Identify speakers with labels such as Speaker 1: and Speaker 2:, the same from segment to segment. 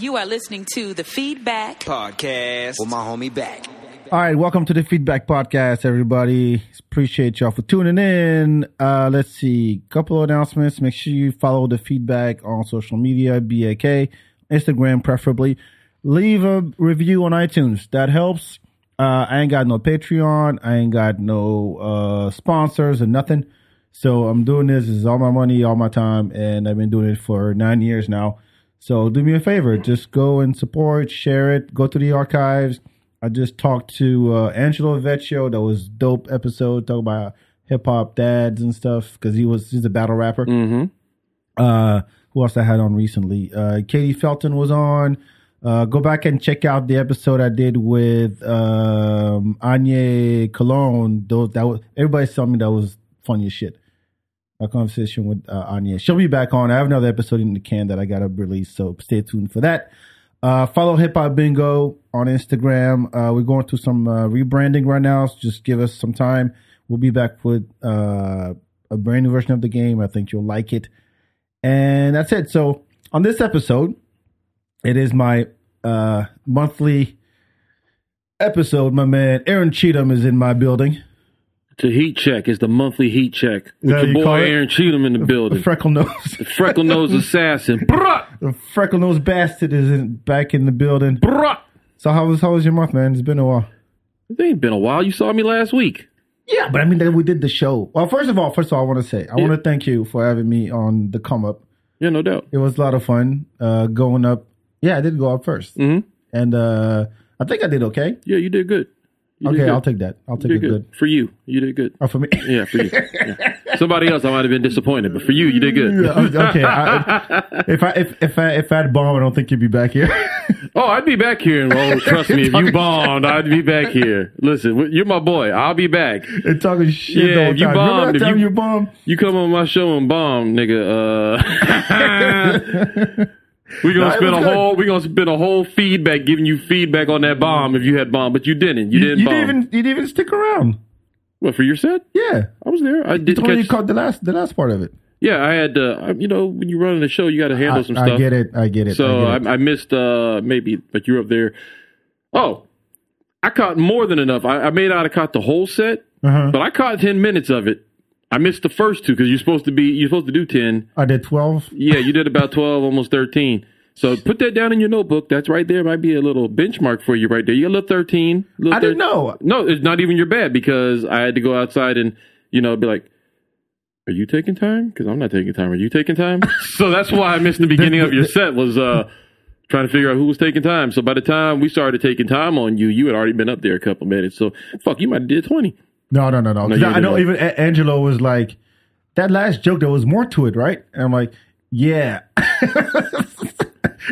Speaker 1: You are listening to the feedback.
Speaker 2: Podcast with my homie back.
Speaker 3: All right, welcome to the Feedback Podcast, everybody. Appreciate y'all for tuning in. Uh, let's see, couple of announcements. Make sure you follow the feedback on social media, BAK, Instagram preferably. Leave a review on iTunes. That helps. Uh, I ain't got no Patreon. I ain't got no uh, sponsors or nothing. So I'm doing this. This is all my money, all my time, and I've been doing it for nine years now. So do me a favor, just go and support, share it, go to the archives. I just talked to uh, Angelo Vecchio. That was dope episode. Talk about hip hop dads and stuff because he was he's a battle rapper. Uh, who else I had on recently? Uh, Katie Felton was on. Uh, go back and check out the episode I did with um, Anya Cologne. Those that was everybody told me that was funny as shit. My conversation with uh, Anya. She'll be back on. I have another episode in the can that I got to release, so stay tuned for that. Uh, follow Hip Hop Bingo on Instagram. Uh, we're going through some uh, rebranding right now. So just give us some time. We'll be back with uh, a brand new version of the game. I think you'll like it. And that's it. So on this episode, it is my uh, monthly episode. My man Aaron Cheatham is in my building.
Speaker 4: The heat check is the monthly heat check with
Speaker 3: that
Speaker 4: your
Speaker 3: you call
Speaker 4: boy
Speaker 3: it?
Speaker 4: Aaron Cheatham in the
Speaker 3: The
Speaker 4: building.
Speaker 3: freckle nose,
Speaker 4: Freckle nose assassin. Bruh,
Speaker 3: the freckle nose bastard is in, back in the building.
Speaker 4: bruh.
Speaker 3: So how was how was your month, man? It's been a while.
Speaker 4: It ain't been a while. You saw me last week.
Speaker 3: Yeah, but I mean, that we did the show. Well, first of all, first of all, I want to say I want to thank you for having me on the come up.
Speaker 4: Yeah, no doubt.
Speaker 3: It was a lot of fun uh, going up. Yeah, I did go up 1st
Speaker 4: Mhm.
Speaker 3: and uh, I think I did okay.
Speaker 4: Yeah, you did good. You did
Speaker 3: okay,
Speaker 4: good.
Speaker 3: I'll take that. I'll
Speaker 4: You
Speaker 3: take
Speaker 4: did
Speaker 3: it good.
Speaker 4: good. For you, you did good.
Speaker 3: Oh, for me.
Speaker 4: Yeah, for you. Yeah. Somebody else, I might have been disappointed, but for you, you did good.
Speaker 3: okay. I, if I if if I if I had bomb, I don't think you'd be back here.
Speaker 4: Oh, I'd be back here. Well, trust me, if you bombed, I'd be back here. Listen, you're my boy. I'll be back.
Speaker 3: and talking shit
Speaker 4: Yeah,
Speaker 3: the whole
Speaker 4: if you
Speaker 3: time. Remember
Speaker 4: bombed,
Speaker 3: that
Speaker 4: if
Speaker 3: time
Speaker 4: you-
Speaker 3: you, bombed?
Speaker 4: You come on my show and bomb, nigga. Uh, we
Speaker 3: Nah,
Speaker 4: gonna
Speaker 3: it
Speaker 4: spend
Speaker 3: was
Speaker 4: a
Speaker 3: good.
Speaker 4: whole we gonna spend a whole feedback giving you feedback on that bomb if you had bomb, but you didn't. You,
Speaker 3: You,
Speaker 4: didn't
Speaker 3: you
Speaker 4: bomb.
Speaker 3: didn't even you didn't even stick around.
Speaker 4: What for your set?
Speaker 3: Yeah,
Speaker 4: I was there. I
Speaker 3: you
Speaker 4: did
Speaker 3: told me you
Speaker 4: catch.
Speaker 3: caught the last the last part of it.
Speaker 4: yeah, I had. Uh, I- you know, when you run the show, you got to handle
Speaker 3: I,
Speaker 4: some
Speaker 3: I
Speaker 4: stuff.
Speaker 3: get it. I get it.
Speaker 4: So
Speaker 3: I
Speaker 4: I,
Speaker 3: get it.
Speaker 4: I missed uh, maybe, but you're up there. Oh, I caught more than enough. I, I may not have caught the whole set,
Speaker 3: Uh-huh.
Speaker 4: but I caught ten minutes of it. I missed the first two because you're supposed to be you're supposed to do ten.
Speaker 3: I did twelve.
Speaker 4: Yeah, you did about 12, almost 13. So put that down in your notebook. That's right there. Might be a little benchmark for you right there. You're a little 13. Little
Speaker 3: I didn't know.
Speaker 4: No, it's not even your bad because I had to go outside and, you know, be like, are you taking time? Because I'm not taking time. Are you taking time? so that's why I missed the beginning of your set was uh, trying to figure out who was taking time. So by the time we started taking time on you, you had already been up there a couple minutes. So fuck, you might have did 20.
Speaker 3: No, no, no, no. 'Cause
Speaker 4: you
Speaker 3: I I know
Speaker 4: didn't.
Speaker 3: even A- Angelo was like that last joke. There was more to it, right? And I'm like, yeah.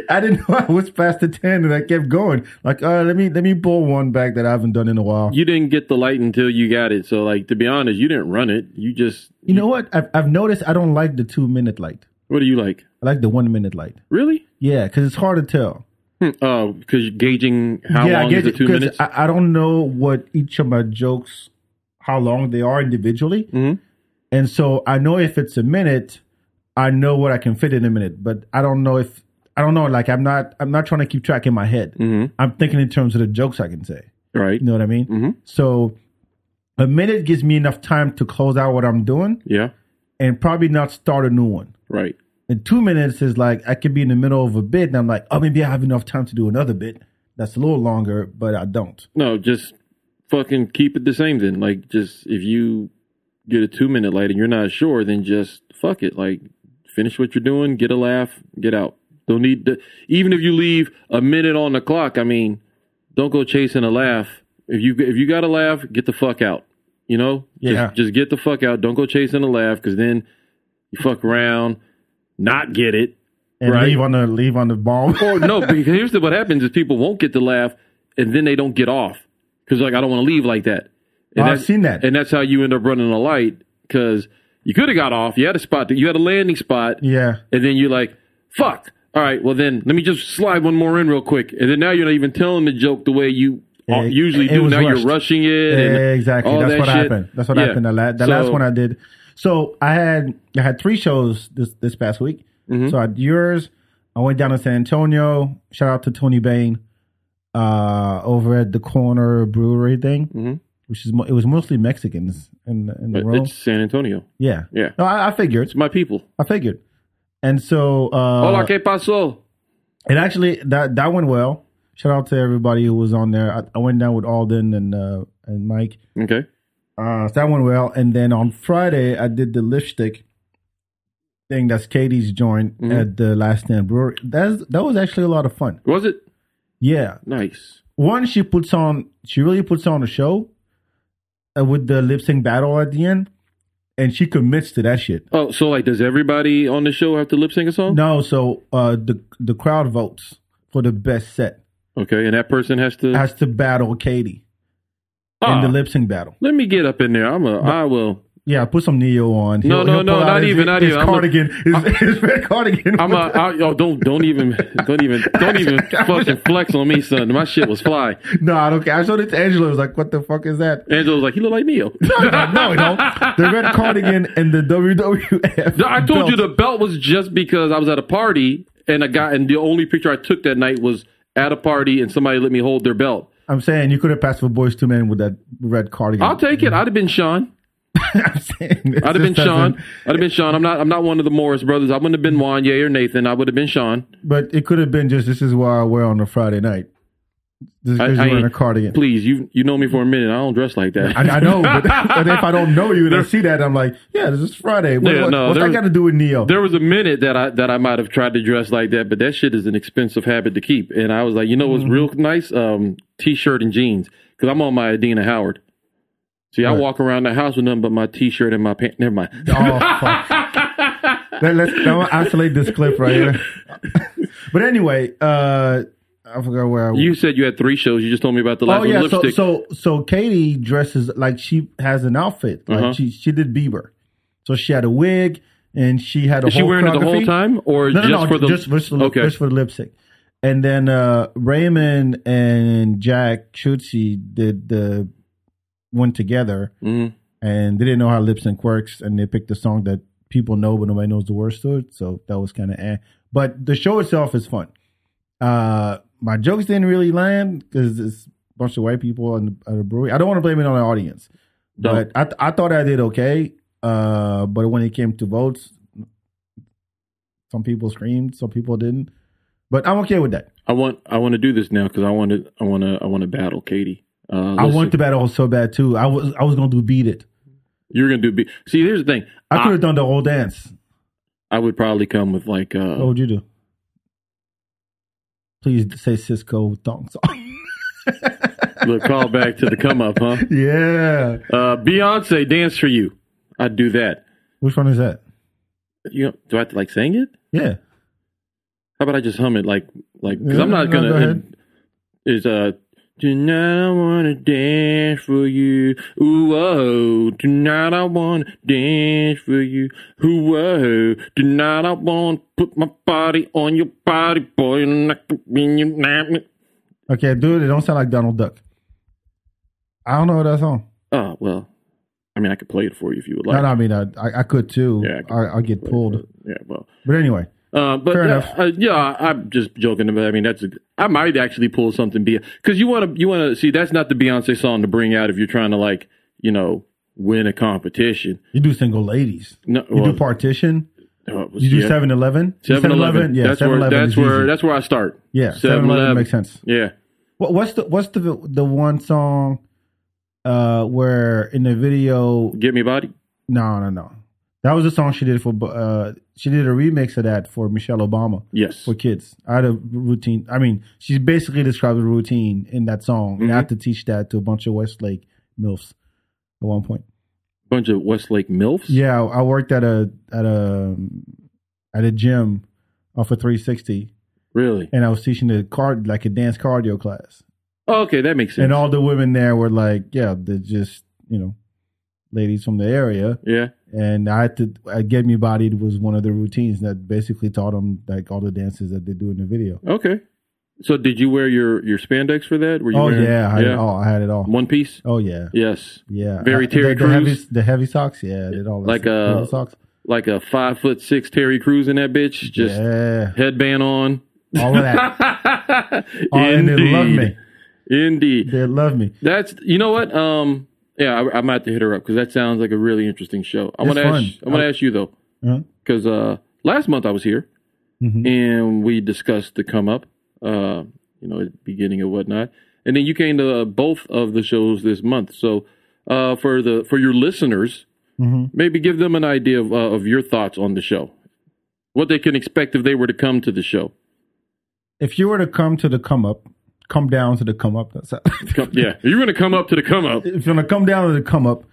Speaker 3: I didn't know I was past the ten, and I kept going. Like, uh, let me let me pull one back that I haven't done in a while.
Speaker 4: You didn't get the light until you got it. So like, to be honest, you didn't run it. You just,
Speaker 3: You know what? I've, I've noticed I don't like the two minute light.
Speaker 4: what do you like?
Speaker 3: I like the one minute light.
Speaker 4: Really?
Speaker 3: Yeah, because it's hard to tell.
Speaker 4: Oh, because you're gauging how
Speaker 3: yeah,
Speaker 4: long
Speaker 3: I
Speaker 4: is the
Speaker 3: get
Speaker 4: two
Speaker 3: it, 'cause
Speaker 4: minutes?
Speaker 3: I, I don't know what each of my jokes, how long they are individually,
Speaker 4: Mhm.
Speaker 3: and so I know if it's a minute, I know what I can fit in a minute. But I don't know if I don't know. Like I'm not I'm not trying to keep track in my head.
Speaker 4: mm-hmm.
Speaker 3: I'm thinking in terms of the jokes I can say.
Speaker 4: Right.
Speaker 3: You know what I mean?
Speaker 4: Mhm.
Speaker 3: So a minute gives me enough time to close out what I'm doing
Speaker 4: Yeah.
Speaker 3: and probably not start a new one.
Speaker 4: Right.
Speaker 3: And two minutes is like I could be in the middle of a bit and I'm like, oh, maybe I have enough time to do another bit that's a little longer, but I don't.
Speaker 4: No, just fucking keep it the same then. Like, just if you get a two minute light and you're not sure, then just fuck it. Like, finish what you're doing, get a laugh, get out. Don't need to, even if you leave a minute on the clock. I mean, don't go chasing a laugh. If you if you got a laugh, get the fuck out. You know, Just-
Speaker 3: Yeah.
Speaker 4: Just, get the fuck out. Don't go chasing a laugh because then you fuck around, not get it,
Speaker 3: And
Speaker 4: Right. Oh,
Speaker 3: leave on the leave on the bomb.
Speaker 4: Or no, because here's the, what happens is people won't get to laugh, and then they don't get off because like I don't want to leave like that. And
Speaker 3: I've
Speaker 4: that's-
Speaker 3: seen that.
Speaker 4: and that's how you end up running a light because you could have got off. You had a spot, you had a landing spot,
Speaker 3: yeah.
Speaker 4: and then you're like, "Fuck! All right, well then let me just slide one more in real quick," and then now you're not even telling the joke the way you
Speaker 3: Yeah, it-
Speaker 4: usually
Speaker 3: Eh, it
Speaker 4: do.
Speaker 3: was
Speaker 4: Now
Speaker 3: rushed.
Speaker 4: you're rushing it.
Speaker 3: Yeah,
Speaker 4: and
Speaker 3: exactly.
Speaker 4: all
Speaker 3: That's
Speaker 4: that
Speaker 3: what
Speaker 4: shit.
Speaker 3: happened. That's what
Speaker 4: Yeah.
Speaker 3: happened. The, la- the last
Speaker 4: So-
Speaker 3: one I did.
Speaker 4: Mm-hmm.
Speaker 3: So I had I had three shows this this past week. So I had yours, I went down to San Antonio. Shout out to Tony Bain uh, over at the corner brewery thing,
Speaker 4: Mhm.
Speaker 3: which is mo- it was mostly Mexicans in the, in the
Speaker 4: But
Speaker 3: room.
Speaker 4: it's San Antonio.
Speaker 3: Yeah,
Speaker 4: Yeah.
Speaker 3: No, I, I figured.
Speaker 4: It's my people.
Speaker 3: I figured. And so,
Speaker 4: Hola,
Speaker 3: uh,
Speaker 4: ¿qué pasó?
Speaker 3: and actually, that that went well. Shout out to everybody who was on there. I, I went down with Alden and uh, and Mike.
Speaker 4: Okay.
Speaker 3: Uh, so that went well. And then on Friday, I did the lipstick thing. That's Katie's joint
Speaker 4: Mhm.
Speaker 3: at the Last Stand Brewery. That's that was actually a lot of fun.
Speaker 4: Was it?
Speaker 3: Yeah,
Speaker 4: Nice.
Speaker 3: one she puts on she really puts on a show uh, with the lip sync battle at the end and she commits to that shit
Speaker 4: Oh, so like, does everybody on the show have to lip sync a song?
Speaker 3: no so uh the the crowd votes for the best set
Speaker 4: Okay, and that person has to.
Speaker 3: has to battle katie
Speaker 4: Ah,
Speaker 3: in the lip sync battle
Speaker 4: let me get up in there. I'm a. I will.
Speaker 3: yeah put some neo on
Speaker 4: No, no,
Speaker 3: pull
Speaker 4: no,
Speaker 3: out
Speaker 4: not
Speaker 3: his-
Speaker 4: even, not
Speaker 3: his
Speaker 4: even. I'm a-
Speaker 3: cardigan his, his red cardigan
Speaker 4: I'm a. I, oh, don't don't even don't even don't even fucking flex on me, son. My shit was fly.
Speaker 3: no i don't care i showed it to angela I was like what the fuck is that
Speaker 4: Angela was like, he look like Neo.
Speaker 3: no, no, no. The red cardigan and the WWF.
Speaker 4: I told you
Speaker 3: belt.
Speaker 4: the belt was just because I was at a party and I got and the only picture I took that night was at a party and somebody let me hold their belt.
Speaker 3: I'm saying you could have passed for boys two men with that red cardigan.
Speaker 4: I'll take it. I'd have been Sean.
Speaker 3: I'm saying
Speaker 4: I'd have been Sean. I'd have been Sean. I'm not. I'm not one of the Morris brothers. I wouldn't have been Wanye or Nathan. I would have been Sean.
Speaker 3: But it could have been just this is why I wear on a Friday night. Just
Speaker 4: I-
Speaker 3: because
Speaker 4: I
Speaker 3: you're wearing a
Speaker 4: ain't-
Speaker 3: cardigan.
Speaker 4: Please, you you know me for a minute. I don't dress like that.
Speaker 3: I, I know, but, but if I don't know you and I see that, I'm like, yeah, this is Friday. What,
Speaker 4: Yeah,
Speaker 3: what,
Speaker 4: no,
Speaker 3: what's that
Speaker 4: there-
Speaker 3: got to do with Neo?
Speaker 4: There was a minute that I that I might have tried to dress like that, but that shit is an expensive habit to keep. And I was like, you know
Speaker 3: Mm-hmm.
Speaker 4: what's real nice? Um, t-shirt and jeans, because I'm on my Adina Howard. See, I
Speaker 3: Right.
Speaker 4: walk around the house with nothing but my t-shirt and my pants. Never mind.
Speaker 3: Oh, fuck. Let, let's I'm gonna isolate this clip right here. but anyway, uh, I forgot where I was.
Speaker 4: You said you had three shows. You just told me about the last
Speaker 3: oh,
Speaker 4: one,
Speaker 3: yeah. So,
Speaker 4: lipstick.
Speaker 3: so, so Katie dresses like she has an outfit. Like
Speaker 4: Uh-huh.
Speaker 3: she, she did Bieber. So she had a wig and she had a
Speaker 4: is
Speaker 3: whole
Speaker 4: she wearing it the whole
Speaker 3: choreography.
Speaker 4: time, or
Speaker 3: No, no,
Speaker 4: just
Speaker 3: no,
Speaker 4: for the
Speaker 3: just, just for,
Speaker 4: okay?
Speaker 3: just for the lip sync. And then uh, Raymond and Jack Chutzy did the went together,
Speaker 4: Mhm.
Speaker 3: and they didn't know how lip sync works, and they picked a song that people know but nobody knows the words to it. So that was kind of eh. But the show itself is fun. Uh, my jokes didn't really land because it's a bunch of white people in the, at a brewery. I don't want to blame it on the audience,
Speaker 4: Don't.
Speaker 3: but I th- I thought I did okay. Uh, but when it came to votes, some people screamed, some people didn't. But I'm okay with that.
Speaker 4: I want I want to do this now because I want to I want to I want to battle Katie. Uh,
Speaker 3: I want
Speaker 4: to.
Speaker 3: the battle so bad too. I was I was gonna do beat it.
Speaker 4: You're gonna do. Be- See, here's the thing.
Speaker 3: I
Speaker 4: I-
Speaker 3: could have done the whole dance.
Speaker 4: I would probably come with like. Uh,
Speaker 3: What would you do? Please say Cisco thong song.
Speaker 4: Look, call back to the come up, huh?
Speaker 3: yeah.
Speaker 4: Uh, Beyonce, dance for you. I'd do that.
Speaker 3: Which one is that?
Speaker 4: You know, do I have to like sing it?
Speaker 3: Yeah.
Speaker 4: How about I just hum it like like because I'm
Speaker 3: Yeah,
Speaker 4: not
Speaker 3: no,
Speaker 4: gonna.
Speaker 3: go ahead.
Speaker 4: Is uh. Tonight I wanna dance for you. Ooh whoa. Tonight I wanna dance for you. Ooh whoa. Tonight I wanna put my body on your body, boy, and I can be your man.
Speaker 3: Okay, do it. It don't sound like Donald Duck. I don't know that song.
Speaker 4: Oh well. I mean I could play it for you if you would
Speaker 3: No,
Speaker 4: like.
Speaker 3: no, I mean, I, I could too.
Speaker 4: Yeah, I could
Speaker 3: I, I get pulled.
Speaker 4: Yeah, well.
Speaker 3: But anyway,
Speaker 4: Uh, but
Speaker 3: Fair
Speaker 4: uh,
Speaker 3: enough.
Speaker 4: uh, yeah, I, I'm just joking about. I mean, that's a, I might actually pull something because you want to you want to see that's not the Beyonce song to bring out if you're trying to like you know win a competition.
Speaker 3: you do single ladies.
Speaker 4: No,
Speaker 3: You
Speaker 4: well,
Speaker 3: do partition.
Speaker 4: uh,
Speaker 3: You do
Speaker 4: yeah.
Speaker 3: 7 Eleven?
Speaker 4: 7-Eleven.
Speaker 3: Yeah,
Speaker 4: that's
Speaker 3: 7
Speaker 4: where
Speaker 3: Eleven.
Speaker 4: that's where that's where I start.
Speaker 3: Yeah, 7-Eleven
Speaker 4: 7-Eleven.
Speaker 3: makes sense.
Speaker 4: Yeah,
Speaker 3: What, what's the what's the the one song uh where in the video
Speaker 4: get me body.
Speaker 3: no no no that was a song she did for uh she did a remix of that for Michelle Obama
Speaker 4: Yes,
Speaker 3: for kids I had a routine I mean she basically described the routine in that song and I had to teach that to a bunch of Westlake milfs at one point
Speaker 4: bunch of Westlake milfs.
Speaker 3: yeah I I worked at a at a at a gym off of 360
Speaker 4: really.
Speaker 3: and I was teaching the card like a dance cardio class
Speaker 4: Oh, okay, that makes sense.
Speaker 3: and all the women there were like, yeah, they're just you know, ladies from the area.
Speaker 4: yeah,
Speaker 3: And I had to, I get me bodied was one of the routines that basically taught them like all the dances that they do in the video.
Speaker 4: okay. So did you wear your your spandex for that? Were you
Speaker 3: Oh
Speaker 4: wearing,
Speaker 3: yeah, I had it all. I had it all.
Speaker 4: one piece.
Speaker 3: Oh yeah,
Speaker 4: Yes.
Speaker 3: yeah.
Speaker 4: Very
Speaker 3: I-
Speaker 4: Terry
Speaker 3: the, the heavy,
Speaker 4: Crews.
Speaker 3: the heavy socks. Yeah, I did all that
Speaker 4: Like,
Speaker 3: stuff.
Speaker 4: uh,
Speaker 3: Heavy socks.
Speaker 4: like a five foot six Terry Crews in that bitch, just
Speaker 3: yeah,
Speaker 4: headband on.
Speaker 3: all of that. Oh, and they love me.
Speaker 4: Indeed, indeed.
Speaker 3: They love me.
Speaker 4: That's you know what? Um, yeah, I, I might have to hit her up because that sounds like a really interesting show. I'm
Speaker 3: It's
Speaker 4: gonna ask,
Speaker 3: fun.
Speaker 4: I'm gonna ask you though,
Speaker 3: Uh-huh.
Speaker 4: because uh, last month I was here
Speaker 3: Mhm.
Speaker 4: and we discussed the come up, uh, you know, at the beginning and whatnot, and then you came to both of the shows this month. So uh, for the for your listeners,
Speaker 3: Mhm.
Speaker 4: maybe give them an idea of uh, of your thoughts on the show, what they can expect if they were to come to the show.
Speaker 3: If you were to come to the come up, come down to the come up. That's
Speaker 4: Come, yeah, you're gonna come up to the come up.
Speaker 3: if you're gonna come down to the come up,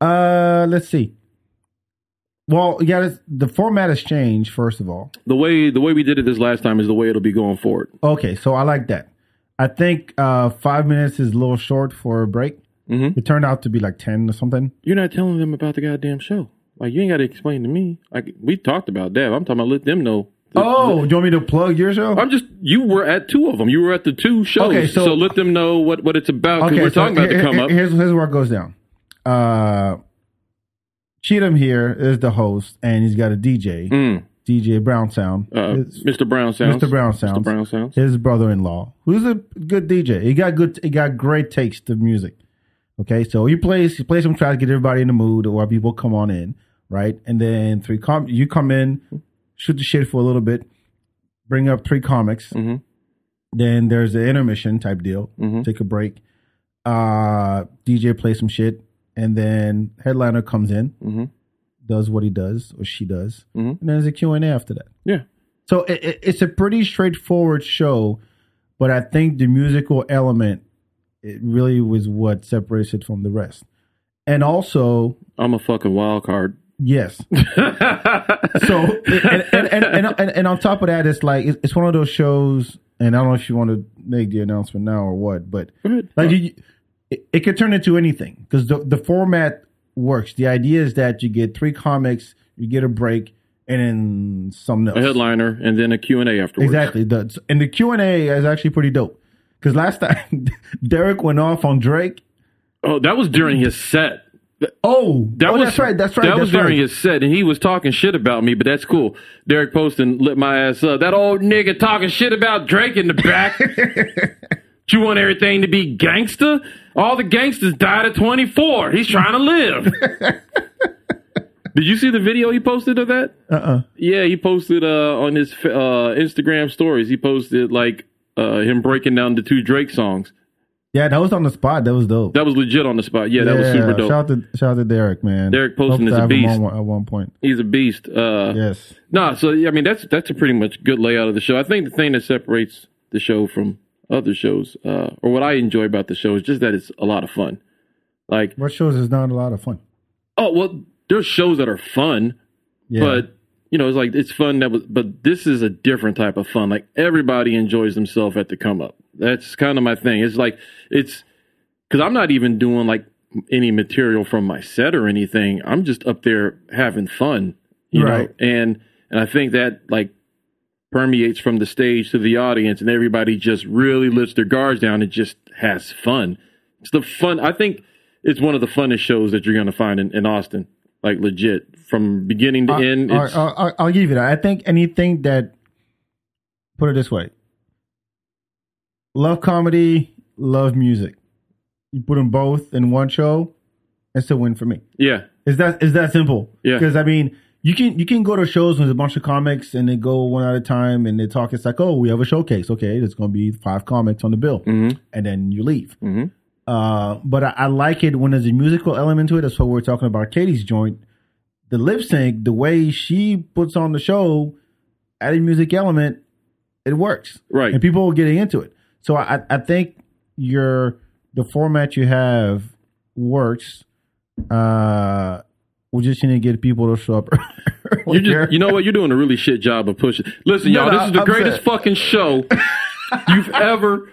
Speaker 3: uh, let's see. Well, yeah, this, the format has changed. First of all,
Speaker 4: the way the way we did it this last time is the way it'll be going forward.
Speaker 3: okay, so I like that. I think uh, five minutes is a little short for a break.
Speaker 4: Mhm.
Speaker 3: It turned out to be like ten or something.
Speaker 4: You're not telling them about the goddamn show. Like you ain't got to explain to me. Like we talked about that. I'm talking about let them know.
Speaker 3: Oh, you want me to plug your show?
Speaker 4: I'm just you were at two of them. You were at the two shows.
Speaker 3: Okay, so-
Speaker 4: so, let them know what what it's about because we're
Speaker 3: so
Speaker 4: talking about
Speaker 3: here-
Speaker 4: the come up.
Speaker 3: here- Here's, here's where it goes down. Uh, Cheatham here is the host, and he's got a DJ,
Speaker 4: Mm.
Speaker 3: DJ Brown Sound.
Speaker 4: Uh,
Speaker 3: His-
Speaker 4: Mr. Brown sounds.
Speaker 3: Mr. Brown sounds.
Speaker 4: Mr. Brown sounds.
Speaker 3: his brother-in-law, who's a good DJ. He got good. He got great taste of music. Okay, so he plays. He plays some tracks, get everybody in the mood, while people come on in, right? And then three com. You come in, shoot the shit for a little bit, bring up three comics.
Speaker 4: Mhm.
Speaker 3: Then there's the intermission type deal. Take a break. Uh, DJ plays some shit, and then headliner comes in,
Speaker 4: Mhm.
Speaker 3: does what he does or she does,
Speaker 4: Mhm.
Speaker 3: and then there's a Q and A after that.
Speaker 4: Yeah.
Speaker 3: So it, it, it's a pretty straightforward show, but I think the musical element it really was what separates it from the rest. And also,
Speaker 4: I'm a fucking wild card.
Speaker 3: yes. so and and, and, and, and and on top of that, it's like it's, it's one of those shows. And I don't know if you want to make the announcement now or what, but
Speaker 4: Go ahead. Uh,
Speaker 3: like you, it, it could turn into anything because the the format works. The idea is that you get three comics, you get a break, and then something else.
Speaker 4: a headliner and then a Q and A afterwards.
Speaker 3: Exactly. The, and the Q and A is actually pretty dope. Because last time Derek went off on Drake.
Speaker 4: Oh, that was during his set.
Speaker 3: Oh,
Speaker 4: That
Speaker 3: oh,
Speaker 4: was,
Speaker 3: that's right. That's right.
Speaker 4: That
Speaker 3: that's
Speaker 4: was
Speaker 3: right.
Speaker 4: during his set, and he was talking shit about me, but that's cool. Derek Poston lit my ass up. That old nigga talking shit about Drake in the back. you want everything to be gangster? All the gangsters died at 24. He's trying to live. Did you see the video he posted of that?
Speaker 3: Uh-uh.
Speaker 4: Yeah, he posted uh, on his uh, Instagram stories. He posted like uh, him breaking down the two Drake songs.
Speaker 3: Yeah, that was on the spot. That was dope.
Speaker 4: That was legit on the spot. Yeah, that was super dope.
Speaker 3: Shout out to shout out to Derek, man.
Speaker 4: Derek Poston
Speaker 3: Hope
Speaker 4: is
Speaker 3: to
Speaker 4: a
Speaker 3: have him
Speaker 4: beast.
Speaker 3: on one- at one point.
Speaker 4: He's a beast. Uh,
Speaker 3: Yes.
Speaker 4: No, so yeah, I mean that's that's a pretty much good layout of the show. I think the thing that separates the show from other shows, uh, or what I enjoy about the show, is just that it's a lot of fun. Like,
Speaker 3: What shows is not a lot of fun.
Speaker 4: oh well, there's shows that are fun,
Speaker 3: Yeah.
Speaker 4: but you know, it's like it's fun that was, but this is a different type of fun. Like everybody enjoys themselves at the come up. That's kind of my thing. It's like it's because I'm not even doing like any material from my set or anything. I'm just up there having fun, you
Speaker 3: Right.
Speaker 4: know. And and I think that like permeates from the stage to the audience, and everybody just really lifts their guards down and just has fun. It's the fun. I think it's one of the funnest shows that you're going to find in, in Austin. Like legit, from beginning to end.
Speaker 3: I,
Speaker 4: It's,
Speaker 3: I, I, I'll give you that. I think anything that put it this way, love comedy, love music. You put them both in one show, it's a win for me.
Speaker 4: yeah,
Speaker 3: Is that is that simple?
Speaker 4: Yeah.
Speaker 3: Because I mean, you can you can go to shows when there's a bunch of comics and they go one at a time and they talk. It's like, oh, we have a showcase. Okay, there's going to be five comics on the bill,
Speaker 4: Mm-hmm.
Speaker 3: and then you leave.
Speaker 4: Mhm.
Speaker 3: Uh, but I, I like it when there's a musical element to it. That's what we we're talking about. Katie's joint, the lip sync, the way she puts on the show, adding music element, it works
Speaker 4: right.
Speaker 3: and people are getting into it. So I, I think your the format you have works. Uh, we just need to get people to show up.
Speaker 4: You just, you know what? You're doing a really shit job of pushing. Listen,
Speaker 3: No,
Speaker 4: y'all,
Speaker 3: no,
Speaker 4: this is the
Speaker 3: I'm
Speaker 4: greatest
Speaker 3: saying-
Speaker 4: fucking show you've ever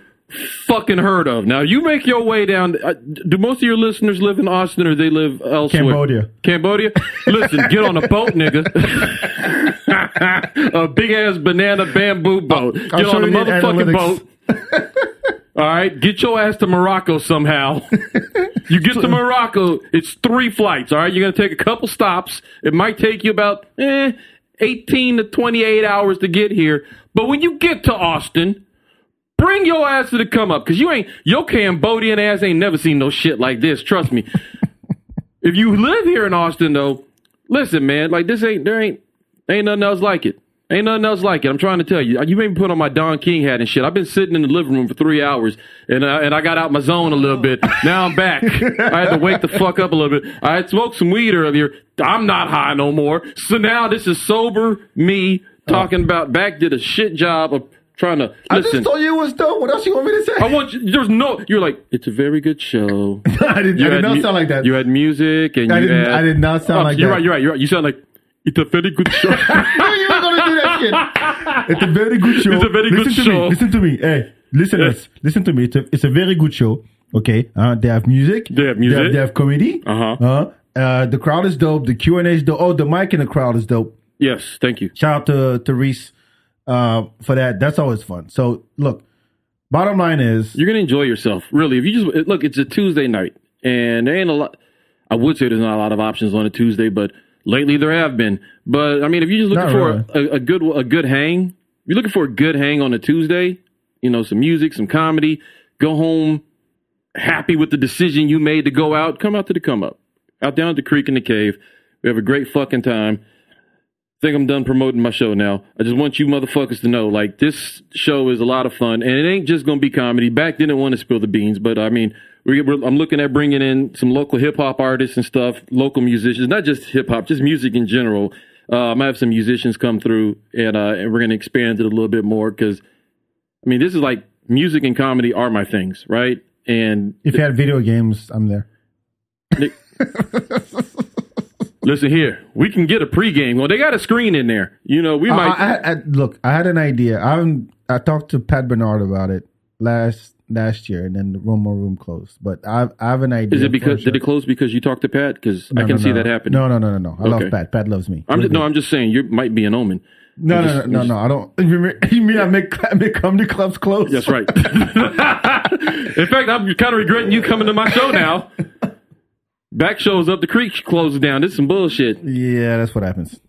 Speaker 4: fucking heard of. Now, you make your way down. uh, Do most of your listeners live in Austin or they live elsewhere?
Speaker 3: Cambodia.
Speaker 4: Cambodia? Listen, get on a boat, nigga. a big ass banana bamboo boat. Get
Speaker 3: sure
Speaker 4: on a
Speaker 3: we need
Speaker 4: motherfucking
Speaker 3: analytics.
Speaker 4: boat. All right, get your ass to Morocco somehow. You get to Morocco, it's three flights, all right? You're going to take a couple stops. It might take you about eh, 18 to 28 hours to get here. But when you get to Austin, bring your ass to the come up because you ain't, your Cambodian ass ain't never seen no shit like this. Trust me. if you live here in Austin, though, listen, man, like this ain't, there ain't, ain't nothing else like it. Ain't nothing else like it. I'm trying to tell you. You made me put on my Don King hat and shit. I've been sitting in the living room for three hours, and I, and I got out my zone a little
Speaker 5: Oh.
Speaker 4: bit. Now I'm back. I had to wake the fuck up a little bit. I had smoked some weed earlier. I'm not high no more. So now this is sober me talking about back did a shit job of trying to
Speaker 5: Oh. I
Speaker 4: listen.
Speaker 5: just told you it was dope. What else you want me to say?
Speaker 4: I want you, there's no. You're like it's a very good show.
Speaker 5: I did,
Speaker 4: You
Speaker 5: I did
Speaker 4: had
Speaker 5: not
Speaker 4: mu-
Speaker 5: sound like that.
Speaker 4: You had music and
Speaker 5: I
Speaker 4: you
Speaker 5: didn't-
Speaker 4: had-
Speaker 5: I did not sound
Speaker 4: Oh,
Speaker 5: like
Speaker 4: you're
Speaker 5: that.
Speaker 4: Right, you're right. You're right. You sound like it's a very good show.
Speaker 5: I knew you were going to do that shit.
Speaker 3: It's a very good show.
Speaker 4: It's a very
Speaker 3: listen
Speaker 4: good
Speaker 3: to
Speaker 4: show.
Speaker 3: Me. Listen to me. Hey, listeners, listen to me. It's a, it's a very good show. Okay. Uh, they have music.
Speaker 4: They have music.
Speaker 3: They have, they have comedy.
Speaker 4: Uh-huh.
Speaker 3: Uh, uh, the crowd is dope. The Q and A is dope. Oh, the mic in the crowd is dope.
Speaker 4: yes, thank you.
Speaker 3: Shout out to, to Reese, uh, for that. That's always fun. So look, bottom line is
Speaker 4: You're gonna enjoy yourself, really. If you just it- look, it's a Tuesday night, and there ain't a lot. I would say there's not a lot of options on a Tuesday, but lately there have been. But I mean, if you're just looking
Speaker 3: Not
Speaker 4: for a, a good a good hang, if you're looking for a good hang on a Tuesday. You know, some music, some comedy. Go home happy with the decision you made to go out. Come out to the come up, out down at the creek in the cave. We have a great fucking time. think I'm done promoting my show now. I just want you motherfuckers to know, like, this show is a lot of fun, and it ain't just gonna be comedy. Back then, I want to spill the beans, but I mean, we, we're, I'm looking at bringing in some local hip hop artists and stuff, local musicians, not just hip hop, just music in general. Uh, I'm gonna have some musicians come through, and uh, and we're gonna expand it a little bit more because, I mean, this is like music and comedy are my things, right? And
Speaker 3: if you had video games, I'm there.
Speaker 4: listen here, we can get a pregame. Well, they got a screen in there. You know, we might.
Speaker 3: I, I, I, look, I had an idea. I haven't- I talked to Pat Bernard about it last last year, and then the Romo room closed. But I I have an idea.
Speaker 4: Is
Speaker 3: for
Speaker 4: it
Speaker 3: a
Speaker 4: because
Speaker 3: show.
Speaker 4: did it close because you talked to Pat? Because I
Speaker 3: No,
Speaker 4: can
Speaker 3: no,
Speaker 4: see
Speaker 3: no.
Speaker 4: that happening.
Speaker 3: No, no, no, no, no. I
Speaker 4: Okay.
Speaker 3: love Pat. Pat loves me.
Speaker 4: I'm just,
Speaker 3: Believe
Speaker 4: no,
Speaker 3: me.
Speaker 4: I'm just saying you might be an omen.
Speaker 3: no, no,
Speaker 4: just-
Speaker 3: no, no, no. I don't. You mean- you mean I make I make comedy clubs close?
Speaker 4: That's right. In fact, I'm kind of regretting you coming to my show now. Back shows up, the creek closes down. This is some bullshit.
Speaker 3: Yeah, that's what happens.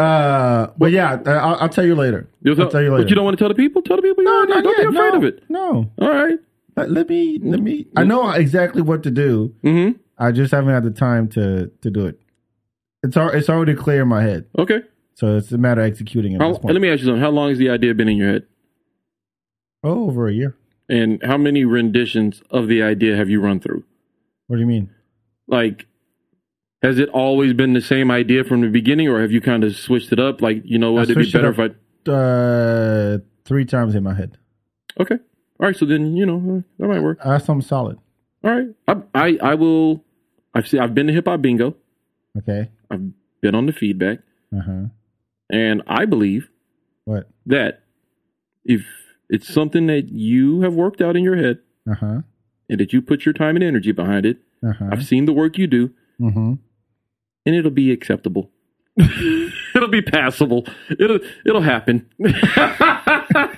Speaker 3: Uh, but yeah, I- I'll, I'll tell you later.
Speaker 4: You'll
Speaker 3: I'll tell you later.
Speaker 4: But you don't want to tell the people. Tell the people. You
Speaker 3: No,
Speaker 4: already-
Speaker 3: not
Speaker 4: don't
Speaker 3: yet.
Speaker 4: be afraid
Speaker 3: no,
Speaker 4: of it.
Speaker 3: No,
Speaker 4: All right.
Speaker 3: Let- let me let me. I know exactly what to do.
Speaker 4: Mm-hmm.
Speaker 3: I just haven't had the time to to do it. It's al- it's already clear in my head,
Speaker 4: Okay.
Speaker 3: so it's a matter of executing it. at
Speaker 4: How,
Speaker 3: this point.
Speaker 4: Oh, let me ask you something. How long has the idea been in your head?
Speaker 3: oh, over a year.
Speaker 4: And how many renditions of the idea have you run through?
Speaker 3: What do you mean?
Speaker 4: like has it always been the same idea from the beginning or have you kind of switched it up like you know what it'd be
Speaker 3: switched it
Speaker 4: better
Speaker 3: up.
Speaker 4: if i
Speaker 3: Uh, three times in my head.
Speaker 4: okay all right so then you know uh, that might work
Speaker 3: I have something solid.
Speaker 4: all right i i, I will i've seen, i've been to hip hop bingo
Speaker 3: Okay.
Speaker 4: i've been on the feedback
Speaker 3: Uh huh.
Speaker 4: and i believe
Speaker 3: What?
Speaker 4: that if it's something that you have worked out in your head
Speaker 3: Uh huh.
Speaker 4: and that you put your time and energy behind it
Speaker 3: Uh huh.
Speaker 4: i've seen the work you do
Speaker 3: Mm-hmm.
Speaker 4: and it'll be acceptable. it'll be passable. It'll it'll happen.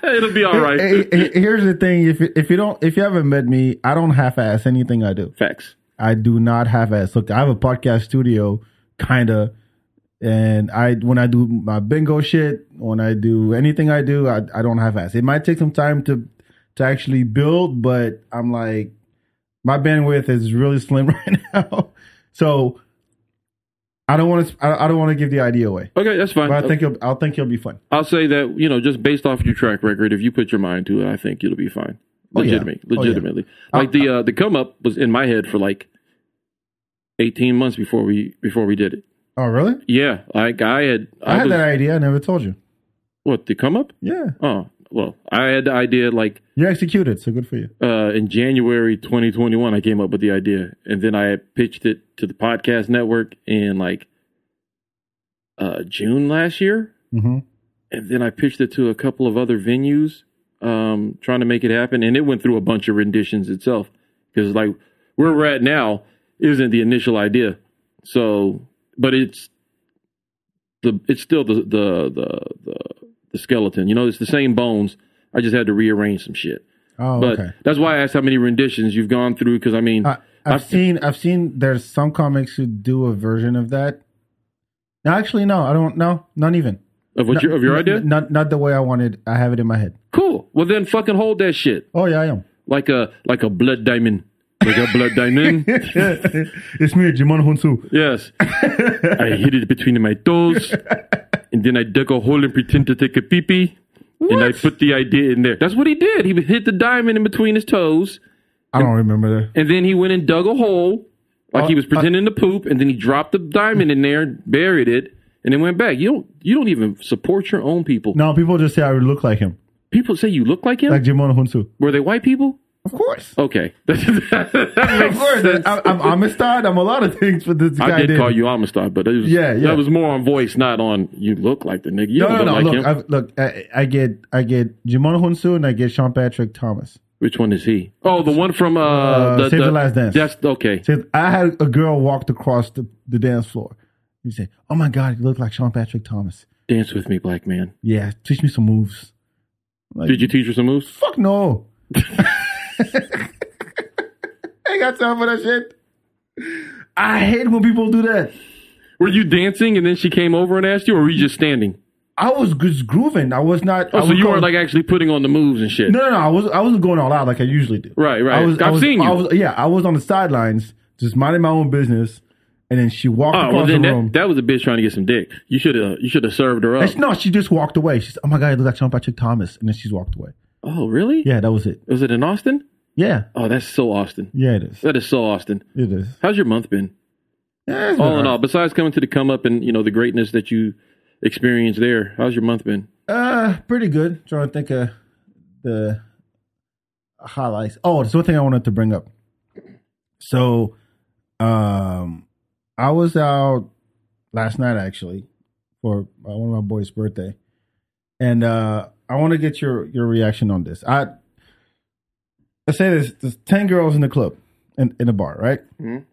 Speaker 4: it'll be all right.
Speaker 3: Hey, hey, hey, here's the thing: if if you don't, if you haven't met me, I don't half-ass anything I do.
Speaker 4: Facts.
Speaker 3: I do not half-ass. Look, I have a podcast studio, kinda, and I when I do my bingo shit, when I do anything I do, I I don't half-ass. It might take some time to to actually build, but I'm like, my bandwidth is really slim right now, so I don't want to I I don't want to give the idea away.
Speaker 4: Okay, that's fine.
Speaker 3: But I think it'll, I'll think it'll be fun.
Speaker 4: I'll say that you know just based off your track record, if you put your mind to it, I think it'll be fine.
Speaker 3: Oh, yeah.
Speaker 4: Legitimate,
Speaker 3: Oh, yeah.
Speaker 4: legitimately. Like the uh, the come up was in my head for like eighteen months before we before we did it.
Speaker 3: Oh, really?
Speaker 4: Yeah, like I had
Speaker 3: I,
Speaker 4: I,
Speaker 3: had
Speaker 4: was,
Speaker 3: that idea. I never told you.
Speaker 4: what the come up?
Speaker 3: Yeah,
Speaker 4: Oh well, I had the idea like
Speaker 3: you executed, so good for you.
Speaker 4: uh, in January 2021, I came up with the idea, and then I pitched it to the podcast network in like uh, June last year,
Speaker 3: hmm
Speaker 4: and then I pitched it to a couple of other venues, um, trying to make it happen, and it went through a bunch of renditions itself because like where we're at now isn't the initial idea, so but it's the it's still the the the the, the skeleton, you know, it's the same bones. I just had to rearrange some shit.
Speaker 3: Oh,
Speaker 4: but
Speaker 3: okay. Uh,
Speaker 4: that's why I asked how many renditions you've gone through because I mean,
Speaker 3: I, I've seen I've seen there's some comics who do a version of that. No, actually, no, I don't. No, not even.
Speaker 4: of what
Speaker 3: Not-
Speaker 4: your, of your
Speaker 3: not-
Speaker 4: idea.
Speaker 3: Not not the way I wanted. I have it in my head.
Speaker 4: Cool. Well, then fucking hold that shit
Speaker 3: Oh yeah, I am.
Speaker 4: like a like a blood diamond, like a blood diamond.
Speaker 3: it's me, Jimon Hunsu.
Speaker 4: Yes. I hid it between my toes, and then I dug a hole and pretend to take a pee pee, and I put the idea in there. That's what he did. He hid the diamond in between his toes,
Speaker 3: I don't remember that.
Speaker 4: and then he went and dug a hole, like
Speaker 3: Oh,
Speaker 4: he was
Speaker 3: uh,
Speaker 4: pretending to poop, and then he dropped the diamond in there, buried it, and then went back. You don't, you don't even support your own people.
Speaker 3: No, people just say I would look like him,
Speaker 4: People say you look like him.
Speaker 3: like Jimon Hunsu.
Speaker 4: Were they white people?
Speaker 3: Of course.
Speaker 4: Okay, that
Speaker 3: Of
Speaker 4: makes
Speaker 3: course.
Speaker 4: sense.
Speaker 3: I, I'm Amistad. I'm a lot of things, but this guy
Speaker 4: I did
Speaker 3: didn't.
Speaker 4: call you Amistad, but it was,
Speaker 3: Yeah, yeah.
Speaker 4: that was more on voice, not on you look like the nigga. You
Speaker 3: No, no,
Speaker 4: don't
Speaker 3: no.
Speaker 4: look like
Speaker 3: look,
Speaker 4: him.
Speaker 3: I've, look. I, I get, I get Jimon Hunsu, and I get Sean Patrick Thomas.
Speaker 4: Which one is he? Oh, the one from uh, the,
Speaker 3: Save the Last Dance.
Speaker 4: That's okay.
Speaker 3: Says I had a girl walked across the, the dance floor. You say, "Oh my God, you look like Sean Patrick Thomas."
Speaker 4: Dance with me, black man.
Speaker 3: Yeah, teach me some moves. Like,
Speaker 4: Did you teach her some moves?
Speaker 3: Fuck no. I got time for that shit. I hate when people do that.
Speaker 4: Were you dancing and then she came over and asked you, or were you just standing?
Speaker 3: I was just grooving. I was not. I
Speaker 4: Oh, so
Speaker 3: was
Speaker 4: you
Speaker 3: going-
Speaker 4: weren't like actually putting on the moves and shit.
Speaker 3: No, no, no. I was I wasn't going all out like I usually do.
Speaker 4: Right, right.
Speaker 3: I was, I
Speaker 4: I've
Speaker 3: was,
Speaker 4: seen you.
Speaker 3: I was, yeah, I was on the sidelines, just minding my own business, and then she walked
Speaker 4: oh,
Speaker 3: across
Speaker 4: well then
Speaker 3: the room.
Speaker 4: that, that was a bitch trying to get some dick. You should have you should have served her up.
Speaker 3: And she- no, she just walked away. She said, "Oh my god, you look like Sean Patrick Thomas," and then she's walked away.
Speaker 4: Oh, really?
Speaker 3: Yeah, that was it.
Speaker 4: Was it in Austin?
Speaker 3: Yeah,
Speaker 4: Oh, that's so Austin.
Speaker 3: yeah, it is.
Speaker 4: That is so Austin.
Speaker 3: It is.
Speaker 4: How's your month been?
Speaker 3: Yeah, it's been
Speaker 4: All in
Speaker 3: alright.
Speaker 4: all, besides coming to the come up and you know the greatness that you experienced there, how's your month been?
Speaker 3: Uh, pretty good. Trying to think of the highlights. Oh, there's one thing I wanted to bring up. So, um, I was out last night actually for uh, one of my boys' birthday, and uh, I want to get your your reaction on this. I I say this: there's ten girls in the club in in the bar, right?
Speaker 4: Mhm.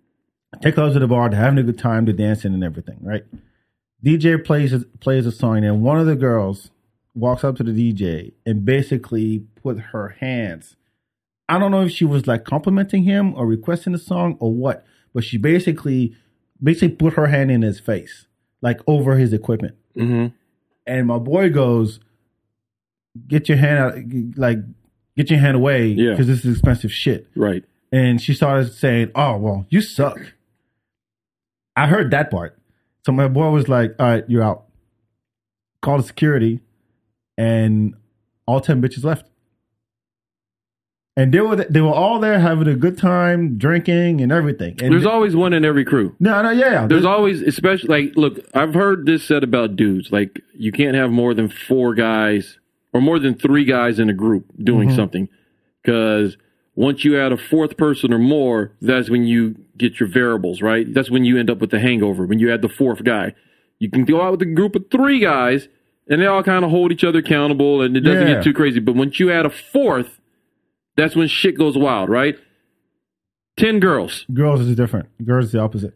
Speaker 3: Ten girls at the bar, they're having a good time, they're dancing and everything, right? DJ plays plays a song, and one of the girls walks up to the DJ and basically put her hands. I don't know if she was like complimenting him or requesting the song or what, but she basically basically put her hand in his face, like over his equipment.
Speaker 4: Mm-hmm.
Speaker 3: And my boy goes, "Get your hand out, like get your hand away,
Speaker 4: Yeah.
Speaker 3: because this is expensive shit."
Speaker 4: Right.
Speaker 3: and she started saying, "Oh well, you suck." I heard that part, so my boy was like, "All right, you're out." Called the security, and all ten bitches left. And they were they were all there having a good time, drinking and everything. And
Speaker 4: There's always one in every crew.
Speaker 3: no, no, yeah, yeah.
Speaker 4: There's always, especially like, look, I've heard this said about dudes. Like, you can't have more than four guys or more than three guys in a group doing something, because once you add a fourth person or more, that's when you get your variables right. That's when you end up with the hangover. When you add the fourth guy, you can go out with a group of three guys, and they all kind of hold each other accountable, and it doesn't
Speaker 3: Yeah.
Speaker 4: get too crazy. But once you add a fourth, that's when shit goes wild, right? Ten girls.
Speaker 3: girls is different. Girls is the opposite.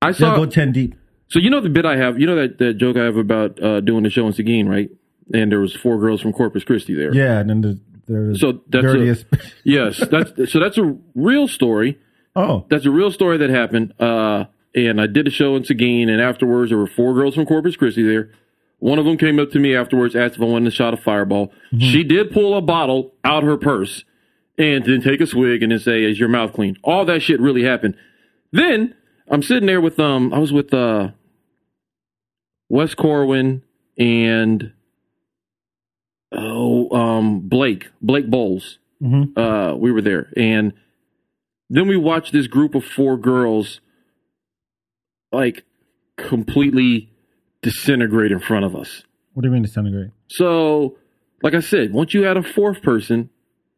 Speaker 4: I
Speaker 3: They
Speaker 4: saw
Speaker 3: go ten deep.
Speaker 4: so you know the bit I have, you know that, that joke I have about uh, doing the show in Seguin, right? And there was four girls from Corpus Christi there.
Speaker 3: Yeah, and then the, there's
Speaker 4: So that's a-
Speaker 3: dirtiest.
Speaker 4: Yes, that's so that's a real story.
Speaker 3: oh,
Speaker 4: That's a real story that happened. Uh, and I did a show in Seguin, and afterwards there were four girls from Corpus Christi there. One of them came up to me afterwards, asked if I wanted a shot of Fireball. She did pull a bottle out her purse and then take a swig and then say, "Is your mouth clean?" All that shit really happened. Then I'm sitting there with um, I was with uh, Wes Corwin and oh um, Blake Blake Bowles.
Speaker 3: Mhm.
Speaker 4: Uh, we were there, and then we watched this group of four girls like completely disintegrate in front of us.
Speaker 3: what do you mean disintegrate?
Speaker 4: So, like I said, once you add a fourth person,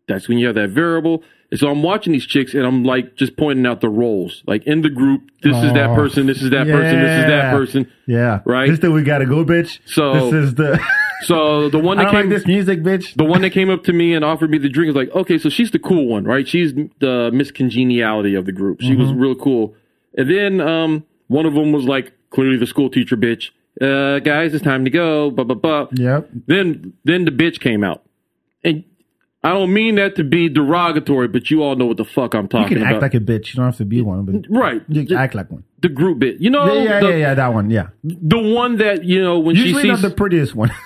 Speaker 4: that's when you have that variable. And so I'm watching these chicks and I'm like just pointing out the roles. Like in the group, this is that
Speaker 3: Oh.
Speaker 4: person, this is that person, this is that
Speaker 3: Yeah.
Speaker 4: person.
Speaker 3: Yeah,
Speaker 4: Right.
Speaker 3: This that we gotta go, bitch.
Speaker 4: So-
Speaker 3: this is the.
Speaker 4: So the one
Speaker 3: I
Speaker 4: that
Speaker 3: don't
Speaker 4: came
Speaker 3: like this music, bitch.
Speaker 4: the one that came up to me and offered me the drink was like, okay, so she's the cool one, right? She's the Miss Congeniality of the group. She
Speaker 3: Mm-hmm.
Speaker 4: was real cool. And then um, one of them was like, clearly the school teacher bitch. Uh, guys, it's time to go. Blah blah blah.
Speaker 3: Yep.
Speaker 4: Then then the bitch came out, and I don't mean that to be derogatory, but you all know what the fuck I'm
Speaker 3: You
Speaker 4: talking
Speaker 3: can act
Speaker 4: about.
Speaker 3: like a bitch. You don't have to be one, but
Speaker 4: right.
Speaker 3: you can
Speaker 4: The,
Speaker 3: act like one.
Speaker 4: the group bit. You know,
Speaker 3: Yeah, yeah,
Speaker 4: the,
Speaker 3: yeah, yeah, that one. Yeah.
Speaker 4: the one that, you know, when
Speaker 3: Usually
Speaker 4: she
Speaker 3: not
Speaker 4: sees.
Speaker 3: the prettiest one.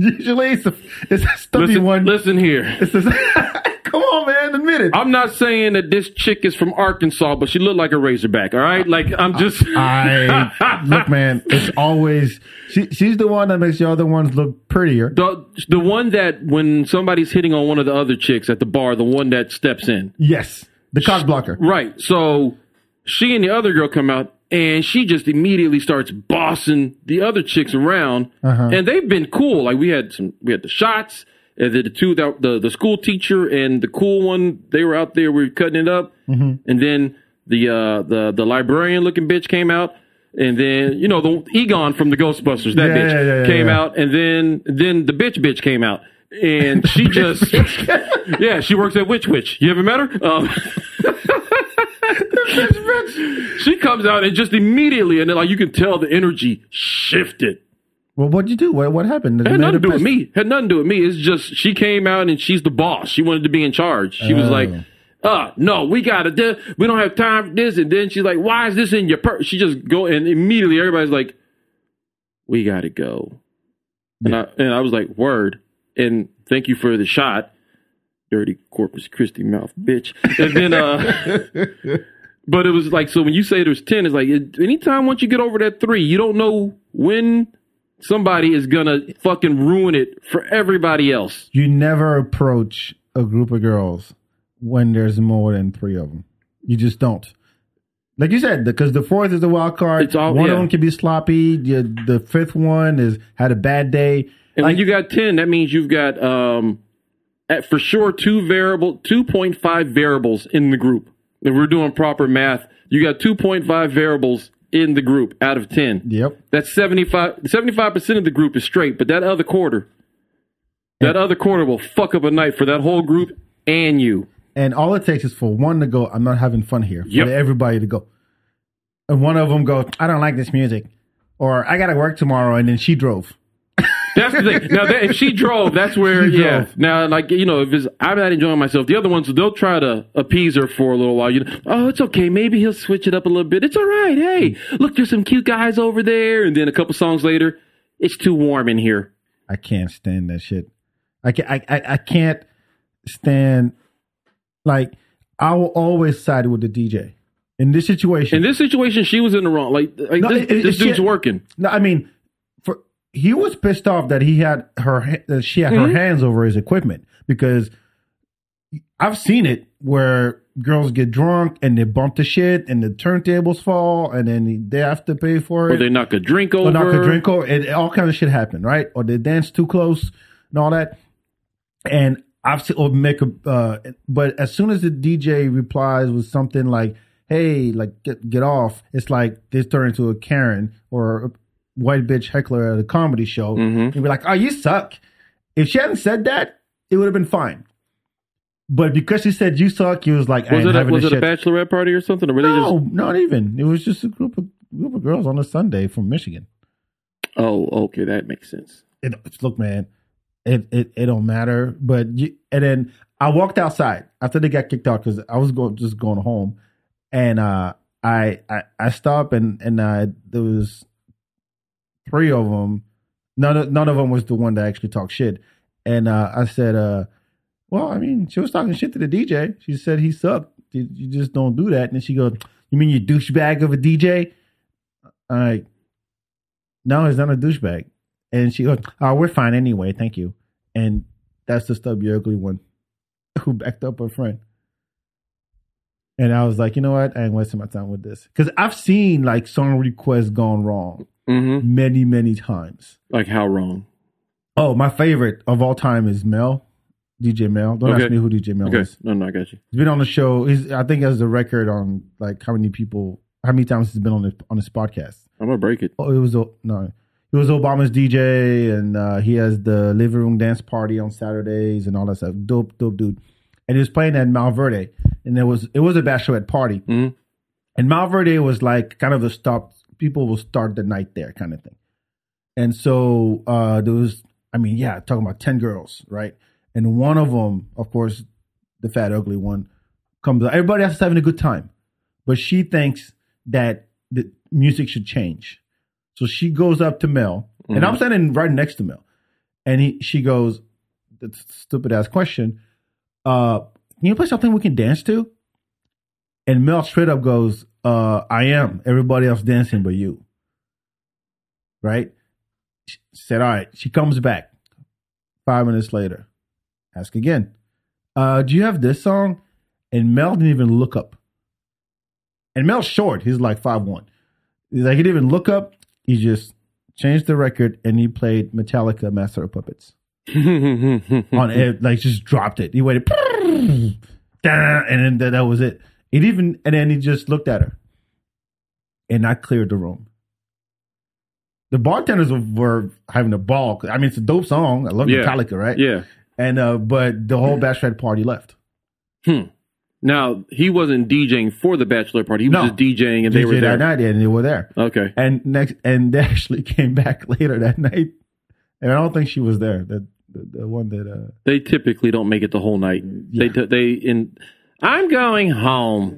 Speaker 3: Usually it's a, it's a stubby
Speaker 4: listen,
Speaker 3: one.
Speaker 4: listen here.
Speaker 3: It's a- come on, man, admit it.
Speaker 4: I'm not saying that this chick is from Arkansas, but she looked like a Razorback, all right? Like, I'm just.
Speaker 3: I look, man. It's always she, she's the one that makes the other ones look prettier.
Speaker 4: The, the one that when somebody's hitting on one of the other chicks at the bar, the one that steps in.
Speaker 3: Yes, the cock blocker.
Speaker 4: Right. So she and the other girl come out and she just immediately starts bossing the other chicks around.
Speaker 3: Uh-huh.
Speaker 4: And they've been cool. Like we had some we had the shots and then the two that the, the school teacher and the cool one, they were out there, we were cutting it up.
Speaker 3: Mm-hmm.
Speaker 4: And then the uh the the librarian looking bitch came out. And then you know the Egon from the Ghostbusters, that
Speaker 3: Yeah,
Speaker 4: bitch
Speaker 3: yeah, yeah, yeah,
Speaker 4: came
Speaker 3: yeah.
Speaker 4: out, and then then the bitch bitch came out, and she just yeah, she works at Witch Witch. You ever met her? Um, she comes out and just immediately, and then like you can tell the energy shifted.
Speaker 3: Well, what'd you do? What what happened?
Speaker 4: Had
Speaker 3: You made
Speaker 4: nothing to
Speaker 3: her
Speaker 4: do with
Speaker 3: pissed.
Speaker 4: me. Had nothing to do with me. It's just she came out and she's the boss. She wanted to be in charge. She was
Speaker 3: Oh.
Speaker 4: like, "Uh, no, we gotta. do we don't have time for this." And then she's like, "Why is this in your purse?" She just go and immediately everybody's like, "We gotta go." And I and I was like, "Word." And thank you for the shot, dirty Corpus Christi mouth bitch. And then uh. But it was like so when you say there's ten, it's like it, anytime once you get over that three, you don't know when somebody is gonna fucking ruin it for everybody else.
Speaker 3: You never approach a group of girls when there's more than three of them. You just don't. Like you said, because the fourth is the wild card.
Speaker 4: It's all-
Speaker 3: one
Speaker 4: yeah.
Speaker 3: of them can be sloppy. The, the fifth one is had a bad day.
Speaker 4: And when you got ten, that means you've got um, at for sure two variable, two point five variables in the group. If we're doing proper math, you got two point five variables in the group out of ten.
Speaker 3: Yep.
Speaker 4: That's 75 percent of the group is straight, but that other quarter, that other quarter will fuck up a night for that whole group and you.
Speaker 3: And all it takes is for one to go, I'm not having fun here.
Speaker 4: Yep.
Speaker 3: For everybody to go. And one of them goes, I don't like this music. Or I got to work tomorrow. And then she drove.
Speaker 4: That's the thing. Now, that, if she drove, that's where,
Speaker 3: She
Speaker 4: yeah.
Speaker 3: drove.
Speaker 4: Now, like, you know, if it's, I'm not enjoying myself, the other ones, they'll try to appease her for a little while. You know, oh, it's okay. Maybe he'll switch it up a little bit. It's all right. Hey,
Speaker 3: Hmm.
Speaker 4: look, there's some cute guys over there. And then a couple songs later, it's too warm in here.
Speaker 3: I can't stand that shit. I can't, I, I, I can't stand, like, I will always side with the DJ. In this situation,
Speaker 4: In this situation, she was in the wrong. Like, like
Speaker 3: No,
Speaker 4: this,
Speaker 3: it- it-
Speaker 4: this
Speaker 3: she-
Speaker 4: dude's working.
Speaker 3: No, I mean, for he was pissed off that he had her ha- that she had
Speaker 4: Mm-hmm.
Speaker 3: her hands over his equipment because I've seen it where girls get drunk and they bump the shit and the turntables fall and then they have to pay for
Speaker 4: Or
Speaker 3: it
Speaker 4: they knock a drink over.
Speaker 3: or knock a drink over and all kinds of shit happen, right? Or they dance too close and all that. And I've seen or make a uh, but as soon as the DJ replies with something like, "Hey, like get get off," it's like this turned into a Karen or a white bitch heckler at a comedy show.
Speaker 4: Mm. Mm-hmm.
Speaker 3: And be like, "Oh, you suck." If she hadn't said that, it would have been fine. But because she said you suck, he was like, I
Speaker 4: Was
Speaker 3: ain't
Speaker 4: it, a,
Speaker 3: having
Speaker 4: was
Speaker 3: this
Speaker 4: it a
Speaker 3: shit.
Speaker 4: bachelorette party or something? Or were they just-
Speaker 3: No, not even. It was just a group of group of girls on a Sunday from Michigan.
Speaker 4: Oh, okay. That makes sense.
Speaker 3: it, look, man, it, it it don't matter. But you, and then I walked outside after they got kicked out because I was going just going home, and uh, I, I I stopped and and uh, there was three of them. None of, none of them was the one that actually talked shit. And uh, I said, uh, well, I mean, she was talking shit to the DJ. She said he sucked. You you just don't do that. And then she goes, you mean you douchebag of a DJ? I no, he's not a douchebag. And she goes, oh, we're fine anyway. Thank you. And that's the stubby ugly one who backed up her friend. And I was like, you know what? I ain't wasting my time with this. Because I've seen like song requests gone wrong
Speaker 4: hmm
Speaker 3: many, many times.
Speaker 4: Like, how wrong?
Speaker 3: Oh, my favorite of all time is Mel, DJ Mel. Don't
Speaker 4: Okay.
Speaker 3: ask me who DJ Mel
Speaker 4: Okay.
Speaker 3: is.
Speaker 4: No, no, I got you.
Speaker 3: He's been on the show. He's, I think, has a record on like how many people, how many times he's been on the, on this podcast.
Speaker 4: I'm going to break it.
Speaker 3: Oh, it was O- no, it was Obama's DJ, and uh, he has the living room dance party on Saturdays and all that stuff. Dope, dope dude. And he was playing at Malverde, and there was it was a bachelorette party,
Speaker 4: Mhm.
Speaker 3: and Malverde was like kind of the stop. People will start the night there, kind of thing. And so uh, there was, I mean, yeah, talking about ten girls, right? and one of them, of course, the fat ugly one, comes. out. Everybody else is having a good time, but she thinks that the music should change. So she goes up to Mel, and I'm standing right next to Mel, and he she goes, "That's a stupid ass question. Uh, can you play something we can dance to?" And Mel straight up goes, uh, I am. Everybody else dancing but you. Right? She said, all right. She comes back. Five minutes later. Ask again. Uh, do you have this song? And Mel didn't even look up. And Mel's short. He's like five one. He's like, he didn't even look up. He just changed the record and he played Metallica Master of Puppets. on it, like just dropped it. He waited, and then that, that was it. It even, and then he just looked at her, and I cleared the room. The bartenders were having a ball. I mean, it's a dope song. I love
Speaker 4: Yeah.
Speaker 3: Metallica, right?
Speaker 4: yeah.
Speaker 3: And uh, but the whole Bachelorette party left.
Speaker 4: Now he wasn't DJing for the bachelor party. He was
Speaker 3: No.
Speaker 4: just DJing, and they were
Speaker 3: DJ
Speaker 4: there.
Speaker 3: that night, and they were there.
Speaker 4: Okay.
Speaker 3: And next, and they actually came back later that night, and I don't think she was there. The the, the one that uh,
Speaker 4: They typically don't make it the whole night. They t- they in. I'm going home.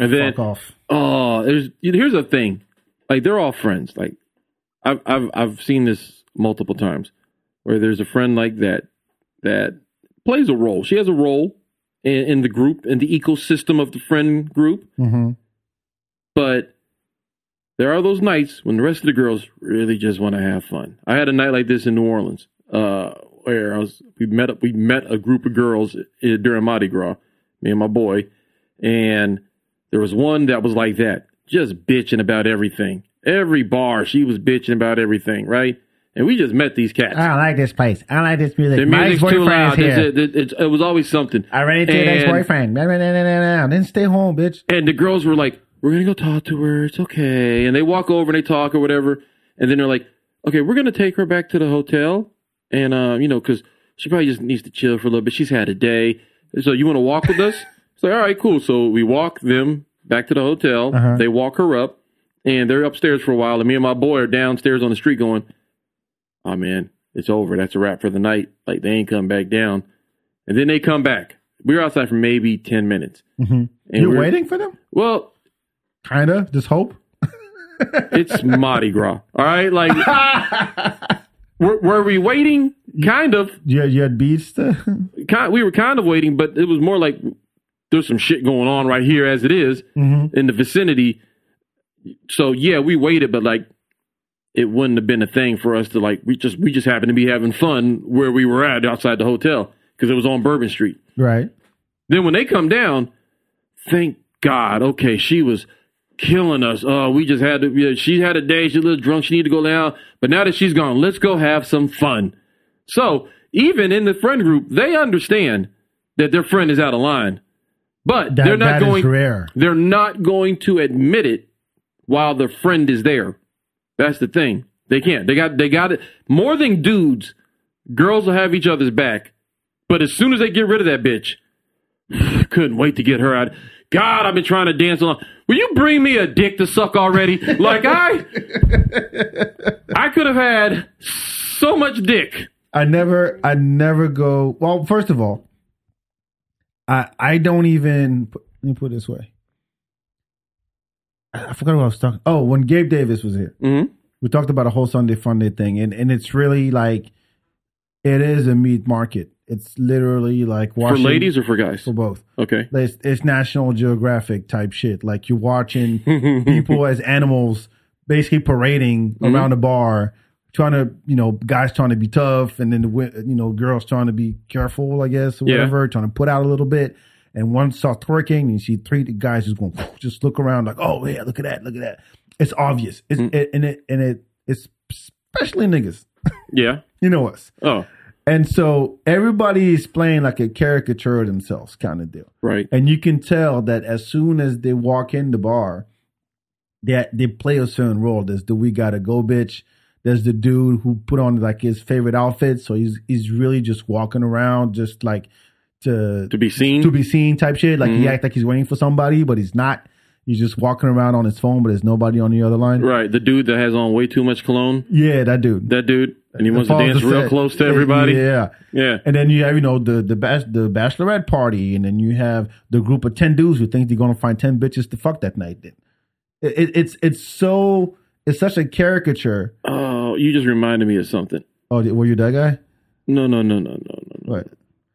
Speaker 4: And then-
Speaker 3: fuck off.
Speaker 4: Oh, there's here's the thing. Like they're all friends. Like I've I've I've seen this multiple times where there's a friend like that that plays a role. She has a role in, in the group in the ecosystem of the friend group.
Speaker 3: hmm
Speaker 4: But there are those nights when the rest of the girls really just want to have fun. I had a night like this in New Orleans, uh, where I was we met up we met a group of girls i- during Mardi Gras, me and my boy, and there was one that was like that, just bitching about everything. Every bar she was bitching about everything, right? And we just met these cats.
Speaker 3: I don't like this place. I don't like this music.
Speaker 4: The
Speaker 3: Ah, My
Speaker 4: music's too
Speaker 3: ex-boyfriend is
Speaker 4: loud.
Speaker 3: here.
Speaker 4: It's- it- it's- it was always something.
Speaker 3: I ran into an
Speaker 4: And-
Speaker 3: ex-boyfriend. Nah, nah, nah, nah, nah, nah. Then stay home, bitch.
Speaker 4: And the girls were like, "We're gonna go talk to her. It's okay." And they walk over and they talk or whatever. And then they're like, "Okay, we're gonna take her back to the hotel, and uh, you know, because she probably just needs to chill for a little bit. She's had a day. So you want to walk with us?" It's like, "All right, cool." So we walk them back to the hotel.
Speaker 3: Uh-huh.
Speaker 4: They walk her up, and they're upstairs for a while. And me and my boy are downstairs on the street going, "Oh man, it's over. That's a wrap for the night. Like they ain't come back down." And then they come back. We were outside for maybe ten minutes.
Speaker 3: Mm-hmm.
Speaker 4: And
Speaker 3: You're
Speaker 4: we're-
Speaker 3: waiting for them?
Speaker 4: Well,
Speaker 3: Kinda. Just hope.
Speaker 4: It's Mardi Gras. All right, like were, were we waiting? Kind of.
Speaker 3: You had, you had beats to...
Speaker 4: Kind, we were kind of waiting, but it was more like there's some shit going on right here as it is in the vicinity. So yeah, we waited, but like it wouldn't have been a thing for us to like. We just we just happened to be having fun where we were at outside the hotel because it was on Bourbon Street.
Speaker 3: Right.
Speaker 4: Then when they come down, thank God. Okay, she was killing us. Oh, we just had to. Yeah, she had a day. She's a little drunk. She needed to go down. But now that she's gone, let's go have some fun. So even in the friend group, they understand that their friend is out of line, but
Speaker 3: That,
Speaker 4: they're not
Speaker 3: that is
Speaker 4: going.
Speaker 3: rare.
Speaker 4: They're not going to admit it while their friend is there. That's the thing. They can't. They got they got it. More than dudes, girls will have each other's back. But as soon as they get rid of that bitch, couldn't wait to get her out. God, I've been trying to dance along. Will you bring me a dick to suck already? Like I I could have had so much dick.
Speaker 3: I never, I never go. Well, first of all, I I don't even. Let me put it this way. I I forgot what I was talking. Oh, when Gabe Davis was here,
Speaker 4: Mhm.
Speaker 3: we talked about a whole Sunday Funday thing, and and it's really like, it is a meat market. It's literally like
Speaker 4: For
Speaker 3: watching
Speaker 4: ladies or for guys?
Speaker 3: for both.
Speaker 4: Okay.
Speaker 3: It's, it's National Geographic type shit. Like you're watching people as animals basically parading around the bar, trying to, you know, guys trying to be tough and then, the, wi- you know, girls trying to be careful, I guess, or
Speaker 4: Yeah.
Speaker 3: whatever, trying to put out a little bit. And one starts twerking and you see three guys just going, just look around like, oh, yeah, look at that, look at that. It's obvious. It's, it, and it, and it, it's especially niggas.
Speaker 4: Yeah.
Speaker 3: You know us.
Speaker 4: Oh,
Speaker 3: And so everybody is playing like a caricature of themselves kind of deal.
Speaker 4: right.
Speaker 3: And you can tell that as soon as they walk in the bar, that they play a certain role. There's the we gotta go bitch. There's the dude who put on like his favorite outfit, so he's he's really just walking around, just like to
Speaker 4: To be Mm-hmm. seen.
Speaker 3: to be seen type shit. Like he act like he's waiting for somebody, but he's not. He's just walking around on his phone, but there's nobody on the other line.
Speaker 4: right. The dude that has on way too much cologne.
Speaker 3: Yeah, that dude.
Speaker 4: That dude. And he wants to
Speaker 3: Paul
Speaker 4: dance
Speaker 3: just
Speaker 4: real
Speaker 3: said-
Speaker 4: close to everybody.
Speaker 3: Yeah.
Speaker 4: Yeah.
Speaker 3: And then you have, you know, the the bas- the bachelorette party, and then you have the group of ten dudes who think they're gonna find ten bitches to fuck that night. Then it, it- it's it's so it's such a caricature.
Speaker 4: Oh, you just reminded me of something.
Speaker 3: Oh, were you that guy?
Speaker 4: No, no, no, no, no, no.
Speaker 3: What?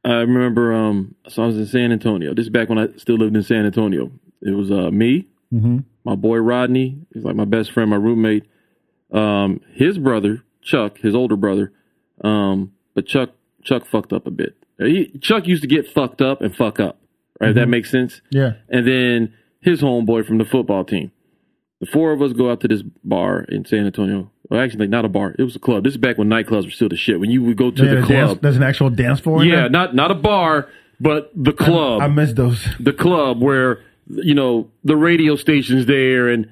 Speaker 4: I remember. Um, so I was in San Antonio. This is back when I still lived in San Antonio. It was uh me,
Speaker 3: Mm-hmm.
Speaker 4: my boy Rodney. He's like my best friend, my roommate. Um, his brother Chuck, his older brother. Um, but Chuck Chuck fucked up a bit. He, Chuck used to get fucked up and fuck up. Right,
Speaker 3: Mm-hmm.
Speaker 4: if that makes sense.
Speaker 3: Yeah.
Speaker 4: and then his homeboy from the football team. The four of us go out to this bar in San Antonio. Well, actually, not a bar. It was a club. This is back when nightclubs were still the shit. When you would go to
Speaker 3: Yeah,
Speaker 4: the
Speaker 3: the dance-
Speaker 4: club.
Speaker 3: there's an actual dance floor. in
Speaker 4: yeah,
Speaker 3: there?
Speaker 4: not not a bar, but the club.
Speaker 3: I miss those.
Speaker 4: the club where you know the radio station's there, and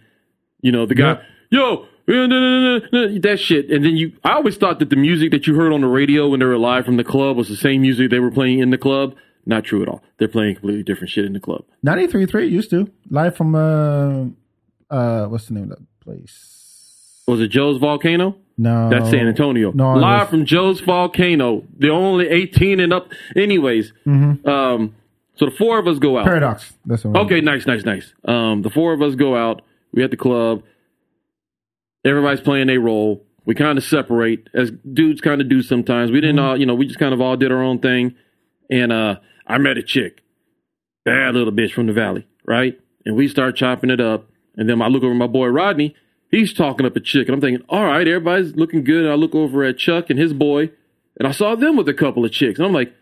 Speaker 4: you know the guy, yo. eh, no, no, no, no, no," That shit, and then you—I always thought that the music that you heard on the radio when they were live from the club was the same music they were playing in the club. Not true at all. They're playing completely different shit in the club.
Speaker 3: 93.3 used to live from uh uh what's the name of that place?
Speaker 4: Was it Joe's Volcano?
Speaker 3: No,
Speaker 4: That's San Antonio.
Speaker 3: No, it
Speaker 4: Live
Speaker 3: was-
Speaker 4: from Joe's Volcano. The only 18 and up. Anyways, um, so the four of us go out.
Speaker 3: Paradox. That's the one.
Speaker 4: Okay, nice, nice, nice. Um, the four of us go out. We at the club. Everybody's playing a role. We kind of separate as dudes kind of do sometimes. We didn't all, you know, we just kind of all did our own thing. And uh, I met a chick, bad little bitch from the valley, right? And we start chopping it up. And then I look over at my boy Rodney. He's talking up a chick, and I'm thinking, all right, everybody's looking good. And I look over at Chuck and his boy, and I saw them with a couple of chicks. And I'm like,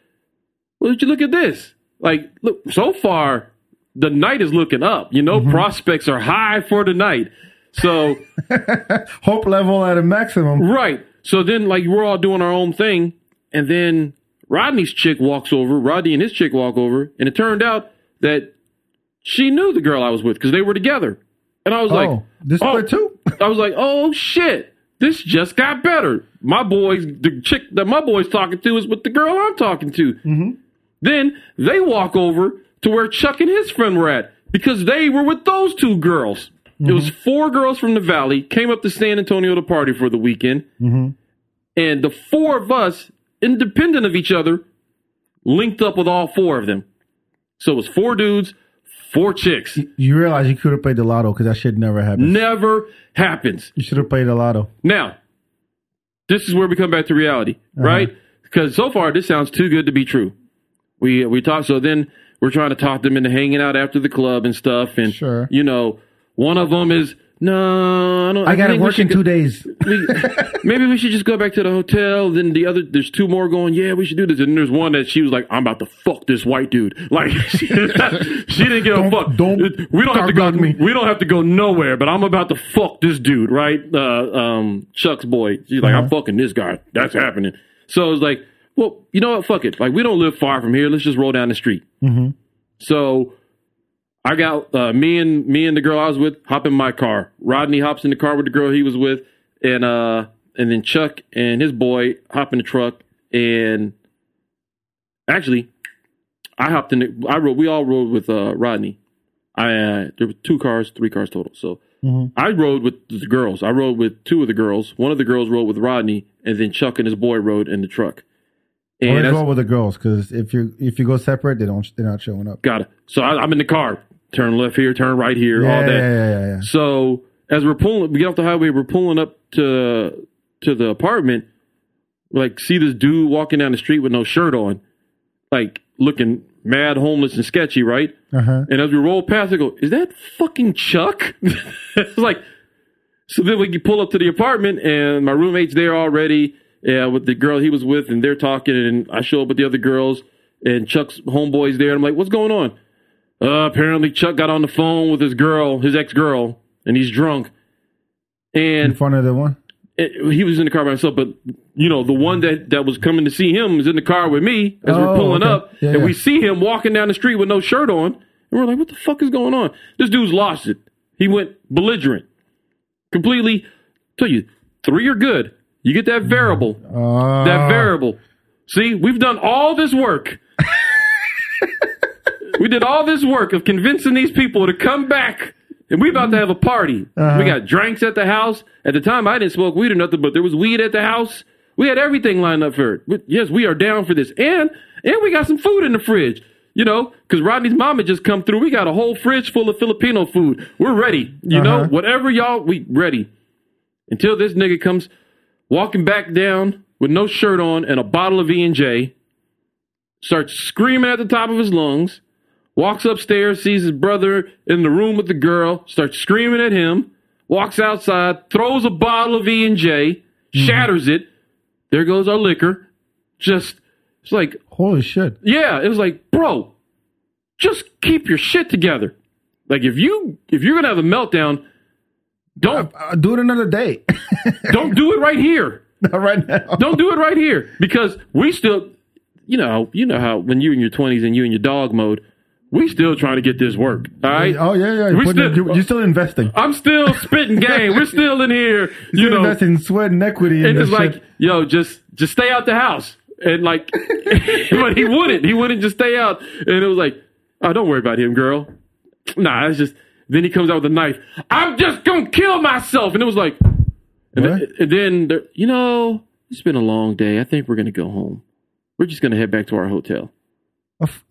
Speaker 4: well, did you look at this? Like, look, so far, the night is looking up. You
Speaker 3: Mm-hmm.
Speaker 4: know, prospects are high for the night. So,
Speaker 3: Hope level at a maximum.
Speaker 4: right. So then, like, we're all doing our own thing. And then Rodney's chick walks over, Rodney and his chick walk over. And it turned out that she knew the girl I was with because they were together. And I was like,
Speaker 3: oh, this
Speaker 4: oh.
Speaker 3: part too.
Speaker 4: I was like, oh shit, this just got better. My boys, the chick that my boy's talking to is with the girl I'm talking to. Then they walk over to where Chuck and his friend were at because they were with those two girls. It was four girls from the valley came up to San Antonio to party for the weekend, and the four of us, independent of each other, linked up with all four of them. So it was four dudes, four chicks.
Speaker 3: You realize you could have played the lotto because that shit never happened.
Speaker 4: Never happens.
Speaker 3: You should have played the lotto.
Speaker 4: Now, this is where we come back to reality,
Speaker 3: Uh-huh.
Speaker 4: right? Because so far, this sounds too good to be true. We uh, we talk so then we're trying to talk them into hanging out after the club and stuff, and
Speaker 3: Sure.
Speaker 4: you know, one of them is no, I don't.
Speaker 3: I got to
Speaker 4: think we
Speaker 3: work in
Speaker 4: should
Speaker 3: two days.
Speaker 4: we, maybe we should just go back to the hotel. Then the other, there's two more going. Yeah, we should do this. And there's one that she was like, "I'm about to fuck this white dude." Like she, she didn't give a
Speaker 3: Don't-
Speaker 4: fuck.
Speaker 3: don't
Speaker 4: we don't have to
Speaker 3: talk
Speaker 4: go.
Speaker 3: about me.
Speaker 4: We don't have to go nowhere. But I'm about to fuck this dude, right? Uh, um, Chuck's boy. She's like,
Speaker 3: Uh-huh.
Speaker 4: "I'm fucking this guy." That's happening. So it's like, well, you know what? Fuck it. Like we don't live far from here. Let's just roll down the street.
Speaker 3: Mm-hmm.
Speaker 4: So I got uh, me and me and the girl I was with hop in my car. Rodney hops in the car with the girl he was with, and uh, and then Chuck and his boy hop in the truck. And actually, I hopped in. The, I rode. We all rode with uh, Rodney. I uh, there were two cars, three cars total. So
Speaker 3: Mm-hmm.
Speaker 4: I rode with the girls. I rode with two of the girls. One of the girls rode with Rodney, and then Chuck and his boy rode in the truck. And
Speaker 3: Always
Speaker 4: that's-
Speaker 3: go with the girls because if you if you go separate, they don't they're not showing up.
Speaker 4: Got it. So I, I'm in the car. Turn left here, turn right here,
Speaker 3: Yeah,
Speaker 4: all that.
Speaker 3: yeah, yeah, yeah, yeah.
Speaker 4: So as we're pulling, we get off the highway. We're pulling up to to the apartment. Like, see this dude walking down the street with no shirt on, like looking mad, homeless, and sketchy, right?
Speaker 3: Uh-huh.
Speaker 4: And as we roll past, I go, "Is that fucking Chuck?" it's like, so then we pull up to the apartment, and my roommate's there already, yeah, uh, with the girl he was with, and they're talking, and I show up with the other girls, and Chuck's homeboy's there, and I'm like, "What's going on?" Uh, apparently, Chuck got on the phone with his girl, his ex girl, and he's drunk,
Speaker 3: In
Speaker 4: and
Speaker 3: front of the one.
Speaker 4: it- he was in the car by himself, but you know, the one that, that was coming to see him is in the car with me as we're
Speaker 3: Oh,
Speaker 4: pulling
Speaker 3: okay.
Speaker 4: up,
Speaker 3: Yeah,
Speaker 4: and
Speaker 3: yeah.
Speaker 4: we see him walking down the street with no shirt on, and we're like, "What the fuck is going on?" This dude's lost it. He went belligerent, completely. Tell you, three are good. You get
Speaker 3: Mm-hmm.
Speaker 4: that variable,
Speaker 3: Uh,
Speaker 4: that variable. See, we've done all this work. we did all this work of convincing these people to come back, and we about to have a party. We got drinks at the house. At the time, I didn't smoke weed or nothing, but there was weed at the house. We had everything lined up for it. We- Yes, we are down for this, and and we got some food in the fridge. You know, because Rodney's mama just come through. We got a whole fridge full of Filipino food. We're ready. You know, whatever y'all, we ready. Until this nigga comes walking back down with no shirt on and a bottle of E and J, starts screaming at the top of his lungs. Walks upstairs, sees his brother in the room with the girl, starts screaming at him. Walks outside, throws a bottle of E and J, shatters it. There goes our liquor. Just it's like
Speaker 3: Holy shit.
Speaker 4: yeah, it was like, bro, just keep your shit together. Like if you if you're gonna have a meltdown, don't
Speaker 3: Uh, do it another day.
Speaker 4: don't do it right here.
Speaker 3: Not right now.
Speaker 4: Don't do it right here because we still, you know, you know how when you're in your 20s and you in your dog mode, we still trying to get this work. All right.
Speaker 3: Oh yeah, yeah.
Speaker 4: We
Speaker 3: You're putting-
Speaker 4: still-
Speaker 3: you're, you're still investing.
Speaker 4: I'm still spitting game. We're still in here. You
Speaker 3: You're
Speaker 4: know,
Speaker 3: investing sweat and equity. in
Speaker 4: and
Speaker 3: this
Speaker 4: it's like,
Speaker 3: shit.
Speaker 4: yo, just just stay out the house. And like, but he wouldn't. He wouldn't just stay out. And it was like, oh, don't worry about him, girl. Nah, it's just. Then he comes out with a knife. I'm just gonna kill myself. And it was like, and
Speaker 3: What?
Speaker 4: then, and then there, you know, it's been a long day. I think we're gonna go home. We're just gonna head back to our hotel.
Speaker 3: A Oh, f-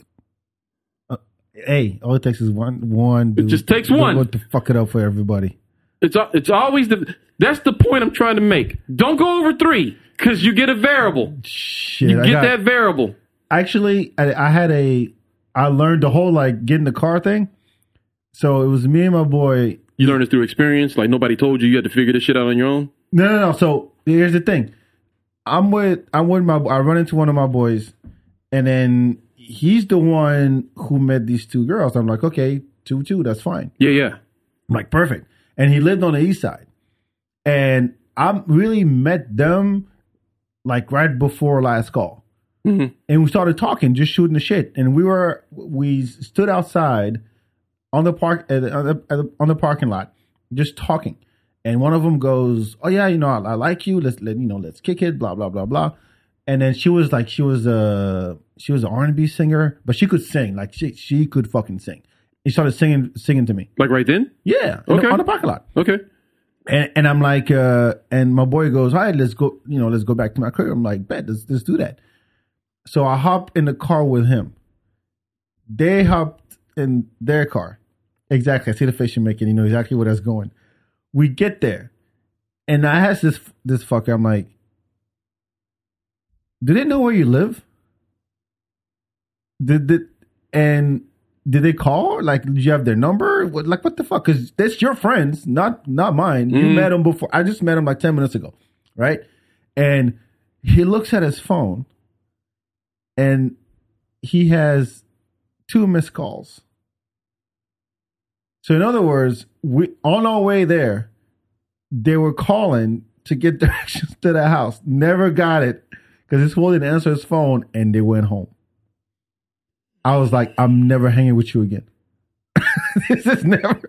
Speaker 3: uh, hey, all it takes is one. One. Dude,
Speaker 4: just takes
Speaker 3: Don't
Speaker 4: one.
Speaker 3: want to fuck it up for everybody.
Speaker 4: It's al- it's always the that's the point I'm trying to make. Don't go over three because you get a variable.
Speaker 3: Shit.
Speaker 4: You
Speaker 3: I
Speaker 4: get
Speaker 3: got-
Speaker 4: that variable.
Speaker 3: actually I, I had a I learned the whole like get in the car thing. So it was me and my boy.
Speaker 4: You learn this through experience. Like nobody told you you had to figure this shit out on your own.
Speaker 3: No, no, no. So here's the thing. I'm with I'm with my I run into one of my boys, and then he's the one who met these two girls. I'm like, okay, two two, that's fine.
Speaker 4: Yeah, yeah.
Speaker 3: I'm like, perfect. And he lived on the east side, and I really met them like right before last call.
Speaker 4: Mhm.
Speaker 3: and we started talking, just shooting the shit. And we were we stood outside on the park at the, on, the, at the- on the parking lot, just talking. And one of them goes, "Oh yeah, you know, I, I like you. Let's let you know, let's kick it." Blah blah blah blah. And then she was like, she was a she was an R and B singer, but she could sing. Like she she could fucking sing. He started singing singing to me.
Speaker 4: Like right then?
Speaker 3: Yeah, in the-
Speaker 4: Okay.
Speaker 3: on the parking lot
Speaker 4: Okay.
Speaker 3: and, and I'm like, uh, and my boy goes, all right, let's go, you know, let's go back to my crib. I'm like, bet, let's, let's do that. So I hop in the car with him. They hopped in their car. Exactly. I see the face you're making. You know exactly where that's going. We get there. And I asked this, this fucker, I'm like, do they know where you live? Did, did and did they call? Like, did you have their number? What, like, what the fuck? Because that's your friends, not not mine. You
Speaker 4: Mm.
Speaker 3: met him before. I just met him like ten minutes ago, right? And he looks at his phone, and he has two missed calls. So, in other words, we on our way there, they were calling to get directions to the house. Never got it because this fool didn't answer his phone, and they went home. I was like, I'm never hanging with you again. this is never.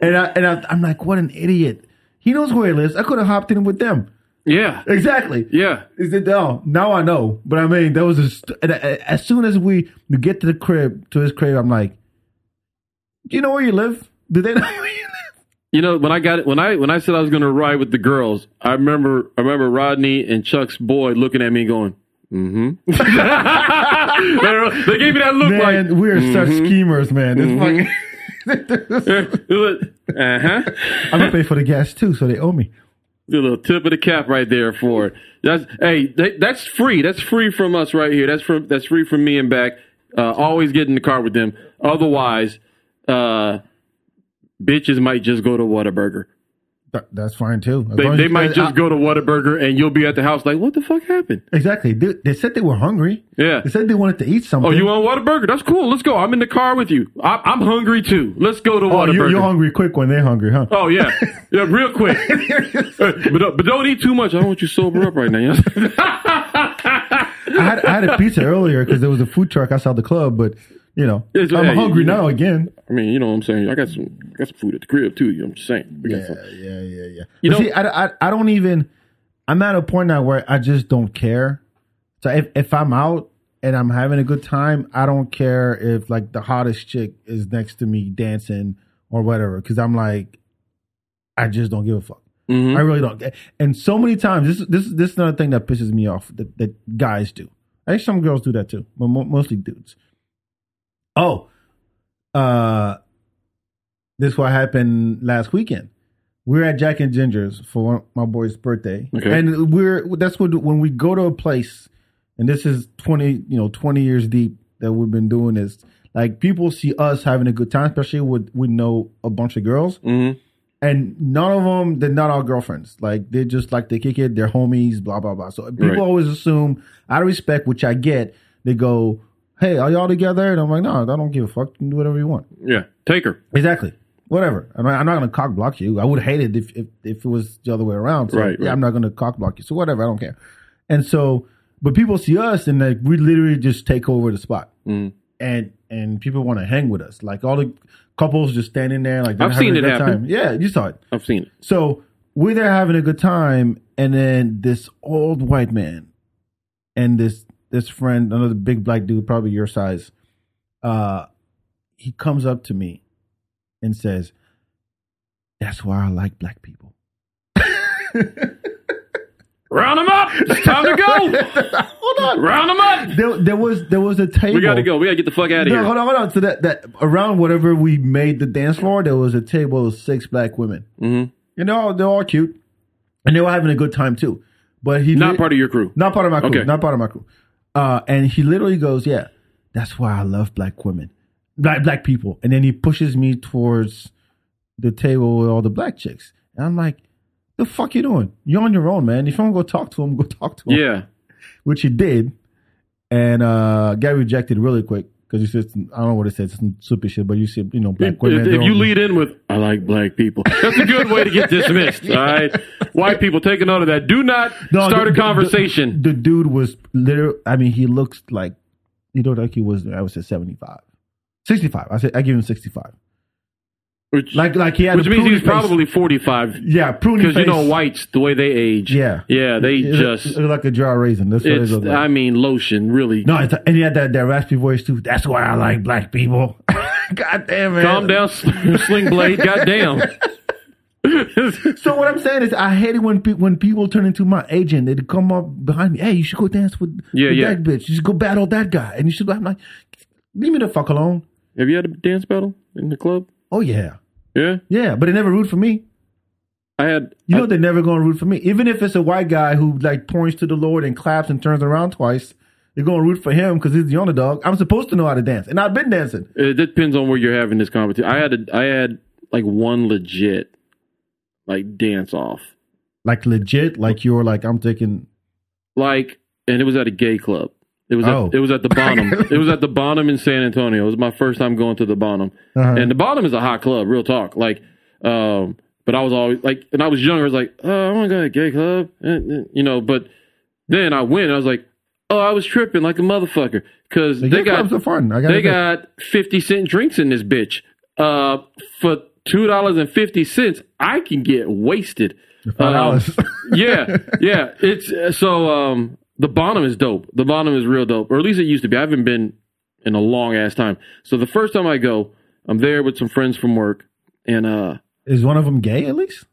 Speaker 3: And I and I, I'm like, what an idiot. He knows where he lives. I could have hopped in with them.
Speaker 4: Yeah.
Speaker 3: Exactly.
Speaker 4: Yeah.
Speaker 3: Is it no? Now I know. But I mean, that was a st- and I, as soon as we get to the crib to his crib, I'm like, do you know where you live? Do they know where you live?
Speaker 4: You know, when I got it when I when I said I was gonna ride with the girls, I remember I remember Rodney and Chuck's boy looking at me going, Mm-hmm. they gave me that look
Speaker 3: Man,
Speaker 4: like mm-hmm.
Speaker 3: we are such schemers, man. This fucking.
Speaker 4: uh huh.
Speaker 3: I'm gonna pay for the gas too, so they owe me.
Speaker 4: The little tip of the cap right there for it. That's hey, that, that's free. That's free from us right here. That's from that's free from me and back. Uh, always get in the car with them. Otherwise, uh, bitches might just go to Whataburger.
Speaker 3: That, that's fine too. As long
Speaker 4: They,
Speaker 3: as
Speaker 4: they
Speaker 3: you
Speaker 4: might
Speaker 3: guys-
Speaker 4: just
Speaker 3: I-
Speaker 4: go to Whataburger and you'll be at the house like, what the fuck happened?
Speaker 3: Exactly. They, they said they were hungry.
Speaker 4: Yeah.
Speaker 3: They said they wanted to eat something.
Speaker 4: Oh, you want Whataburger? That's cool. Let's go. I'm in the car with you. I, I'm hungry too. Let's go to
Speaker 3: Oh, you,
Speaker 4: Whataburger.
Speaker 3: you're hungry quick when they're hungry, huh?
Speaker 4: Oh yeah, yeah, real quick. Uh, but don't- but don't eat too much. I don't want you sober up right now.
Speaker 3: I, had, I had a pizza earlier because there was a food truck outside the club, but you know,
Speaker 4: It's-
Speaker 3: I'm
Speaker 4: hey,
Speaker 3: hungry
Speaker 4: you know.
Speaker 3: now again.
Speaker 4: I mean, you know what I'm saying. I got some got some food at the crib too. You know what I'm saying? We got some-
Speaker 3: yeah, yeah, yeah. but
Speaker 4: You know-
Speaker 3: see, I, I, I don't even. I'm at a point now where I just don't care. So if if I'm out and I'm having a good time, I don't care if like the hottest chick is next to me dancing or whatever, because I'm like, I just don't give a fuck. I really don't. And so many times, this this this is another thing that pisses me off that, that guys do. I think some girls do that too, but mo- mostly dudes. Oh, uh, this what happened last weekend. We we're at Jack and Ginger's for one, my boy's birthday,
Speaker 4: Okay.
Speaker 3: and we're that's what when we go to a place, and this is twenty you know twenty years deep that we've been doing this. Like people see us having a good time, especially with we know a bunch of girls,
Speaker 4: Mm-hmm.
Speaker 3: and none of them they're not our girlfriends like they just like they kick it they're homies blah blah blah so people
Speaker 4: Right.
Speaker 3: always assume out of respect which i get they go hey are y'all together and i'm like no i don't give a fuck you can do whatever you want
Speaker 4: Yeah, take her.
Speaker 3: exactly whatever i'm not, I'm not gonna cock block you i would hate it if, if if it was the other way around so
Speaker 4: Right,
Speaker 3: yeah,
Speaker 4: right.
Speaker 3: i'm not gonna cock block you so whatever i don't care and so but people see us and like we literally just take over the spot
Speaker 4: Mm.
Speaker 3: and and people want to hang with us like all the couples just standing there like they're
Speaker 4: I've
Speaker 3: having
Speaker 4: seen
Speaker 3: a
Speaker 4: it
Speaker 3: good
Speaker 4: happen.
Speaker 3: time. yeah you saw it
Speaker 4: I've seen it.
Speaker 3: so we're there having a good time, and then this old white man and this this friend, another big black dude, probably your size, uh, he comes up to me and says, "That's why I like black people."
Speaker 4: Round them up. It's time to go.
Speaker 3: hold on.
Speaker 4: Round them up.
Speaker 3: There, there was there was a table.
Speaker 4: We got to go. We got to get the fuck out of
Speaker 3: No,
Speaker 4: here.
Speaker 3: hold on, hold on. So that that around whatever we made the dance floor, there was a table of six black women,
Speaker 4: Mhm.
Speaker 3: and they're all they're all cute, and they were having a good time too. But he
Speaker 4: Not
Speaker 3: lit-
Speaker 4: part of your crew.
Speaker 3: Not part of my crew.
Speaker 4: Okay.
Speaker 3: Not part of my crew. Uh, and he literally goes, "Yeah, that's why I love black women, black black people." And then he pushes me towards the table with all the black chicks, and I'm like, "The fuck you doing? You're on your own, man. If you want to go talk to him, go talk to him."
Speaker 4: Yeah.
Speaker 3: Which he did, and uh, got rejected really quick because he said, "I don't know what he said, some stupid shit." But you said, you know, black
Speaker 4: If,
Speaker 3: women.
Speaker 4: if
Speaker 3: they're
Speaker 4: you
Speaker 3: on-
Speaker 4: lead in with "I like black people," that's a good way to get dismissed. All right, white people take a note of that. Do not
Speaker 3: No,
Speaker 4: start
Speaker 3: the-
Speaker 4: a
Speaker 3: the-
Speaker 4: conversation.
Speaker 3: The, dude was literally, I mean, he looks like, you know, like he was, I would say 75. 65. I said, I give him 65.
Speaker 4: which
Speaker 3: Like, like he had
Speaker 4: which
Speaker 3: a
Speaker 4: means
Speaker 3: pruny
Speaker 4: he's
Speaker 3: face.
Speaker 4: probably forty-five.
Speaker 3: yeah, pruny
Speaker 4: Because you
Speaker 3: face.
Speaker 4: know whites, the way they age.
Speaker 3: Yeah.
Speaker 4: Yeah, they
Speaker 3: It looked-
Speaker 4: just.
Speaker 3: it looked like a jar raisin. That's what it
Speaker 4: It's,
Speaker 3: looked like.
Speaker 4: I mean, lotion, really.
Speaker 3: no, it's, and he had that, that raspy voice too. That's why I like black people. God damn it.
Speaker 4: Calm down, sl- Sling Blade. Goddamn.
Speaker 3: So what I'm saying is, I hate it when pe- when people turn into my agent. They come up behind me. Hey, you should go dance with,
Speaker 4: Yeah,
Speaker 3: with
Speaker 4: yeah.
Speaker 3: that bitch. You should go battle that guy. And you should. I'm like, leave me the fuck alone.
Speaker 4: Have you had a dance battle in the club?
Speaker 3: Oh yeah,
Speaker 4: Yeah,
Speaker 3: yeah. But they never root for me.
Speaker 4: I had.
Speaker 3: You
Speaker 4: I-
Speaker 3: know they're never going to root for me. Even if it's a white guy who like points to the Lord and claps and turns around twice, they're going to root for him because he's the underdog. I'm supposed to know how to dance, and I've been dancing.
Speaker 4: It depends on where you're having this competition. I had a, I had like one legit like dance off,
Speaker 3: Like legit, like you're like I'm thinking.
Speaker 4: like, and it was at a gay club. It was at,
Speaker 3: Oh.
Speaker 4: it was at the Bonham. it was at the Bonham in San Antonio. It was my first time going to the Bonham,
Speaker 3: Uh-huh.
Speaker 4: and the Bonham is a hot club, real talk. Like, um, but I was always like, and I was younger. I was like, oh, I want to go to a gay club, and, and, you know. But then I went. and I was like, oh, I was tripping like a motherfucker because
Speaker 3: The
Speaker 4: they
Speaker 3: gay clubs
Speaker 4: got
Speaker 3: are fun. I gotta
Speaker 4: they
Speaker 3: admit.
Speaker 4: got 50 cent drinks in this bitch. Uh, for $2.50, I can get wasted.
Speaker 3: Five dollars.
Speaker 4: Um, yeah, yeah. It's uh, so, um, the bottom is dope. The bottom is real dope, or at least it used to be. I haven't been in a long ass time. So the first time I go, I'm there with some friends from work, and uh,
Speaker 3: Is one of them gay at least?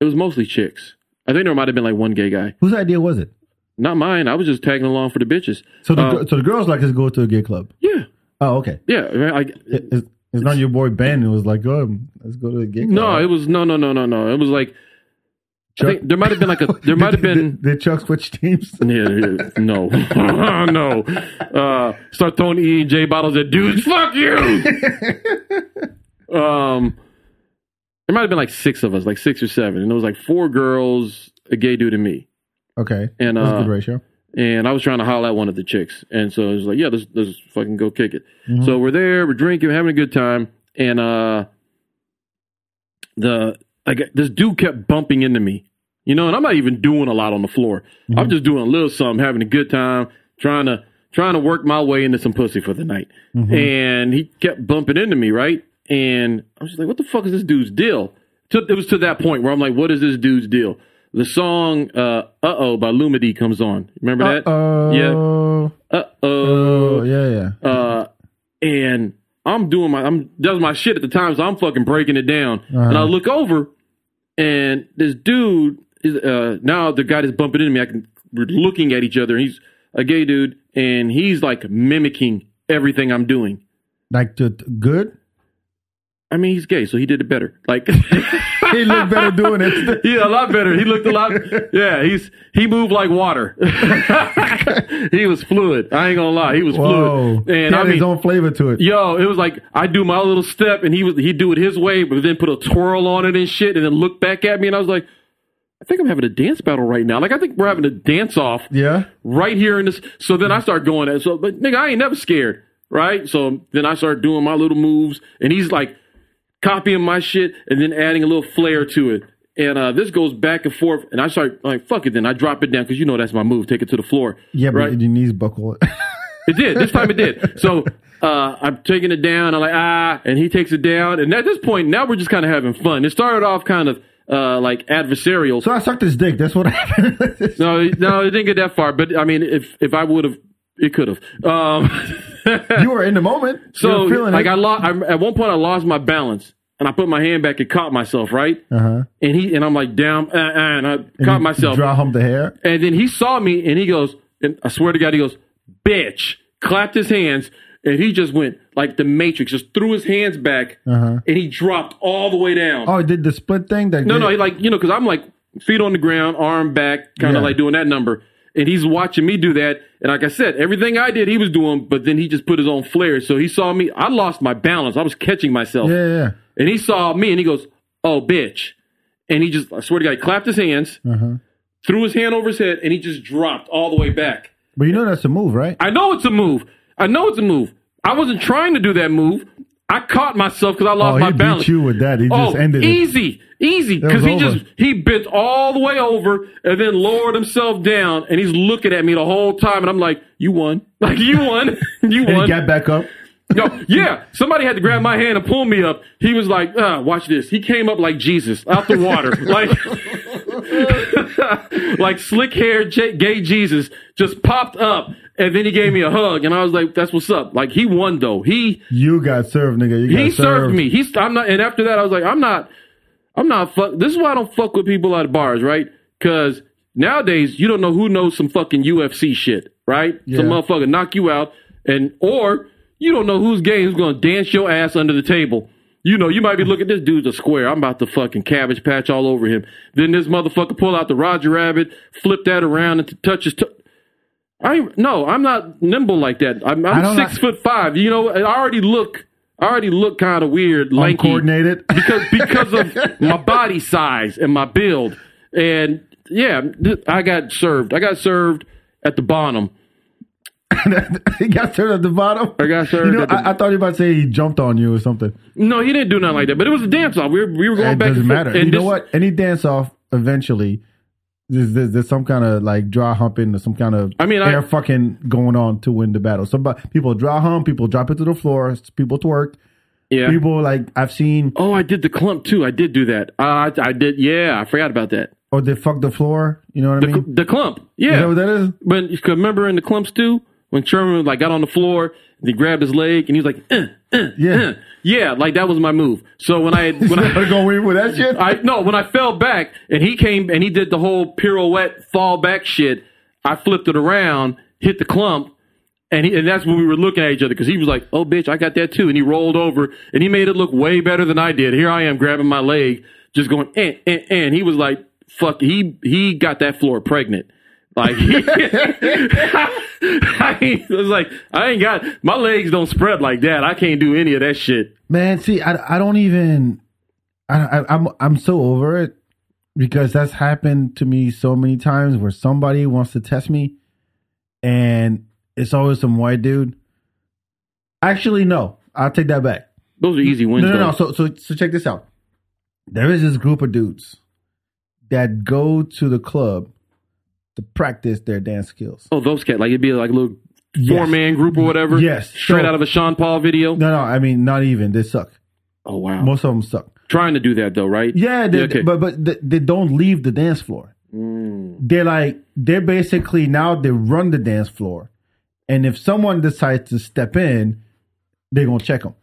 Speaker 4: it was mostly chicks. I think there might have been like one gay guy.
Speaker 3: Whose idea was it?
Speaker 4: Not mine. I was just tagging along for the bitches.
Speaker 3: So the
Speaker 4: Uh,
Speaker 3: gir- so the girls like us go to a gay club.
Speaker 4: Yeah,
Speaker 3: Oh, okay.
Speaker 4: yeah. I,
Speaker 3: It- It's, it's not your boy Ben. It was like, oh, let's go to the gay club.
Speaker 4: No, it was no, no, no, no, no. It was like I think there might have been like a there might have been
Speaker 3: Did, did Chuck switch teams?
Speaker 4: yeah, yeah, no no uh, start throwing E and J bottles at dudes. Fuck you. um, there might have been like six of us, like six or seven, and it was like four girls, a gay dude, and me.
Speaker 3: Okay,
Speaker 4: And,
Speaker 3: that's
Speaker 4: uh,
Speaker 3: a good ratio.
Speaker 4: And I was trying to holler at one of the chicks, and so it was like, yeah, let's let's fucking go kick it. So we're there, we're drinking, having a good time, and uh, the like this dude kept bumping into me, you know, and I'm not even doing a lot on the floor. I'm just doing a little something, having a good time, trying to trying to work my way into some pussy for the night. And he kept bumping into me, right? And I was just like, what the fuck is this dude's deal? To, it was to that point where I'm like, what is this dude's deal? The song uh uh oh by Lumity comes on. Remember that? Yeah.
Speaker 3: Oh,
Speaker 4: Uh oh
Speaker 3: oh, yeah, yeah.
Speaker 4: uh, and I'm doing my I'm that was my shit at the time, so I'm fucking breaking it down. And I look over, and this dude is uh, now the guy that's bumping into me. I can we're looking at each other. And he's a gay dude, and he's like mimicking everything I'm doing.
Speaker 3: Like the good?
Speaker 4: I mean, he's gay, so he did it better. Like
Speaker 3: He looked better doing it.
Speaker 4: yeah, a lot better. He looked a lot. Yeah, he's he moved like water. he was fluid. I ain't gonna lie, he was
Speaker 3: Whoa.
Speaker 4: fluid.
Speaker 3: he
Speaker 4: And I
Speaker 3: had
Speaker 4: mean,
Speaker 3: his own flavor to it.
Speaker 4: Yo, it was like I do my little step, and he was he do it his way, but then put a twirl on it and shit, and then look back at me, and I was like, I think I'm having a dance battle right now. Like I think we're having a dance off
Speaker 3: Yeah.
Speaker 4: right here in this. So then I start going at so, but nigga, I ain't never scared, right? So then I start doing my little moves, and he's like copying my shit and then adding a little flair to it. And uh, this goes back and forth, and I start like fuck it. Then I drop it down because you know that's my move. Take it to the floor.
Speaker 3: Yeah, but
Speaker 4: right?
Speaker 3: your knees buckle.
Speaker 4: It did. This time it did. So uh, I'm taking it down. I'm like, ah, and he takes it down. And at this point, now we're just kind of having fun. It started off kind of uh, like adversarial.
Speaker 3: so I sucked his dick. That's what happened.
Speaker 4: no, it- no, it didn't get that far. But I mean, if if I would have, it could have. Um,
Speaker 3: you were in the moment. You
Speaker 4: so
Speaker 3: were feeling
Speaker 4: like
Speaker 3: it.
Speaker 4: I lost. I, at one point, I lost my balance. And I put my hand back and caught myself, right?
Speaker 3: Uh-huh.
Speaker 4: And he and I'm like down, uh, uh, and I
Speaker 3: And
Speaker 4: caught
Speaker 3: you
Speaker 4: myself.
Speaker 3: Dry hump the hair.
Speaker 4: And then he saw me and he goes, and I swear to God, he goes, bitch, clapped his hands. And he just went like the Matrix, just threw his hands back and he dropped all the way down.
Speaker 3: Uh-huh. Oh, he did the split thing. That
Speaker 4: no,
Speaker 3: did-
Speaker 4: no, he like, you know, because I'm like feet on the ground, arm back, kind of
Speaker 3: Yeah.
Speaker 4: like doing that number. And he's watching me do that. And like I said, everything I did, he was doing, but then he just put his own flair. So he saw me. I lost my balance. I was catching myself.
Speaker 3: Yeah, yeah, yeah.
Speaker 4: And he saw me and he goes, Oh, bitch. And he just, I swear to God, he clapped his hands,
Speaker 3: Mm-hmm.
Speaker 4: threw his hand over his head, and he just dropped all the way back.
Speaker 3: But you know that's a move, right?
Speaker 4: I know it's a move. I know it's a move. I wasn't trying to do that move. I caught myself because I lost
Speaker 3: oh,
Speaker 4: my
Speaker 3: he
Speaker 4: balance.
Speaker 3: beat you with that. He
Speaker 4: oh,
Speaker 3: just ended it.
Speaker 4: easy, easy. Because
Speaker 3: was
Speaker 4: he
Speaker 3: over.
Speaker 4: just he bent all the way over and then lowered himself down, and he's looking at me the whole time, and I'm like, "You won, like you won, you
Speaker 3: And he
Speaker 4: won."
Speaker 3: got back up.
Speaker 4: No, yeah. Somebody had to grab my hand and pull me up. He was like, uh, watch this. He came up like Jesus out the water. like like slick hair J- gay Jesus just popped up and then he gave me a hug and I was like, that's what's up. Like he won though. He
Speaker 3: You got served, nigga. You got
Speaker 4: he served me. He's I'm not and after that I was like, I'm not I'm not fuck this is why I don't fuck with people at bars, right? Cause nowadays you don't know who knows some fucking UFC shit, right? Some
Speaker 3: Yeah.
Speaker 4: motherfucker knock you out and or you don't know who's gay and who's gonna dance your ass under the table. You know, you might be looking this dude's a square. I'm about to fucking cabbage patch all over him. Then this motherfucker pull out the Roger Rabbit, flip that around and t- touch his t- I no, I'm not nimble like that. I'm,
Speaker 3: I
Speaker 4: I'm
Speaker 3: don't
Speaker 4: six
Speaker 3: like-
Speaker 4: foot five. You know, I already look, I already look kind of weird, lanky,
Speaker 3: Uncoordinated.
Speaker 4: because because of my body size and my build. And yeah, th- I got served. I got served at the bottom.
Speaker 3: he got served at the bottom.
Speaker 4: I got served
Speaker 3: You know,
Speaker 4: at the-
Speaker 3: I, I thought you were about to say he jumped on you or something.
Speaker 4: No, he didn't do nothing like that. But it was a dance off. We were we were going
Speaker 3: it
Speaker 4: back.
Speaker 3: doesn't
Speaker 4: and forth.
Speaker 3: matter.
Speaker 4: And
Speaker 3: you know
Speaker 4: this-
Speaker 3: what? Any dance off eventually. There's, there's, there's some kind of like dry humping or some kind of
Speaker 4: I mean, I-
Speaker 3: air fucking going on to win the battle. Somebody people dry hump, people drop it to the floor, people twerk,
Speaker 4: Yeah.
Speaker 3: people like I've seen
Speaker 4: Oh, I did the clump too. I did do that. Uh, I I did. Yeah, I forgot about that.
Speaker 3: or they fuck the floor. You know what
Speaker 4: The,
Speaker 3: I
Speaker 4: cl-
Speaker 3: mean?
Speaker 4: the clump. Yeah.
Speaker 3: You know what that is?
Speaker 4: But you could remember in the clumps too, when Sherman like got on the floor, he grabbed his leg and he was like, uh, uh,
Speaker 3: Yeah.
Speaker 4: uh. yeah, like that was my move. So when I when
Speaker 3: Are
Speaker 4: I,
Speaker 3: going with that shit?
Speaker 4: I no when I fell back and he came and he did the whole pirouette fall back shit, I flipped it around, hit the clump. And, he, and that's when we were looking at each other because he was like, "Oh, bitch, I got that too." And he rolled over and he made it look way better than I did. Here I am grabbing my leg, just going, and and and he was like, "Fuck." He he got that floor pregnant. Like I ain't- it was like I ain't got my legs don't spread like that. I can't do any of that shit.
Speaker 3: Man, see, I, I don't even. I, I I'm I'm so over it because that's happened to me so many times where somebody wants to test me, and it's always some white dude. Actually, no, I'll take that back.
Speaker 4: Those are easy wins.
Speaker 3: No, no,
Speaker 4: though.
Speaker 3: no. So, so, so check this out. There is this group of dudes that go to the club to practice their dance skills.
Speaker 4: Oh, those cat like it'd be like a little
Speaker 3: Yes.
Speaker 4: four man group or whatever.
Speaker 3: Yes.
Speaker 4: straight
Speaker 3: So-
Speaker 4: out of a Sean Paul video.
Speaker 3: No, no, I mean not even. They suck.
Speaker 4: Oh wow,
Speaker 3: Most of them suck.
Speaker 4: trying to do that though, right?
Speaker 3: Yeah, they,
Speaker 4: okay.
Speaker 3: but but they, they don't leave the dance floor. They're like they're basically now they run the dance floor, and if someone decides to step in, they're gonna check them.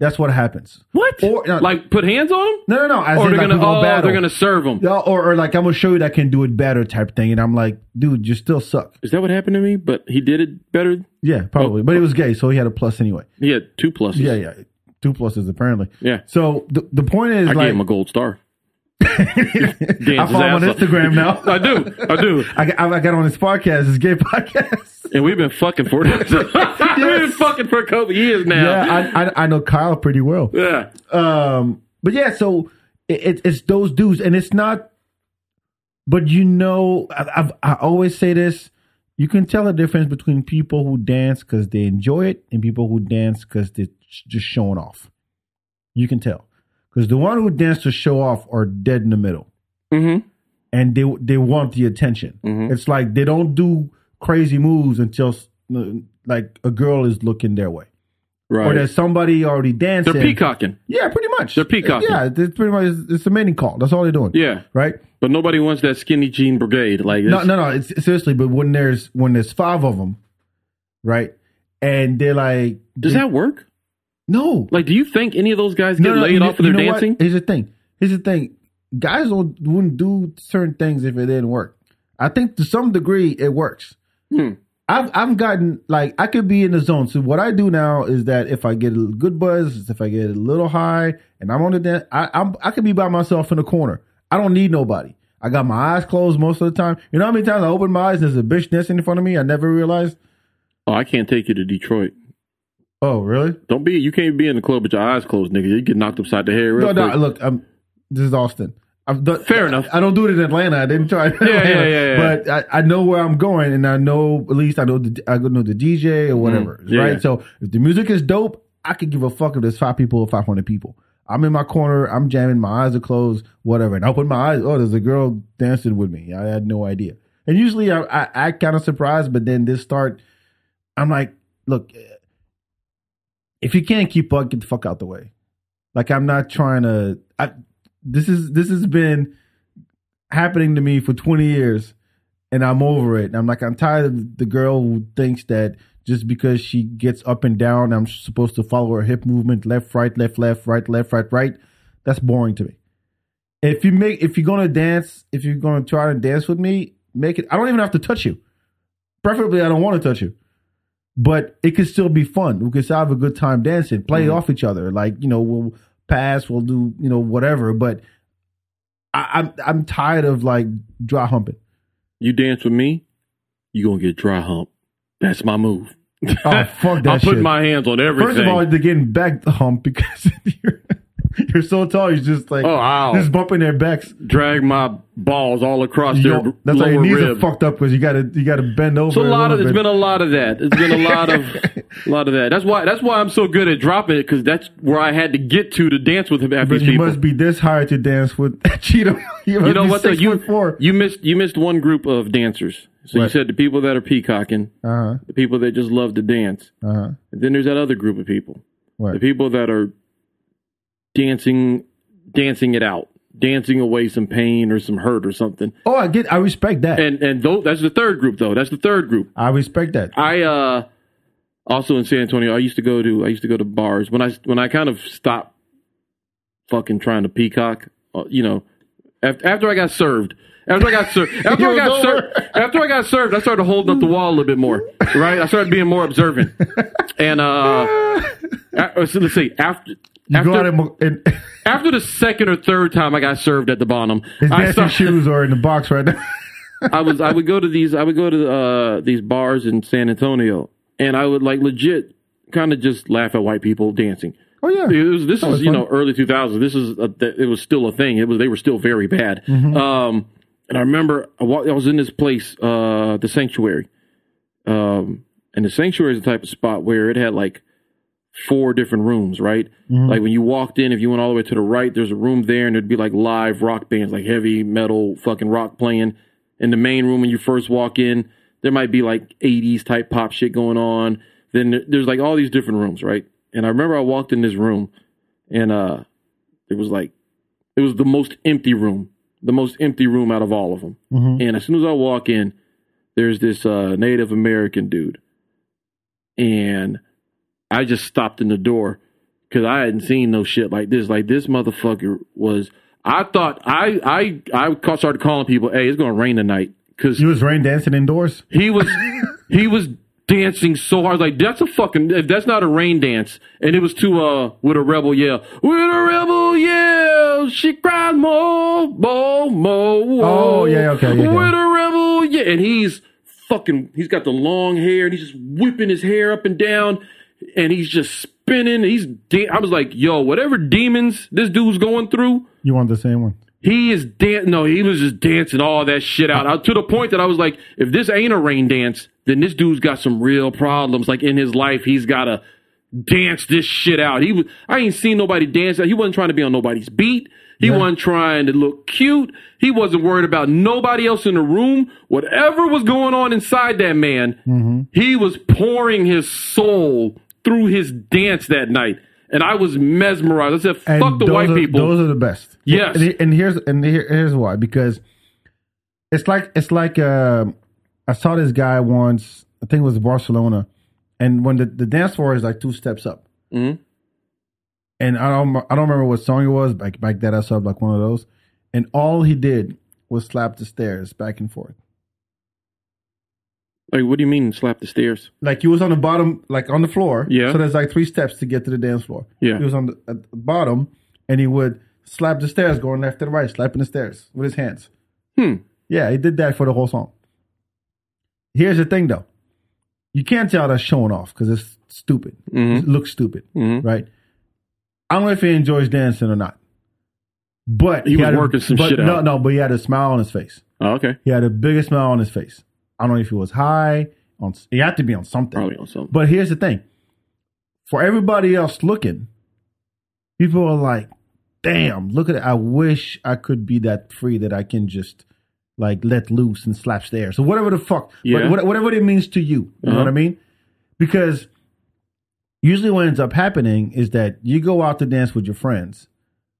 Speaker 3: That's what happens.
Speaker 4: What?
Speaker 3: Or- no.
Speaker 4: like put hands on them?
Speaker 3: No, no, no. As
Speaker 4: or
Speaker 3: in,
Speaker 4: they're
Speaker 3: like,
Speaker 4: gonna
Speaker 3: we
Speaker 4: oh,
Speaker 3: battle.
Speaker 4: they're gonna serve them.
Speaker 3: Yeah, or, or like I'm gonna show you that I can do it better type thing, and I'm like, dude, you still suck.
Speaker 4: Is that what happened to me? But he did it better.
Speaker 3: Yeah,
Speaker 4: Oh.
Speaker 3: probably. But he was gay, so he had a plus anyway.
Speaker 4: He had two pluses.
Speaker 3: Yeah, yeah, two pluses apparently.
Speaker 4: Yeah.
Speaker 3: So the the point is
Speaker 4: I
Speaker 3: like
Speaker 4: gave him a gold star.
Speaker 3: I follow him on Instagram now.
Speaker 4: I do. I do.
Speaker 3: I got, I got on his podcast, his gay podcast.
Speaker 4: And we've been fucking for this. we've been fucking for a couple years
Speaker 3: yeah,
Speaker 4: now.
Speaker 3: I, I I know Kyle pretty well.
Speaker 4: Yeah.
Speaker 3: Um, but yeah, so it, it, it's those dudes, and it's not. But you know, I, I've, I always say this: you can tell the difference between people who dance because they enjoy it and people who dance because they're sh- just showing off. You can tell because the one who dance to show off are dead in the middle,
Speaker 4: Mm-hmm.
Speaker 3: and they they want the attention. It's like they don't do crazy moves until s- like a girl is looking their way, or
Speaker 4: Right.
Speaker 3: there's somebody already dancing.
Speaker 4: They're peacocking.
Speaker 3: Yeah, pretty much.
Speaker 4: They're peacocking.
Speaker 3: Yeah, it's pretty much it's, it's a mating call. That's all they're doing.
Speaker 4: Yeah.
Speaker 3: Right?
Speaker 4: But nobody wants that skinny jean brigade. Like
Speaker 3: No,
Speaker 4: that's-
Speaker 3: no, no. It's seriously, but when there's when there's five of them, right? And they're like,
Speaker 4: does that work?
Speaker 3: no,
Speaker 4: Like, do you think any of those guys get
Speaker 3: no, no,
Speaker 4: laid
Speaker 3: you-
Speaker 4: off for
Speaker 3: you
Speaker 4: their
Speaker 3: know what?
Speaker 4: dancing?
Speaker 3: Here's the thing. Here's the thing. Guys don't wouldn't do certain things if it didn't work. I think to some degree it works.
Speaker 4: Hmm.
Speaker 3: I've I've gotten like I could be in the zone. So what I do now is that if I get a good buzz, if I get a little high, and I'm on the dance, I I'm, I could be by myself in the corner. I don't need nobody. I got my eyes closed most of the time. You know how many times I open my eyes and there's a bitch dancing in front of me? I never realized.
Speaker 4: Oh, I can't take you to Detroit.
Speaker 3: Oh, really?
Speaker 4: Don't be. You can't be in the club with your eyes closed, nigga. You get knocked upside the head.
Speaker 3: No,
Speaker 4: Real quick.
Speaker 3: no. Look, i this is Austin. I've done,
Speaker 4: Fair enough.
Speaker 3: I don't do it in Atlanta. I didn't try. it in
Speaker 4: Yeah, yeah,
Speaker 3: Atlanta.
Speaker 4: yeah, yeah.
Speaker 3: But I, I know where I'm going, and I know at least I know the, I know the DJ or whatever,
Speaker 4: Mm-hmm. yeah,
Speaker 3: right?
Speaker 4: yeah.
Speaker 3: So if the music is dope, I could give a fuck if there's five people or five hundred people. I'm in my corner. I'm jamming. My eyes are closed. Whatever. And I open my eyes. Oh, there's a girl dancing with me. I had no idea. And usually I I, I kind of surprised, but then this start. I'm like, look, if you can't keep up, get the fuck out the way. Like I'm not trying to. I, this is this has been happening to me for 20 years, and I'm over it. And I'm like I'm tired of the girl who thinks that just because she gets up and down, I'm supposed to follow her hip movement, left, right, left, left, right, left, right, right. That's boring to me. If you make, if you're gonna dance, if you're gonna try to dance with me, make it. I don't even have to touch you. Preferably, I don't want to touch you but it could still be fun. We could still have a good time dancing, play off each other. Like you know, we'll pass, we'll do you know whatever. But I, I'm I'm tired of like dry humping.
Speaker 4: you dance with me, you gonna get dry hump. That's my move.
Speaker 3: Oh fuck that
Speaker 4: I'm
Speaker 3: shit.
Speaker 4: putting my hands on everything.
Speaker 3: First of all, they're getting back the hump because you're you're so tall. You're just like
Speaker 4: Oh, ow.
Speaker 3: just bumping their backs.
Speaker 4: drag my balls all across
Speaker 3: Yo,
Speaker 4: your
Speaker 3: that's why
Speaker 4: lower
Speaker 3: your knees
Speaker 4: rib.
Speaker 3: are fucked up because you gotta you gotta bend over.
Speaker 4: It's a lot of.
Speaker 3: little
Speaker 4: It's
Speaker 3: bit.
Speaker 4: been a lot of that. It's been a lot of, a lot of that. That's why. That's why I'm so good at dropping it because that's where I had to get to to dance with him after
Speaker 3: But
Speaker 4: these
Speaker 3: you
Speaker 4: people.
Speaker 3: must be this high to dance with Cheeto. You, must
Speaker 4: you know
Speaker 3: be
Speaker 4: what? Though
Speaker 3: Six
Speaker 4: you
Speaker 3: foot four.
Speaker 4: you missed you missed one group of dancers. So you
Speaker 3: What?
Speaker 4: said the people that are peacocking,
Speaker 3: Uh
Speaker 4: the people that just love to dance.
Speaker 3: huh. Uh huh.
Speaker 4: And then there's that other group of people,
Speaker 3: What?
Speaker 4: the people that are dancing, dancing it out, dancing away some pain or some hurt or something.
Speaker 3: Oh, I get. I respect that.
Speaker 4: And and though that's the third group though. That's the third group.
Speaker 3: I respect that.
Speaker 4: I uh also in San Antonio, I used to go to I used to go to bars when I when I kind of stopped fucking trying to peacock, uh, you know, after, after I got served. After I got served, after I
Speaker 3: was
Speaker 4: got
Speaker 3: over.
Speaker 4: served, after I got served, I started holding up the wall a little bit more, right? I started being more observant, and uh, a- so let's see, after
Speaker 3: You go out
Speaker 4: after,
Speaker 3: in, in
Speaker 4: after the second or third time I got served at the bottom,
Speaker 3: his
Speaker 4: I
Speaker 3: dancing
Speaker 4: started,
Speaker 3: shoes are in the box right now.
Speaker 4: I was I would go to these I would go to uh, these bars in San Antonio, and I would like legit kind of just laugh at white people dancing.
Speaker 3: Oh yeah,
Speaker 4: It was, this
Speaker 3: That
Speaker 4: is
Speaker 3: was
Speaker 4: you
Speaker 3: fun.
Speaker 4: know early 2000s. This is a, th- it was still a thing. It was they were still very bad. Um, and I remember I, wa- I was in this place, uh, the sanctuary, um, and the sanctuary is the type of spot where it had like four different rooms, right? Like when you walked in, if you went all the way to the right, there's a room there, and there'd be like live rock bands, like heavy metal fucking rock playing. In the main room, when you first walk in, there might be like 80s type pop shit going on. Then there- there's like all these different rooms, right? And I remember I walked in this room, and uh, it was like it was the most empty room, the most empty room out of all of them. And as soon as I walk in, there's this uh, Native American dude, and I just stopped in the door because I hadn't seen no shit like this. Like this motherfucker was. I thought I I I ca- started calling people. Hey, it's gonna rain tonight because
Speaker 3: You was rain dancing indoors.
Speaker 4: he was he was dancing so hard. I was like, that's a fucking if that's not a rain dance. And it was to uh with a rebel yell. With a rebel yell, she cried mo mo mo. whoa."
Speaker 3: Oh, yeah, okay, yeah, yeah.
Speaker 4: With a rebel yeah and he's fucking he's got the long hair and he's just whipping his hair up and down and he's just spinning. He's da- I was like, yo, whatever demons this dude's going through,
Speaker 3: You want the same one?
Speaker 4: he is dan No, he was just dancing all that shit out I- to the point that I was like, if this ain't a rain dance, then this dude's got some real problems. Like in his life, he's gotta dance this shit out. He was. I ain't seen nobody dance. He wasn't trying to be on nobody's beat. He wasn't trying to look cute. He wasn't worried about nobody else in the room. Whatever was going on inside that man,
Speaker 3: Mm-hmm.
Speaker 4: he was pouring his soul through his dance that night. And I was mesmerized. I said, "Fuck the
Speaker 3: those
Speaker 4: white
Speaker 3: are,
Speaker 4: people."
Speaker 3: Those are the best.
Speaker 4: Yes.
Speaker 3: And, and here's and here, here's why because it's like it's like uh, I saw this guy once. I think it was Barcelona, and when the, the dance floor is like two steps up,
Speaker 4: Mhm.
Speaker 3: and I don't I don't remember what song it was back back that I saw like one of those, and all he did was slap the stairs back and forth.
Speaker 4: Like, what do you mean slap the stairs?
Speaker 3: like you was on the bottom, like on the floor.
Speaker 4: Yeah.
Speaker 3: So there's like three steps to get to the dance floor.
Speaker 4: Yeah.
Speaker 3: He was on the, at the bottom, and he would slap the stairs, going left and right, slapping the stairs with his hands.
Speaker 4: Hmm.
Speaker 3: Yeah, he did that for the whole song. Here's the thing, though, you can't tell that's showing off because it's stupid.
Speaker 4: Mm-hmm.
Speaker 3: It looks stupid,
Speaker 4: Mhm.
Speaker 3: right? I don't know if he enjoys dancing or not, but
Speaker 4: He was
Speaker 3: had a-
Speaker 4: working some
Speaker 3: but
Speaker 4: shit
Speaker 3: No,
Speaker 4: out.
Speaker 3: no, but he had a smile on his face.
Speaker 4: Oh, okay.
Speaker 3: He had the biggest smile on his face. I don't know if he was high on. He had to be on something.
Speaker 4: Probably on something.
Speaker 3: But here's the thing: for everybody else looking, people are like, "Damn, look at it! I wish I could be that free that I can just like let loose and slap stairs or whatever the fuck,
Speaker 4: Yeah.
Speaker 3: what, whatever it means to you. You know
Speaker 4: Uh-huh.
Speaker 3: what I mean? Because usually what ends up happening is that you go out to dance with your friends,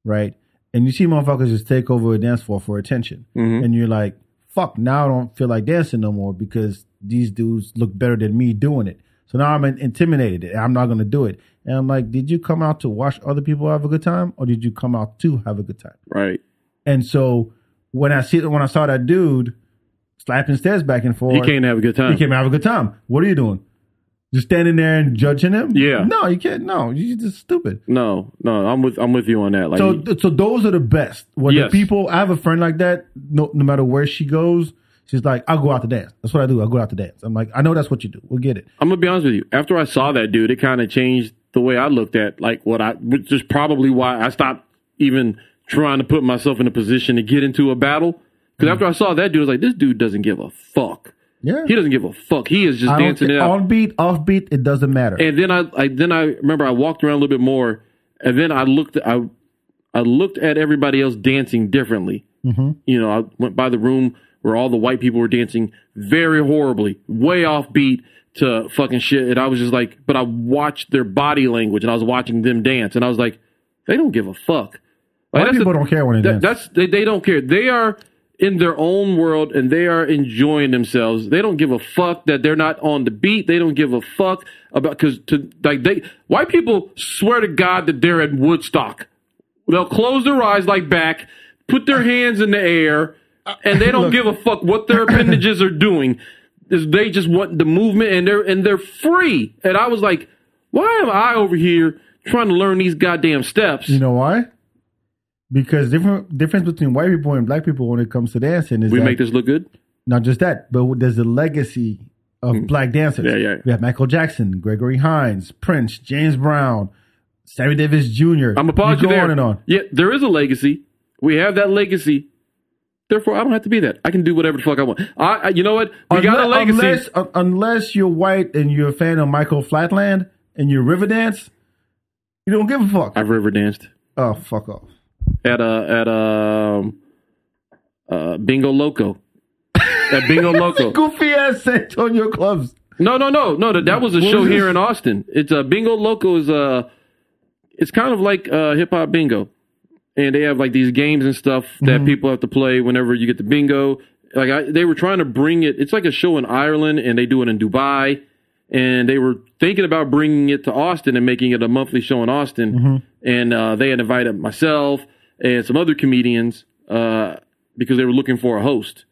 Speaker 3: right? And you see motherfuckers just take over a dance floor for attention.
Speaker 4: Mm-hmm.
Speaker 3: And you're like, fuck, now I don't feel like dancing no more because these dudes look better than me doing it. So now I'm in- intimidated and I'm not going to do it. And I'm like, did you come out to watch other people have a good time or did you come out to have a good time?
Speaker 4: right.
Speaker 3: And so when I see when I saw that dude slapping stairs back and forth,
Speaker 4: He can't have a good time.
Speaker 3: he came out have a good time. What are you doing? Just standing there and judging him?
Speaker 4: Yeah.
Speaker 3: No, you can't. No, you're just stupid.
Speaker 4: No, no, I'm with I'm with you on that. Like,
Speaker 3: So, so those are the best. When
Speaker 4: Yes.
Speaker 3: the people, I have a friend like that. No, no matter where she goes, she's like, "I'll go out to dance." That's what I do. I go out to dance. I'm like, I know that's what you do. We'll get it.
Speaker 4: I'm gonna be honest with you. After I saw that dude, it kind of changed the way I looked at like what I, which is probably why I stopped even trying to put myself in a position to get into a battle. Because after I saw that dude, I was like, this dude doesn't give a fuck.
Speaker 3: Yeah.
Speaker 4: He doesn't give a fuck. He is just
Speaker 3: I don't
Speaker 4: dancing
Speaker 3: care.
Speaker 4: it out.
Speaker 3: on beat, off beat, it doesn't matter.
Speaker 4: and then I, I then I remember I walked around a little bit more, and then I looked I I looked at everybody else dancing differently. Mm-hmm. You know, I went by the room where all the white people were dancing very horribly, way off beat to fucking shit, and I was just like, but I watched their body language, and I was watching them dance, and I was like, they don't give a fuck.
Speaker 3: White
Speaker 4: Like, that's
Speaker 3: people
Speaker 4: the-
Speaker 3: don't care when they
Speaker 4: that,
Speaker 3: dance.
Speaker 4: that's they, they don't care. They are in their own world and they are enjoying themselves. They don't give a fuck that they're not on the beat. They don't give a fuck about because to like they white people swear to God that they're at Woodstock. They'll close their eyes like back, put their hands in the air, and they don't give a fuck what their appendages are doing. Is They just want the movement and they're and they're free. And I was like, why am I over here trying to learn these goddamn steps?
Speaker 3: you know why? Because different difference between white people and black people when it comes to dancing is
Speaker 4: we
Speaker 3: that
Speaker 4: make this look good.
Speaker 3: not just that, but there's the legacy of black dancers.
Speaker 4: Mm. Yeah, yeah.
Speaker 3: We have Michael Jackson, Gregory Hines, Prince, James Brown, Sammy Davis Jr.
Speaker 4: I'm apologetic.
Speaker 3: You go
Speaker 4: there.
Speaker 3: on and on.
Speaker 4: Yeah, there is a legacy. We have that legacy. Therefore, I don't have to be that. I can do whatever the fuck I want. I, I you know what? We got a
Speaker 3: Unle-
Speaker 4: legacy.
Speaker 3: Unless, un- unless you're white and you're a fan of Michael Flatland and you river dance, you don't give a fuck.
Speaker 4: I've river danced
Speaker 3: oh, fuck off.
Speaker 4: at a at a um, uh, bingo loco. At bingo loco.
Speaker 3: Goofy ass San Antonio clubs.
Speaker 4: No, no, no, no. That, that was a
Speaker 3: What
Speaker 4: show
Speaker 3: was
Speaker 4: here
Speaker 3: this?
Speaker 4: in Austin. It's a bingo loco is a. It's kind of like uh, hip hop bingo, and they have like these games and stuff that people have to play whenever you get the bingo. Like I, they were trying to bring it. It's like a show in Ireland, and they do it in Dubai, and they were thinking about bringing it to Austin and making it a monthly show in Austin. And uh, they had invited myself and some other comedians uh, because they were looking for a host.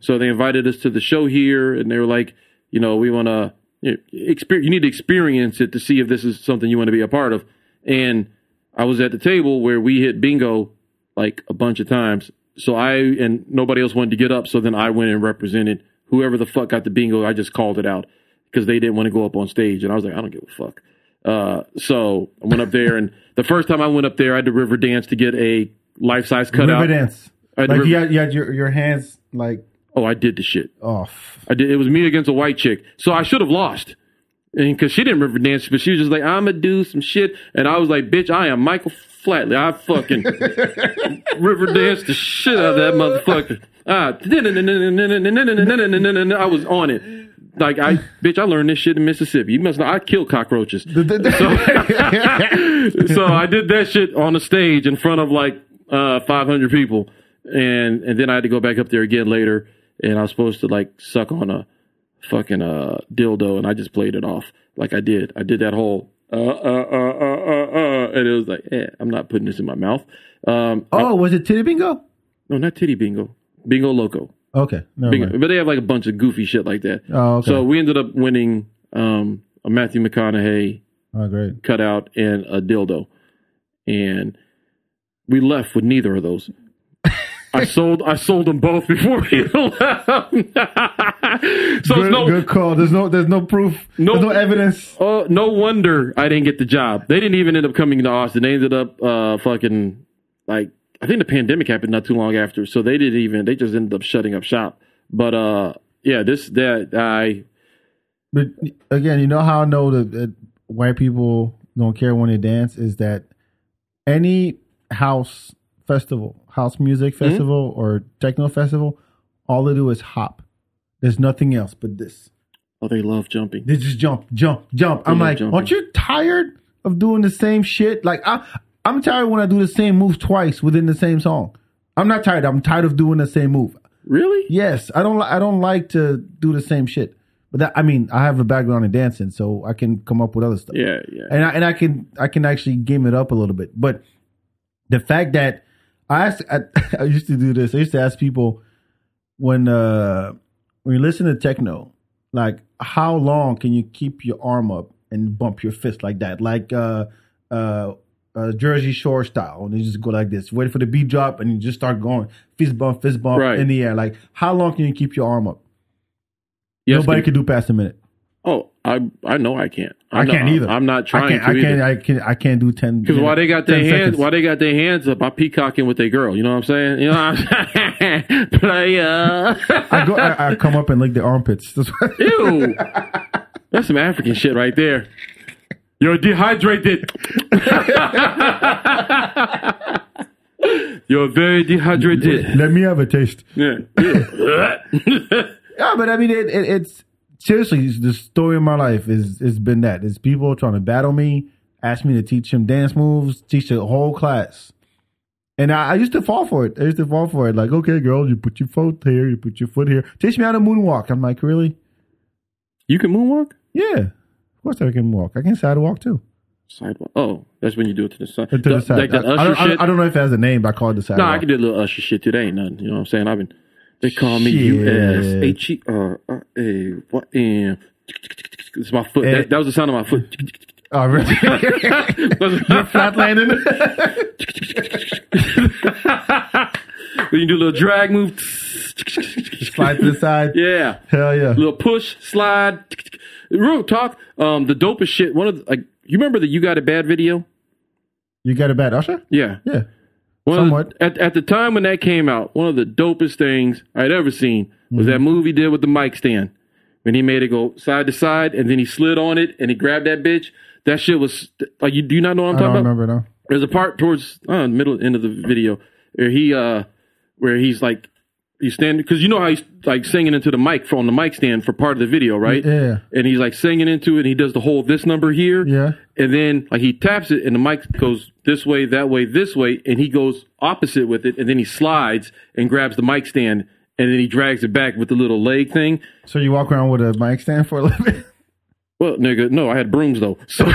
Speaker 4: So they invited us to the show here, and they were like, you know, we want to you know, exper- You need to experience it to see if this is something you want to be a part of. And I was at the table where we hit bingo like a bunch of times. So I and nobody else wanted to get up. So then I went and represented whoever the fuck got the bingo. I just called it out because they didn't want to go up on stage, and I was like, I don't give a fuck. Uh, so I went up there, and the first time I went up there, I had to river dance to get a life size cutout.
Speaker 3: River dance.
Speaker 4: I had to
Speaker 3: Like
Speaker 4: river-
Speaker 3: you had, you had your, your hands like
Speaker 4: Oh, I did the shit.
Speaker 3: off.
Speaker 4: I did. It was me against a white chick, so I should have lost. And because she didn't river dance, but she was just like, "I'ma do some shit," and I was like, "Bitch, I am Michael Flatley. I fucking river danced the shit out of that motherfucker." Ah, I was on it. Like I, bitch, I learned this shit in Mississippi. You must know I kill cockroaches. so I did that shit on the stage in front of like uh, 500 people, and and then I had to go back up there again later, and I was supposed to like suck on a fucking uh, dildo, and I just played it off like I did. I did that whole uh uh uh uh uh, uh and it was like, eh, I'm not putting this in my mouth. Um,
Speaker 3: Oh, was it titty bingo?
Speaker 4: no, not titty bingo, bingo loco.
Speaker 3: Okay, never
Speaker 4: Big-
Speaker 3: mind.
Speaker 4: But they have like a bunch of goofy shit like that.
Speaker 3: Oh, okay.
Speaker 4: So we ended up winning um, a Matthew McConaughey
Speaker 3: Oh, great.
Speaker 4: cutout and a dildo, and we left with neither of those. I sold I sold them both before he left. so it's
Speaker 3: Good,
Speaker 4: no
Speaker 3: good call. There's no there's no proof.
Speaker 4: No-
Speaker 3: there's no evidence.
Speaker 4: Oh, no wonder I didn't get the job. They didn't even end up coming to Austin. They ended up uh, fucking like I think the pandemic happened not too long after, so they didn't even. They just ended up shutting up shop. But uh, yeah, this that I
Speaker 3: But again, you know how I know that, that white people don't care when they dance is that any house festival, house music festival, or techno festival, all they do is hop. There's nothing else but this.
Speaker 4: oh they love jumping.
Speaker 3: They just jump, jump, jump. I'm
Speaker 4: Yeah,
Speaker 3: like,
Speaker 4: jumping.
Speaker 3: aren't you tired of doing the same shit? Like I, I'm tired when I do the same move twice within the same song. I'm not tired. I'm tired of doing the same move.
Speaker 4: Really?
Speaker 3: Yes, I don't. li- I don't like to do the same shit. But that, I mean, I have a background in dancing, so I can come up with other stuff.
Speaker 4: Yeah, yeah.
Speaker 3: and I and I can I can actually game it up a little bit. But the fact that I asked, I, I used to do this. I used to ask people when uh when you listen to techno, like how long can you keep your arm up and bump your fist like that, like uh uh. Uh, Jersey Shore style, and you just go like this. Wait for the beat drop, and you just start going fist bump, fist bump
Speaker 4: Right.
Speaker 3: in the air. Like, how long can you keep your arm up?
Speaker 4: Yes,
Speaker 3: Nobody
Speaker 4: can-
Speaker 3: can do past a minute.
Speaker 4: Oh, I I know I can't.
Speaker 3: I,
Speaker 4: know-
Speaker 3: can't either.
Speaker 4: I'm not trying
Speaker 3: I can't,
Speaker 4: to
Speaker 3: I can't, I can't. I can't do ten.
Speaker 4: Because why they got their
Speaker 3: 10
Speaker 4: hands?
Speaker 3: seconds.
Speaker 4: Why they got their hands up? I peacocking with their girl. You know what I'm saying? You know what I'm saying? Player.
Speaker 3: I go. I, I come up and lick their armpits. That's why.
Speaker 4: Ew. That's some African shit right there. You're dehydrated. You're very dehydrated.
Speaker 3: Let me have a taste.
Speaker 4: Yeah. yeah.
Speaker 3: Yeah, but I mean, it, it, it's seriously it's the story of my life is it's been that it's people trying to battle me, ask me to teach them dance moves, teach the whole class, and I, I used to fall for it. I used to fall for it. Like, okay, girl, you put your foot here, you put your foot here. Teach me how to moonwalk. I'm like, really?
Speaker 4: you can moonwalk?
Speaker 3: Yeah, of course I can walk. I can sidewalk too.
Speaker 4: Sidewalk. Oh, that's when you do it to the side.
Speaker 3: To the
Speaker 4: Th-
Speaker 3: side.
Speaker 4: Like that
Speaker 3: I, I
Speaker 4: Usher
Speaker 3: don't, I,
Speaker 4: shit.
Speaker 3: don't- I don't know if it has a name, but I call it the
Speaker 4: no,
Speaker 3: sidewalk.
Speaker 4: I can do a little Usher shit too. That ain't nothing. You know what I'm saying? I've been. They call me
Speaker 3: Shit.
Speaker 4: U S H E R R A Y N. It's my foot.
Speaker 3: Eh.
Speaker 4: That, that was the sound of my foot.
Speaker 3: Oh, really? You're flatlanding.
Speaker 4: When you do a little drag move.
Speaker 3: Slide to the side.
Speaker 4: Yeah.
Speaker 3: Hell yeah.
Speaker 4: little push, slide, real talk. Um, the dopest shit. One of the, like, you remember the "You Got It Bad" video?
Speaker 3: You got a bad usher?
Speaker 4: Yeah,
Speaker 3: Yeah.
Speaker 4: One of the-
Speaker 3: somewhat.
Speaker 4: at at the time when that came out, one of the dopest things I'd ever seen was
Speaker 3: Mm-hmm.
Speaker 4: that movie did with the mic stand when he made it go side to side and then he slid on it and he grabbed that bitch. That shit was like you do you not know what I'm
Speaker 3: I
Speaker 4: talking
Speaker 3: don't
Speaker 4: about?
Speaker 3: remember now.
Speaker 4: there's a part towards uh, middle end of the video where he uh where he's like he's standing because you know how he's like singing into the mic from the mic stand for part of the video right
Speaker 3: Yeah.
Speaker 4: and he's like singing into it and he does the whole this number here
Speaker 3: Yeah.
Speaker 4: and then like he taps it and the mic goes this way that way this way and he goes opposite with it and then he slides and grabs the mic stand and then he drags it back with the little leg thing
Speaker 3: So you walk around with a mic stand for a little bit?
Speaker 4: Well, nigga, no, I had brooms though. So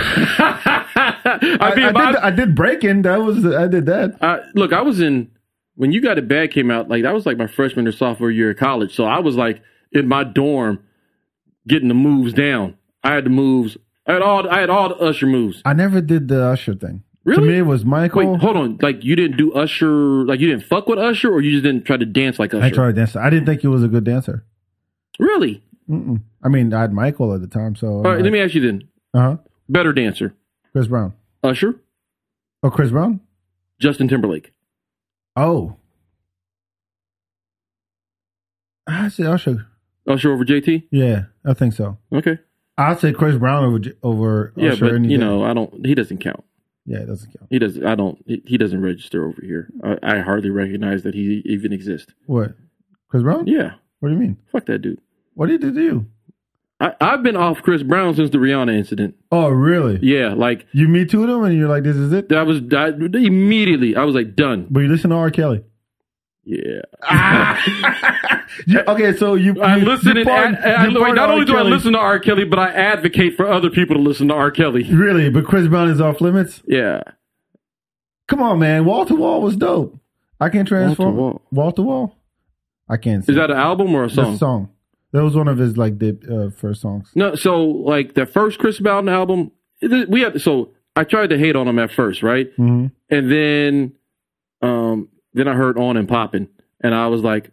Speaker 4: I
Speaker 3: I,
Speaker 4: mean,
Speaker 3: I
Speaker 4: my-
Speaker 3: did, I did break in. That was I did that.
Speaker 4: I, look, I was in when you got it bad came out. Like that was like my freshman or sophomore year of college. So I was like in my dorm, getting the moves down. I had the moves. I had all. I had all the Usher moves.
Speaker 3: I never did the Usher thing.
Speaker 4: Really?
Speaker 3: To me, it was
Speaker 4: Wait,
Speaker 3: Michael.
Speaker 4: hold on. Like you didn't do Usher. Like you didn't fuck with Usher, or you just didn't try to dance like Usher.
Speaker 3: I tried dancing. I didn't think he was a good dancer.
Speaker 4: Really?
Speaker 3: Mm-mm. I mean, I had Michael at the time, so
Speaker 4: All right. Let me ask you then.
Speaker 3: uh huh.
Speaker 4: Better dancer,
Speaker 3: Chris Brown.
Speaker 4: Usher,
Speaker 3: Oh, Chris Brown.
Speaker 4: Justin Timberlake.
Speaker 3: Oh, I say Usher.
Speaker 4: Usher over JT.
Speaker 3: Yeah, I think so.
Speaker 4: Okay.
Speaker 3: I'd say Chris Brown over J- over
Speaker 4: Yeah,
Speaker 3: Usher.
Speaker 4: but
Speaker 3: any
Speaker 4: you
Speaker 3: day.
Speaker 4: know, uh, I don't. He doesn't count.
Speaker 3: yeah, it doesn't count.
Speaker 4: He doesn't. I don't. He he doesn't register over here. I, I hardly recognize that he even exists.
Speaker 3: What? Chris Brown?
Speaker 4: Yeah.
Speaker 3: What do you mean?
Speaker 4: Fuck that dude.
Speaker 3: What did he do to you?
Speaker 4: I, I've been off Chris Brown since the Rihanna incidient.
Speaker 3: Oh, really?
Speaker 4: Yeah, like
Speaker 3: You me too him, and you're like, this is it.
Speaker 4: that was I, immediately. I was like, done.
Speaker 3: But you listen to R. Kelly.
Speaker 4: Yeah,
Speaker 3: You- okay, so you.
Speaker 4: I
Speaker 3: you-
Speaker 4: listen
Speaker 3: you
Speaker 4: and,
Speaker 3: pardon-
Speaker 4: ad- and
Speaker 3: you
Speaker 4: wait,
Speaker 3: pardon
Speaker 4: not
Speaker 3: R.
Speaker 4: only do I
Speaker 3: Kelly.
Speaker 4: listen to R. Kelly, but I advocate for other people to listen to R. Kelly.
Speaker 3: Really, but Chris Brown is off limits.
Speaker 4: Yeah,
Speaker 3: Come on, man. Wall to wall was dope. I can transform.
Speaker 4: Wall to Wall.
Speaker 3: Wall to wall. I can't.
Speaker 4: is
Speaker 3: sing.
Speaker 4: that an album or a
Speaker 3: That's
Speaker 4: song?
Speaker 3: a song? That was one of his like the uh, first songs.
Speaker 4: No, so like the first Chris Brown album, it- we had. So I tried to hate on him at first, right?
Speaker 3: hmm
Speaker 4: And then, um, then I heard on and popping, and I was like,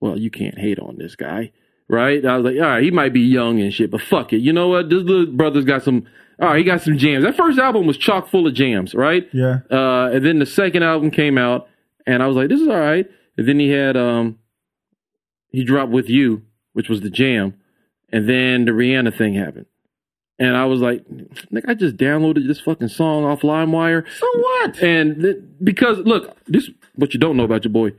Speaker 4: "Well, you can't hate on this guy, right?" I was like, "All right, he might be young and shit, but fuck it. You know what? This little brother's got some. All right, he got some jams. That first album was chock full of jams, right?
Speaker 3: Yeah.
Speaker 4: Uh, and then the second album came out, and I was like, "This is all right." And then he had, um, he dropped with you, which was the jam, and then the Rihanna thing happened. And I was like, "Nick, I just downloaded this fucking song off LimeWire.
Speaker 3: So what?
Speaker 4: And th- because look, this what you don't know about your boy.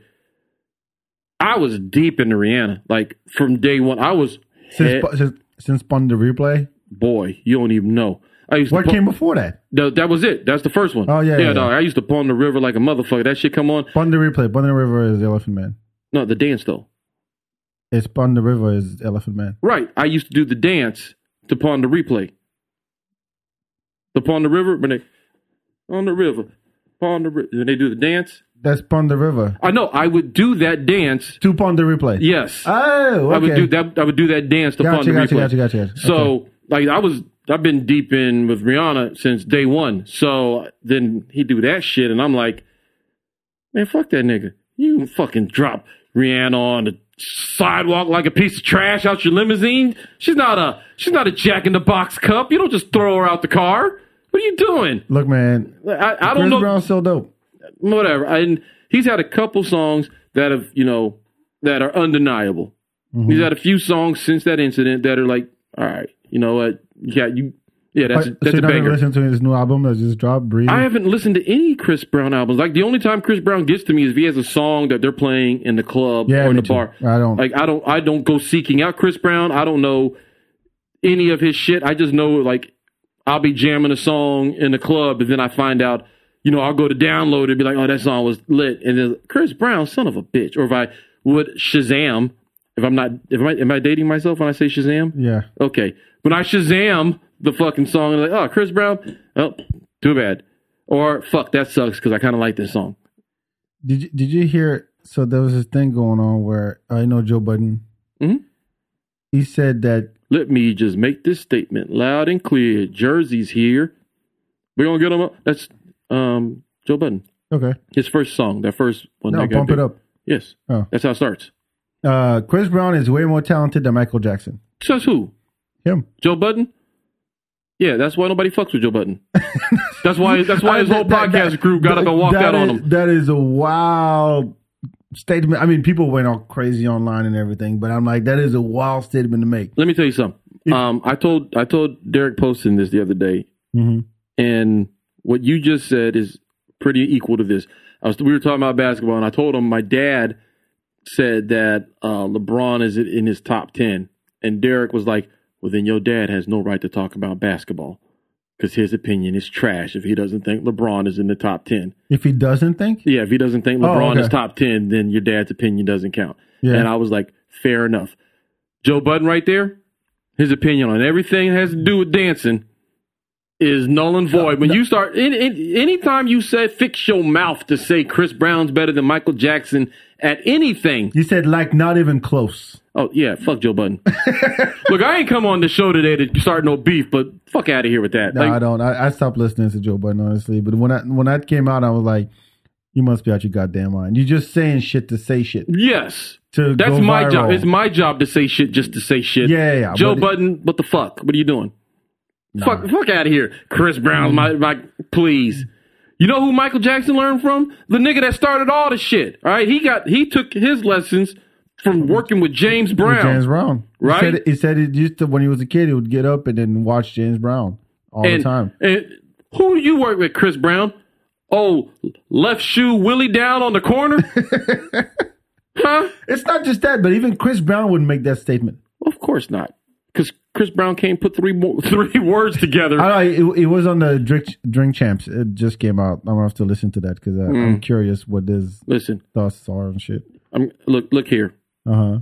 Speaker 4: I was deep into Rihanna, like from day one. I was
Speaker 3: Since
Speaker 4: head-
Speaker 3: Sp- since, since Spun the replay,
Speaker 4: boy. You don't even know. I used
Speaker 3: what
Speaker 4: to. pu-
Speaker 3: came before that?
Speaker 4: Th- that was it. That's the first one.
Speaker 3: Oh, yeah, yeah, yeah.
Speaker 4: dog. I used to pawn the river like a motherfucker. That shit come on.
Speaker 3: Spun the replay. Spun the river is Elephant Man.
Speaker 4: No, the dance though.
Speaker 3: It's Spun the river is Elephant Man.
Speaker 4: Right. I used to do the dance to pawn the replay. The pawn the river when they on the river, pawn the river. When they do the dance,
Speaker 3: That's Spun the river.
Speaker 4: I know. I would do that dance.
Speaker 3: Two Pond the replay.
Speaker 4: Yes.
Speaker 3: Oh, okay.
Speaker 4: I would do that. I would do that dance to
Speaker 3: Gotcha,
Speaker 4: fund the
Speaker 3: gotcha,
Speaker 4: replay.
Speaker 3: gotcha, gotcha, gotcha.
Speaker 4: So like I was, I've been deep in with Rihanna since day one. So then he do that shit, and I'm like, man, fuck that nigga. You can fucking drop Rihanna on the sidewalk like a piece of trash out your limousine. She's not a she's not a Jack in the Box cup. You don't just throw her out the car. What are you doing?
Speaker 3: Look, man.
Speaker 4: I, I
Speaker 3: Chris
Speaker 4: don't know
Speaker 3: Brown's still dope.
Speaker 4: whatever. And he's had a couple songs that have, you know, that are undeniable. He's had a few songs since that incident that are like, all right, you know what? Yeah, you, yeah, that's
Speaker 3: But- so
Speaker 4: that's
Speaker 3: you're
Speaker 4: a
Speaker 3: not gonna
Speaker 4: banger.
Speaker 3: listen to his new album that just dropped. Breathe.
Speaker 4: I haven't listened to any Chris Brown albums. Like the only time Chris Brown gets to me is if he has a song that they're playing in the club
Speaker 3: Yeah,
Speaker 4: or in
Speaker 3: me
Speaker 4: the
Speaker 3: too.
Speaker 4: bar.
Speaker 3: I don't.
Speaker 4: Like I don't I don't go seeking out Chris Brown. I don't know any of his shit. I just know like I'll be jamming a song in the club and then I find out, you know, I'll go to download and be like, oh that song was lit and then Chris Brown, son of a bitch. Or if I would Shazam, if I'm not if I am I dating myself when I say Shazam?
Speaker 3: yeah.
Speaker 4: Okay. When I Shazam the fucking song, I'm like, oh, Chris Brown, oh, too bad. Or, fuck, that sucks because I kind of like this song.
Speaker 3: Did you, did you hear? So there was this thing going on where I know Joe Budden.
Speaker 4: Mhm.
Speaker 3: He said that
Speaker 4: Let me just make this statement loud and clear. Jersey's here. We're going to get them up. That's um, Joe Budden.
Speaker 3: okay.
Speaker 4: His first song, that first one.
Speaker 3: No,
Speaker 4: that got
Speaker 3: bump it
Speaker 4: big.
Speaker 3: up.
Speaker 4: Yes.
Speaker 3: Oh.
Speaker 4: That's how it starts.
Speaker 3: Uh, Chris Brown is way more talented than Michael Jackson.
Speaker 4: Says who?
Speaker 3: Him.
Speaker 4: Joe Budden? Yeah, that's why nobody fucks with Joe Budden. that's why. That's why his
Speaker 3: Uh,
Speaker 4: whole
Speaker 3: that-
Speaker 4: podcast
Speaker 3: that-
Speaker 4: group got up
Speaker 3: that-
Speaker 4: and walked
Speaker 3: that
Speaker 4: out on
Speaker 3: is-
Speaker 4: him.
Speaker 3: That is a wild statement. I mean, people went all crazy online and everything, but I'm like, that is a wild statement to make.
Speaker 4: Let me tell you something. Um, I told I told Derek Poston this the other day,
Speaker 3: Mm-hmm.
Speaker 4: and what you just said is pretty equal to this. I was we were talking about basketball, and I told him my dad said that uh, LeBron is in his top ten, and Derek was like, "Well, then your dad has no right to talk about basketball because his opinion is trash if he doesn't think LeBron is in the top ten.
Speaker 3: If he doesn't think,
Speaker 4: Yeah, if he doesn't think
Speaker 3: Oh,
Speaker 4: LeBron
Speaker 3: okay.
Speaker 4: is top ten, then your dad's opinion doesn't count."
Speaker 3: Yeah.
Speaker 4: And I was like, "Fair enough." Joe Budden right there, his opinion on everything that has to do with dancing is null and void. when you start, in, in, anytime you said fix your mouth to say Chris Brown's better than Michael Jackson at anything,
Speaker 3: You said like not even close.
Speaker 4: oh yeah, fuck Joe Budden. Look, I ain't come on the show today to start no beef, but fuck out of here with that.
Speaker 3: No,
Speaker 4: Like,
Speaker 3: I don't. I, I stopped listening to Joe Budden honestly. But when I when that came out, I was like, "You must be out your goddamn mind. You're just saying shit to say shit."
Speaker 4: yes.
Speaker 3: To
Speaker 4: That's
Speaker 3: go
Speaker 4: my
Speaker 3: viral.
Speaker 4: job. It's my job to say shit just to say shit.
Speaker 3: Yeah, yeah, yeah,
Speaker 4: Joe
Speaker 3: but-
Speaker 4: Budden, what the fuck? What are you doing? Fuck, fuck out of here. Chris Brown's my, my, please. You know who Michael Jackson learned from? The nigga that started all the shit. All right, he got he took his lessons from working with James Brown.
Speaker 3: With James Brown, He
Speaker 4: Right?
Speaker 3: said- He said, it used to when he was a kid, he would get up and then watch James Brown all
Speaker 4: and,
Speaker 3: the time.
Speaker 4: and who you work with, Chris Brown? Oh, left shoe Willie down on the corner. huh?
Speaker 3: It's not just that, but even Chris Brown would make that statement.
Speaker 4: Of course not, because Chris Brown can't put three more, three words together.
Speaker 3: I don't know, it, it was on the Drink, Drink Champs. It just came out. I'm gonna have to listen to that because
Speaker 4: Mm.
Speaker 3: I'm curious what his
Speaker 4: Listen,
Speaker 3: thoughts are and shit.
Speaker 4: I'm look look here.
Speaker 3: Uh huh.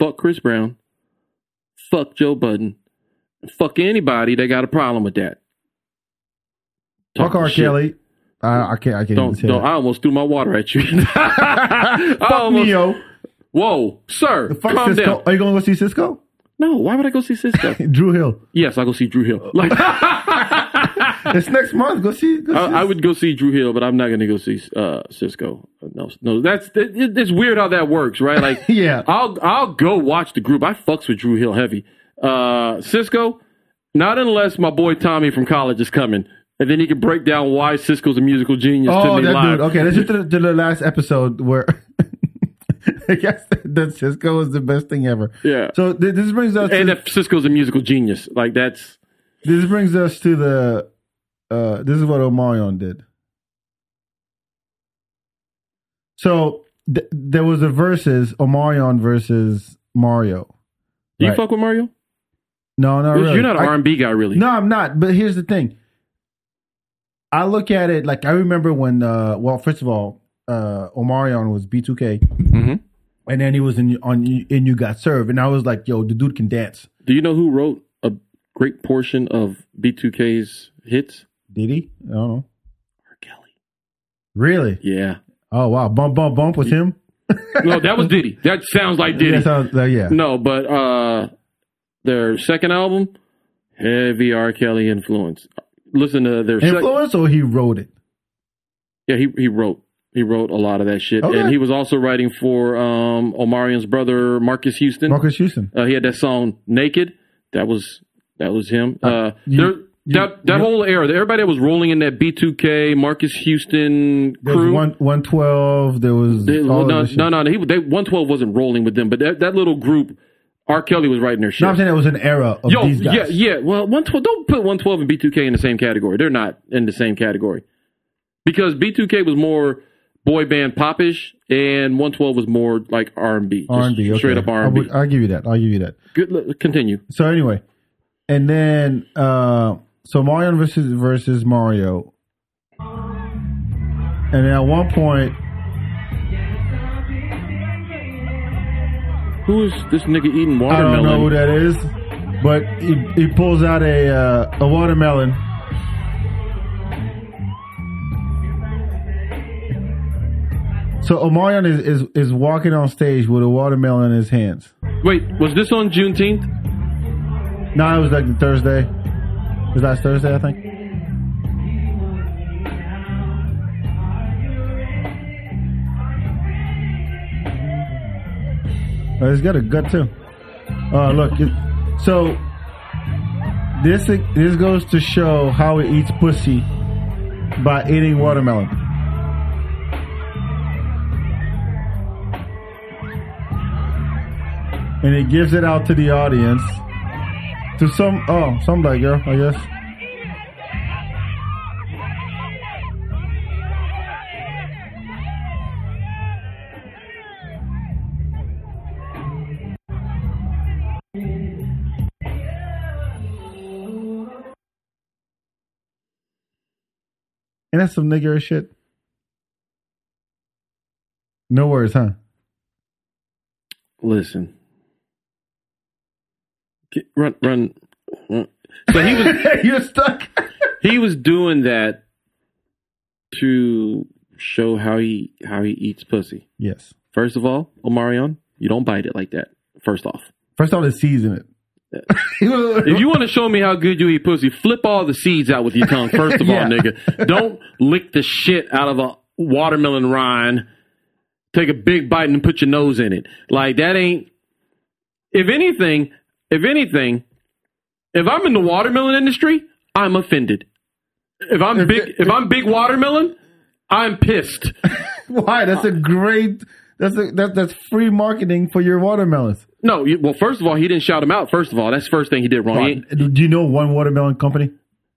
Speaker 4: fuck Chris Brown, fuck Joe Budden, fuck anybody that got a problem with that.
Speaker 3: Fuck
Speaker 4: Talking
Speaker 3: R.
Speaker 4: shit.
Speaker 3: Kelly. I, I can't. I can't even
Speaker 4: Don't,
Speaker 3: say
Speaker 4: don't, I
Speaker 3: that.
Speaker 4: almost threw my water at you. I
Speaker 3: Fuck
Speaker 4: almost-
Speaker 3: Neo.
Speaker 4: Whoa, sir,
Speaker 3: Fuck
Speaker 4: calm
Speaker 3: Cisco.
Speaker 4: down.
Speaker 3: Are you gonna go see Cisco?
Speaker 4: No, why would I go see Cisco?
Speaker 3: Drew Hill.
Speaker 4: yes, I go see Drew Hill. Like,
Speaker 3: It's next month. Go see. Go see
Speaker 4: I, I would go see Drew Hill, but I'm not going to go see uh, Cisco. No, no, that's it, it's weird how that works, right? Like,
Speaker 3: Yeah.
Speaker 4: I'll I'll go watch the group. I fucks with Drew Hill heavy. Uh, Cisco, not unless my boy Tommy from college is coming, and then he can break down why Cisco's a musical genius
Speaker 3: Oh,
Speaker 4: to me
Speaker 3: that
Speaker 4: live.
Speaker 3: dude. Okay, let's just do the, to the last episode where I guess that Cisco was the best thing ever.
Speaker 4: Yeah.
Speaker 3: So th- this brings us
Speaker 4: And
Speaker 3: to,
Speaker 4: if Cisco's a musical genius, like that's
Speaker 3: this brings us to the uh this is what Omarion did. So th- there was a versus Omarion versus Mario.
Speaker 4: do you
Speaker 3: Right.
Speaker 4: fuck with Mario?
Speaker 3: No, not really.
Speaker 4: You're not an
Speaker 3: I-
Speaker 4: R and B guy, really.
Speaker 3: No, I'm not. But here's the thing. I look at it like I remember when. Uh, well, first of all, uh, Omarion was B2K,
Speaker 4: Mhm.
Speaker 3: and then he was in on and you got served, and I was like, "Yo, the dude can dance."
Speaker 4: Do you know who wrote a great portion of B2K's hits?
Speaker 3: Did he? I don't know.
Speaker 4: R. Kelly.
Speaker 3: Really?
Speaker 4: Yeah.
Speaker 3: Oh wow! Bump, bump, bump with him.
Speaker 4: No, that was Diddy. That sounds like Diddy.
Speaker 3: That sounds like- yeah.
Speaker 4: No, but uh their second album, heavy R. Kelly influence. Listen to their sec-
Speaker 3: Influence or he wrote it.
Speaker 4: yeah, he he wrote he wrote a lot of that shit,
Speaker 3: Okay.
Speaker 4: and he was also writing for um Omarion's brother Marcus Houston.
Speaker 3: Marcus Houston.
Speaker 4: Uh, he had that song "Naked." That was that was him. Uh,
Speaker 3: you-
Speaker 4: there,
Speaker 3: you-
Speaker 4: that that
Speaker 3: you-
Speaker 4: whole era, everybody that was rolling in that B2K Marcus Houston
Speaker 3: There was
Speaker 4: crew.
Speaker 3: one one twelve. There was
Speaker 4: They-
Speaker 3: all of
Speaker 4: no,
Speaker 3: this shit.
Speaker 4: no, no, no, he they, 112 wasn't rolling with them, but that, that little group, R. Kelly was writing their shit.
Speaker 3: No, I'm saying it was an era of
Speaker 4: Yo,
Speaker 3: these guys.
Speaker 4: yeah, yeah. Well, one twelve. Don't put one twelve and B two K in the same category. They're not in the same category because B two K was more boy band popish, and one twelve was more like R and B,
Speaker 3: R&B. Okay.
Speaker 4: straight up R
Speaker 3: I
Speaker 4: and B.
Speaker 3: would- I'll give you that. I'll give you that.
Speaker 4: Good. look, Continue.
Speaker 3: So anyway, and then uh so Mario versus versus Mario, and then at one point,
Speaker 4: Who is this nigga eating
Speaker 3: I don't know who
Speaker 4: watermelon?
Speaker 3: that is, but he, he pulls out a uh, a watermelon. So Omarion is, is is walking on stage with a watermelon in his hands.
Speaker 4: Wait, was this on Juneteenth?
Speaker 3: No, it was like Thursday. It was last Thursday, I think. Oh, it's got a gut too. Oh, look. it- so this this goes to show how it eats pussy by eating watermelon. And it gives it out to the audience. To some, oh, some black girl, I guess. And that's some nigger shit. No words, huh?
Speaker 4: Listen, run, run. run. So he was
Speaker 5: You're stuck.
Speaker 4: he was doing that to show how he how he eats pussy.
Speaker 3: Yes.
Speaker 4: First of all, Omarion, you don't bite it like that. First off,
Speaker 3: First off, the season it.
Speaker 4: if you want to show me how good you eat pussy, flip all the seeds out with your tongue. First of
Speaker 3: Yeah.
Speaker 4: all, nigga, don't lick the shit out of a watermelon rind. Take a big bite and put your nose in it. Like that ain't. If anything, if anything, if I'm in the watermelon industry, I'm offended. If I'm big, if I'm big watermelon, I'm pissed.
Speaker 3: Why? That's a great. That's a, that, that's free marketing for your watermelons.
Speaker 4: No, you- well, first of all, he didn't shout him out. First of all, that's the first thing he did wrong. He ain't-
Speaker 3: Do do you know one watermelon company?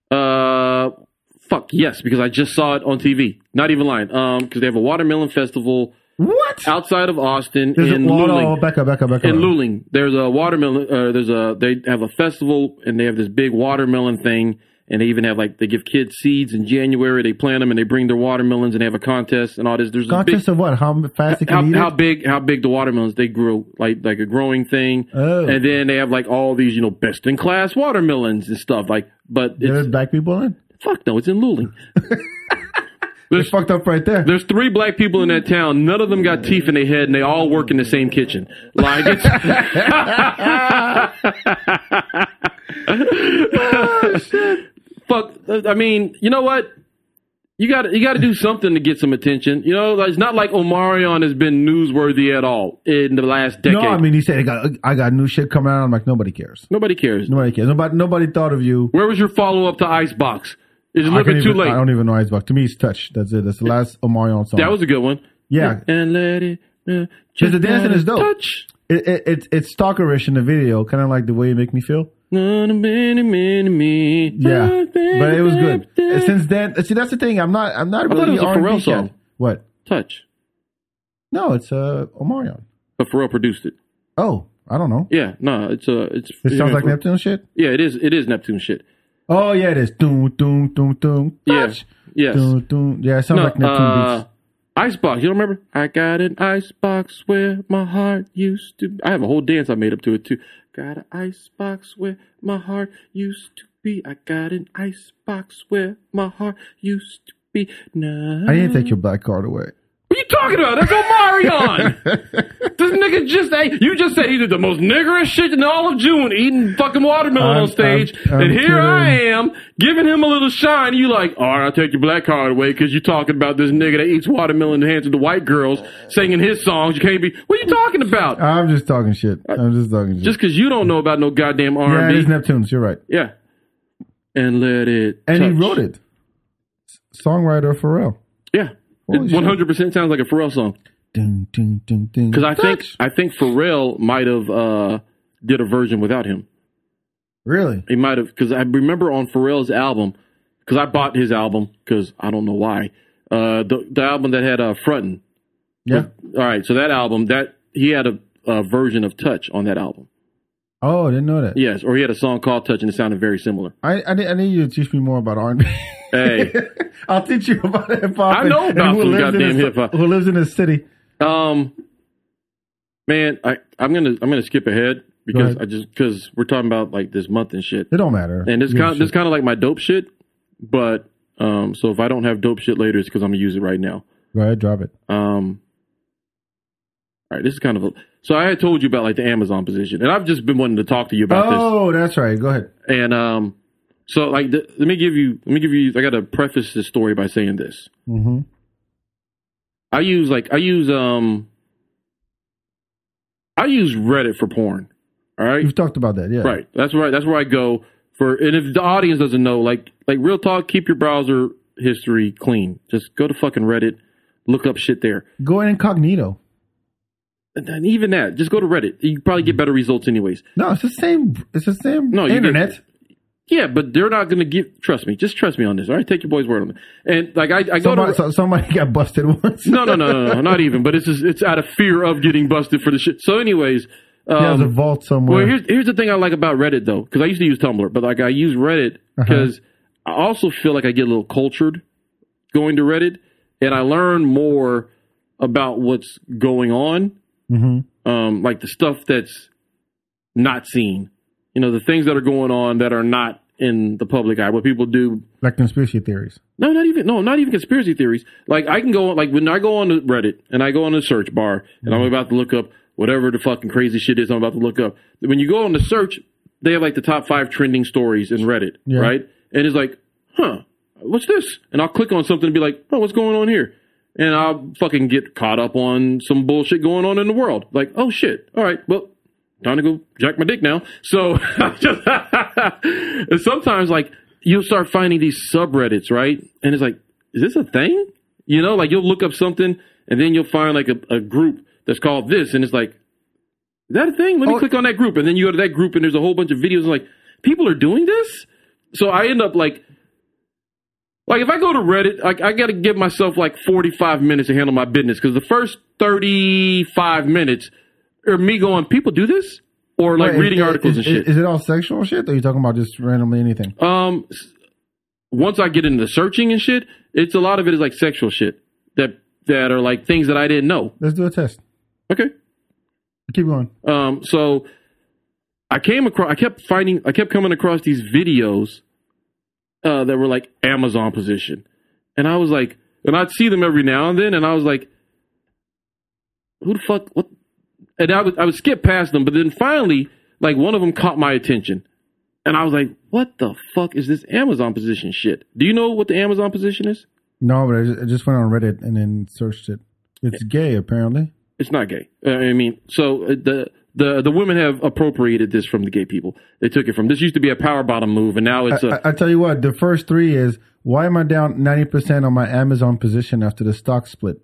Speaker 4: Uh, fuck yes, because I just saw it on TV. Not even lying. Um, because they have a watermelon festival
Speaker 3: What?
Speaker 4: outside of Austin
Speaker 3: There's
Speaker 4: in
Speaker 3: a, oh, no,
Speaker 4: Luling.
Speaker 3: back up, back up, back up.
Speaker 4: In Luling, there's a watermelon. Uh, there's a they have a festival and they have this big watermelon thing. And they even have like they give kids seeds in January. They plant them and they bring their watermelons and they have a contest and all this. There's a big
Speaker 3: Conscious of what? How fast it
Speaker 4: how,
Speaker 3: can eat
Speaker 4: how
Speaker 3: it?
Speaker 4: big how big the watermelons they grew like like a growing thing
Speaker 3: Oh.
Speaker 4: and then they have like all these you know best in class watermelons and stuff like but
Speaker 3: There's
Speaker 4: it's
Speaker 3: black people in.
Speaker 4: fuck no it's in luling
Speaker 3: It's fucked up right there.
Speaker 4: There's three black people in that town. None of them got teeth in their head, and they all work in the same kitchen. Like it's fuck. I mean, you know what? You got you got to do something to get some attention. You know, it's not like Omarion has been newsworthy at all in the last decade.
Speaker 3: No, I mean he said I got I got new shit coming out. I'm like nobody cares.
Speaker 4: nobody cares.
Speaker 3: Nobody cares. Nobody nobody thought of you.
Speaker 4: Where was your follow up to Icebox? It's
Speaker 3: I,
Speaker 4: a little
Speaker 3: can't
Speaker 4: bit too
Speaker 3: even-
Speaker 4: late.
Speaker 3: I don't even know Icebox. To me, it's touch. That's it. That's the last Omarion song.
Speaker 4: That was a good one.
Speaker 3: yeah.
Speaker 4: And let it. uh,
Speaker 3: Because the dancing is dope.
Speaker 4: Touch.
Speaker 3: It, it, it's it's stalkerish in the video, kind of like the way you make me feel.
Speaker 4: Not a mini, mini me.
Speaker 3: Yeah, but it was good. And Since then, uh, see that's the thing. I'm not I'm not
Speaker 4: thought
Speaker 3: really
Speaker 4: it was a
Speaker 3: R&B
Speaker 4: Pharrell
Speaker 3: cat.
Speaker 4: song.
Speaker 3: What?
Speaker 4: Touch.
Speaker 3: No, it's uh Omarion.
Speaker 4: But Pharrell produced it.
Speaker 3: Oh, I don't know.
Speaker 4: Yeah, no, it's a, it's.
Speaker 3: It sounds like Neptune shit.
Speaker 4: Yeah, it is. It is Neptune shit.
Speaker 3: Oh yeah, it is. Doom doom doom doom.
Speaker 4: Yeah.
Speaker 3: Touch.
Speaker 4: Yes.
Speaker 3: Doom doom. Yeah, it sounds
Speaker 4: No,
Speaker 3: like Neptune
Speaker 4: uh,
Speaker 3: beats.
Speaker 4: Icebox. You don't remember? I got an icebox where my heart used to. I have a whole dance I made up to it too. Got an icebox where my heart used to be. I got an icebox where my heart used to be. Now.
Speaker 3: I need to take your black card away.
Speaker 4: What are you talking about? That's Omarion. this nigga just ate. You just said he did the most niggerish shit in all of June, eating fucking watermelon
Speaker 3: I'm-
Speaker 4: on stage.
Speaker 3: I'm- I'm
Speaker 4: and here I am giving him a little shine. You like, all right, I'll take your black card away because you talking about this nigga that eats watermelon in the hands of the white girls singing his songs. You can't be. What are you talking about?
Speaker 3: I'm just talking shit. I'm just talking shit.
Speaker 4: Just because you don't know about no goddamn R
Speaker 3: yeah, it is
Speaker 4: and B.
Speaker 3: Neptune's. You're right.
Speaker 4: Yeah. And let it.
Speaker 3: And he
Speaker 4: touch.
Speaker 3: wrote it. S- Songwriter Pharrell.
Speaker 4: Yeah.
Speaker 3: Holy
Speaker 4: It 100% sounds like a Pharrell song. Because
Speaker 3: Because
Speaker 4: I think I think Pharrell might have uh, did a version without him.
Speaker 3: really
Speaker 4: He might have because I remember on Pharrell's album because I bought his album because I don't know why. Uh, the the album that had uh, Frontin.
Speaker 3: yeah.
Speaker 4: All right, so that album that he had a, a version of Touch on that album.
Speaker 3: Oh, I didn't know that.
Speaker 4: Yes, or he had a song called Touch and it sounded very similar.
Speaker 3: I, I need I need you to teach me more about R and B.
Speaker 4: Hey,
Speaker 3: I'll teach you about hip hop.
Speaker 4: I know about some goddamn hip-hop.
Speaker 3: Who lives in this city?
Speaker 4: um, man, I I'm gonna I'm gonna skip ahead because
Speaker 3: ahead.
Speaker 4: I just because we're talking about like this month and shit.
Speaker 3: It don't matter.
Speaker 4: And this
Speaker 3: Gives a
Speaker 4: kind this
Speaker 3: shit.
Speaker 4: kind of like my dope shit, but um, so if I don't have dope shit later, it's because I'm gonna use it right now.
Speaker 3: Go ahead, drop it.
Speaker 4: Um, all right, this is kind of a. So I had told you about like the Amazon position, and I've just been wanting to talk to you about
Speaker 3: Oh, that's right. Go ahead.
Speaker 4: this. And um, so like, th- let me give you, let me give you. I got to preface this story by saying this.
Speaker 3: hmm
Speaker 4: I use like I use um, I use Reddit for porn. All right,
Speaker 3: You've talked about that, yeah.
Speaker 4: Right. That's right. That's where I go for. And if the audience doesn't know, like, like real talk, keep your browser history clean. Just go to fucking Reddit, look up shit there,
Speaker 3: Go in incognito.
Speaker 4: and then even that. Just go to Reddit. You probably
Speaker 3: Mm-hmm.
Speaker 4: get better results, anyways.
Speaker 3: No, it's the same. It's the same.
Speaker 4: No, you
Speaker 3: internet.
Speaker 4: get- Yeah, but they're not gonna give. Trust me. Just trust me on this. All right. Take your boy's word on it. And like I, I go
Speaker 3: somebody,
Speaker 4: to.
Speaker 3: so- somebody got busted once.
Speaker 4: no, no, no, no, no, not even. But it's just, it's out of fear of getting busted for the shit. So, anyways, um,
Speaker 3: There's a vault somewhere.
Speaker 4: Well, here's here's the thing I like about Reddit though, because I used to use Tumblr, but like I use Reddit because I also feel like I get a little cultured going to Reddit, and I learn more about what's going on,
Speaker 3: Mhm.
Speaker 4: um, like the stuff that's not seen. You you know the things that are going on that are not in the public eye. What people do
Speaker 3: Like conspiracy theories.
Speaker 4: no, not even no, not even conspiracy theories. Like I can go like when I go on the Reddit and I go on the search bar and I'm about to look up whatever the fucking crazy shit is I'm about to look up. When you go on the search, they have like the top five trending stories in Reddit,
Speaker 3: Yeah.
Speaker 4: right? And it's like, huh, what's this? And I'll click on something and be like, oh, what's going on here? And I'll fucking get caught up on some bullshit going on in the world. Like, oh shit, all right, well, time to go jack my dick now. So and sometimes like you'll start finding these subreddits, right? And it's like, is this a thing? You know, like you'll look up something and then you'll find like a, a group that's called this, and it's like, is that a thing? Let
Speaker 3: Oh.
Speaker 4: me click on that group, and then you go to that group, and there's a whole bunch of videos. And like, people are doing this, so I end up like. Like if I go to Reddit, like I got to give myself like 45 minutes to handle my business because the first 35 minutes are me going, people do this, or like
Speaker 3: Wait,
Speaker 4: reading
Speaker 3: is-
Speaker 4: articles
Speaker 3: is,
Speaker 4: and shit.
Speaker 3: Is, it all sexual shit? Or are you talking about just randomly anything?
Speaker 4: Um, s- once I get into the searching and shit, it's a lot of it is like sexual shit that that are like things that I didn't know.
Speaker 3: Let's do a test.
Speaker 4: Okay.
Speaker 3: Keep going.
Speaker 4: Um, so I came across, I kept finding, I kept coming across these videos uh, that were like Amazon position, and I was like, and I'd see them every now and then, and I was like, who the fuck? What? And I would I would skip past them, but then finally, like one of them caught my attention, and I was like, what the fuck is this Amazon position shit? Do you know what the Amazon position is?
Speaker 3: No, but I just, I just went on Reddit and then searched it. It's gay, apparently.
Speaker 4: it's not gay. Uh, I mean, so uh, the the the women have appropriated this from the gay people. They took it from this used to be a power bottom move, and now it's a
Speaker 3: I, I tell you what, the first three is why am I down 90% on my Amazon position after the stock split?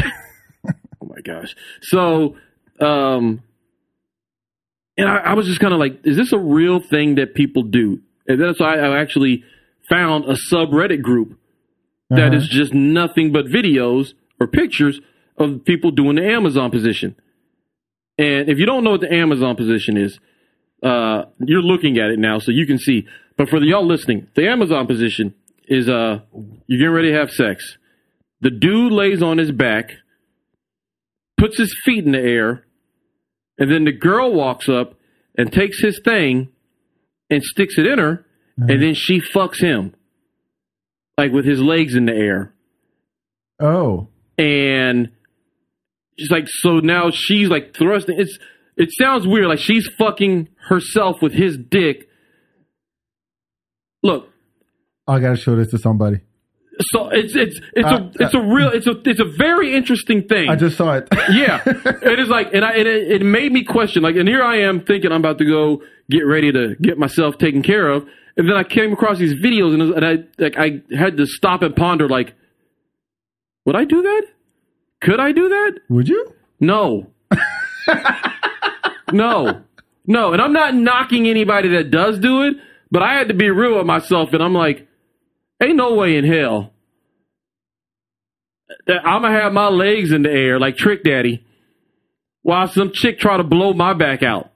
Speaker 4: oh my gosh. So, um, and I, I was just kind of like, is this a real thing that people do? And then so I, I actually found a subreddit group that is just nothing but videos or pictures of people doing the Amazon position. And if you don't know what the Amazon position is, uh, you're looking at it now, so you can see. But for the y'all listening, the Amazon position is uh, you're getting ready to have sex. The dude lays on his back, puts his feet in the air, and then the girl walks up and takes his thing and sticks it in her,
Speaker 3: Mm-hmm.
Speaker 4: and then she fucks him, like with his legs in the air
Speaker 3: Oh.
Speaker 4: and she's like so now she's like thrusting it's it sounds weird like she's fucking herself with his dick look
Speaker 3: I got to show this to somebody.
Speaker 4: so it's it's it's
Speaker 3: Uh,
Speaker 4: a it's a real it's a it's a very interesting thing
Speaker 3: I just saw it.
Speaker 4: yeah it is like and i and it, it made me question like and here i am thinking i'm about to go get ready to get myself taken care of and then i came across these videos and, and i like i had to stop and ponder like would i do that could i do that
Speaker 3: Would you?
Speaker 4: No. no. No. And I'm not knocking anybody that does do it, but I had to be real with myself and I'm like, ain't no way in hell that I'm going to have my legs in the air like Trick Daddy while some chick try to blow my back out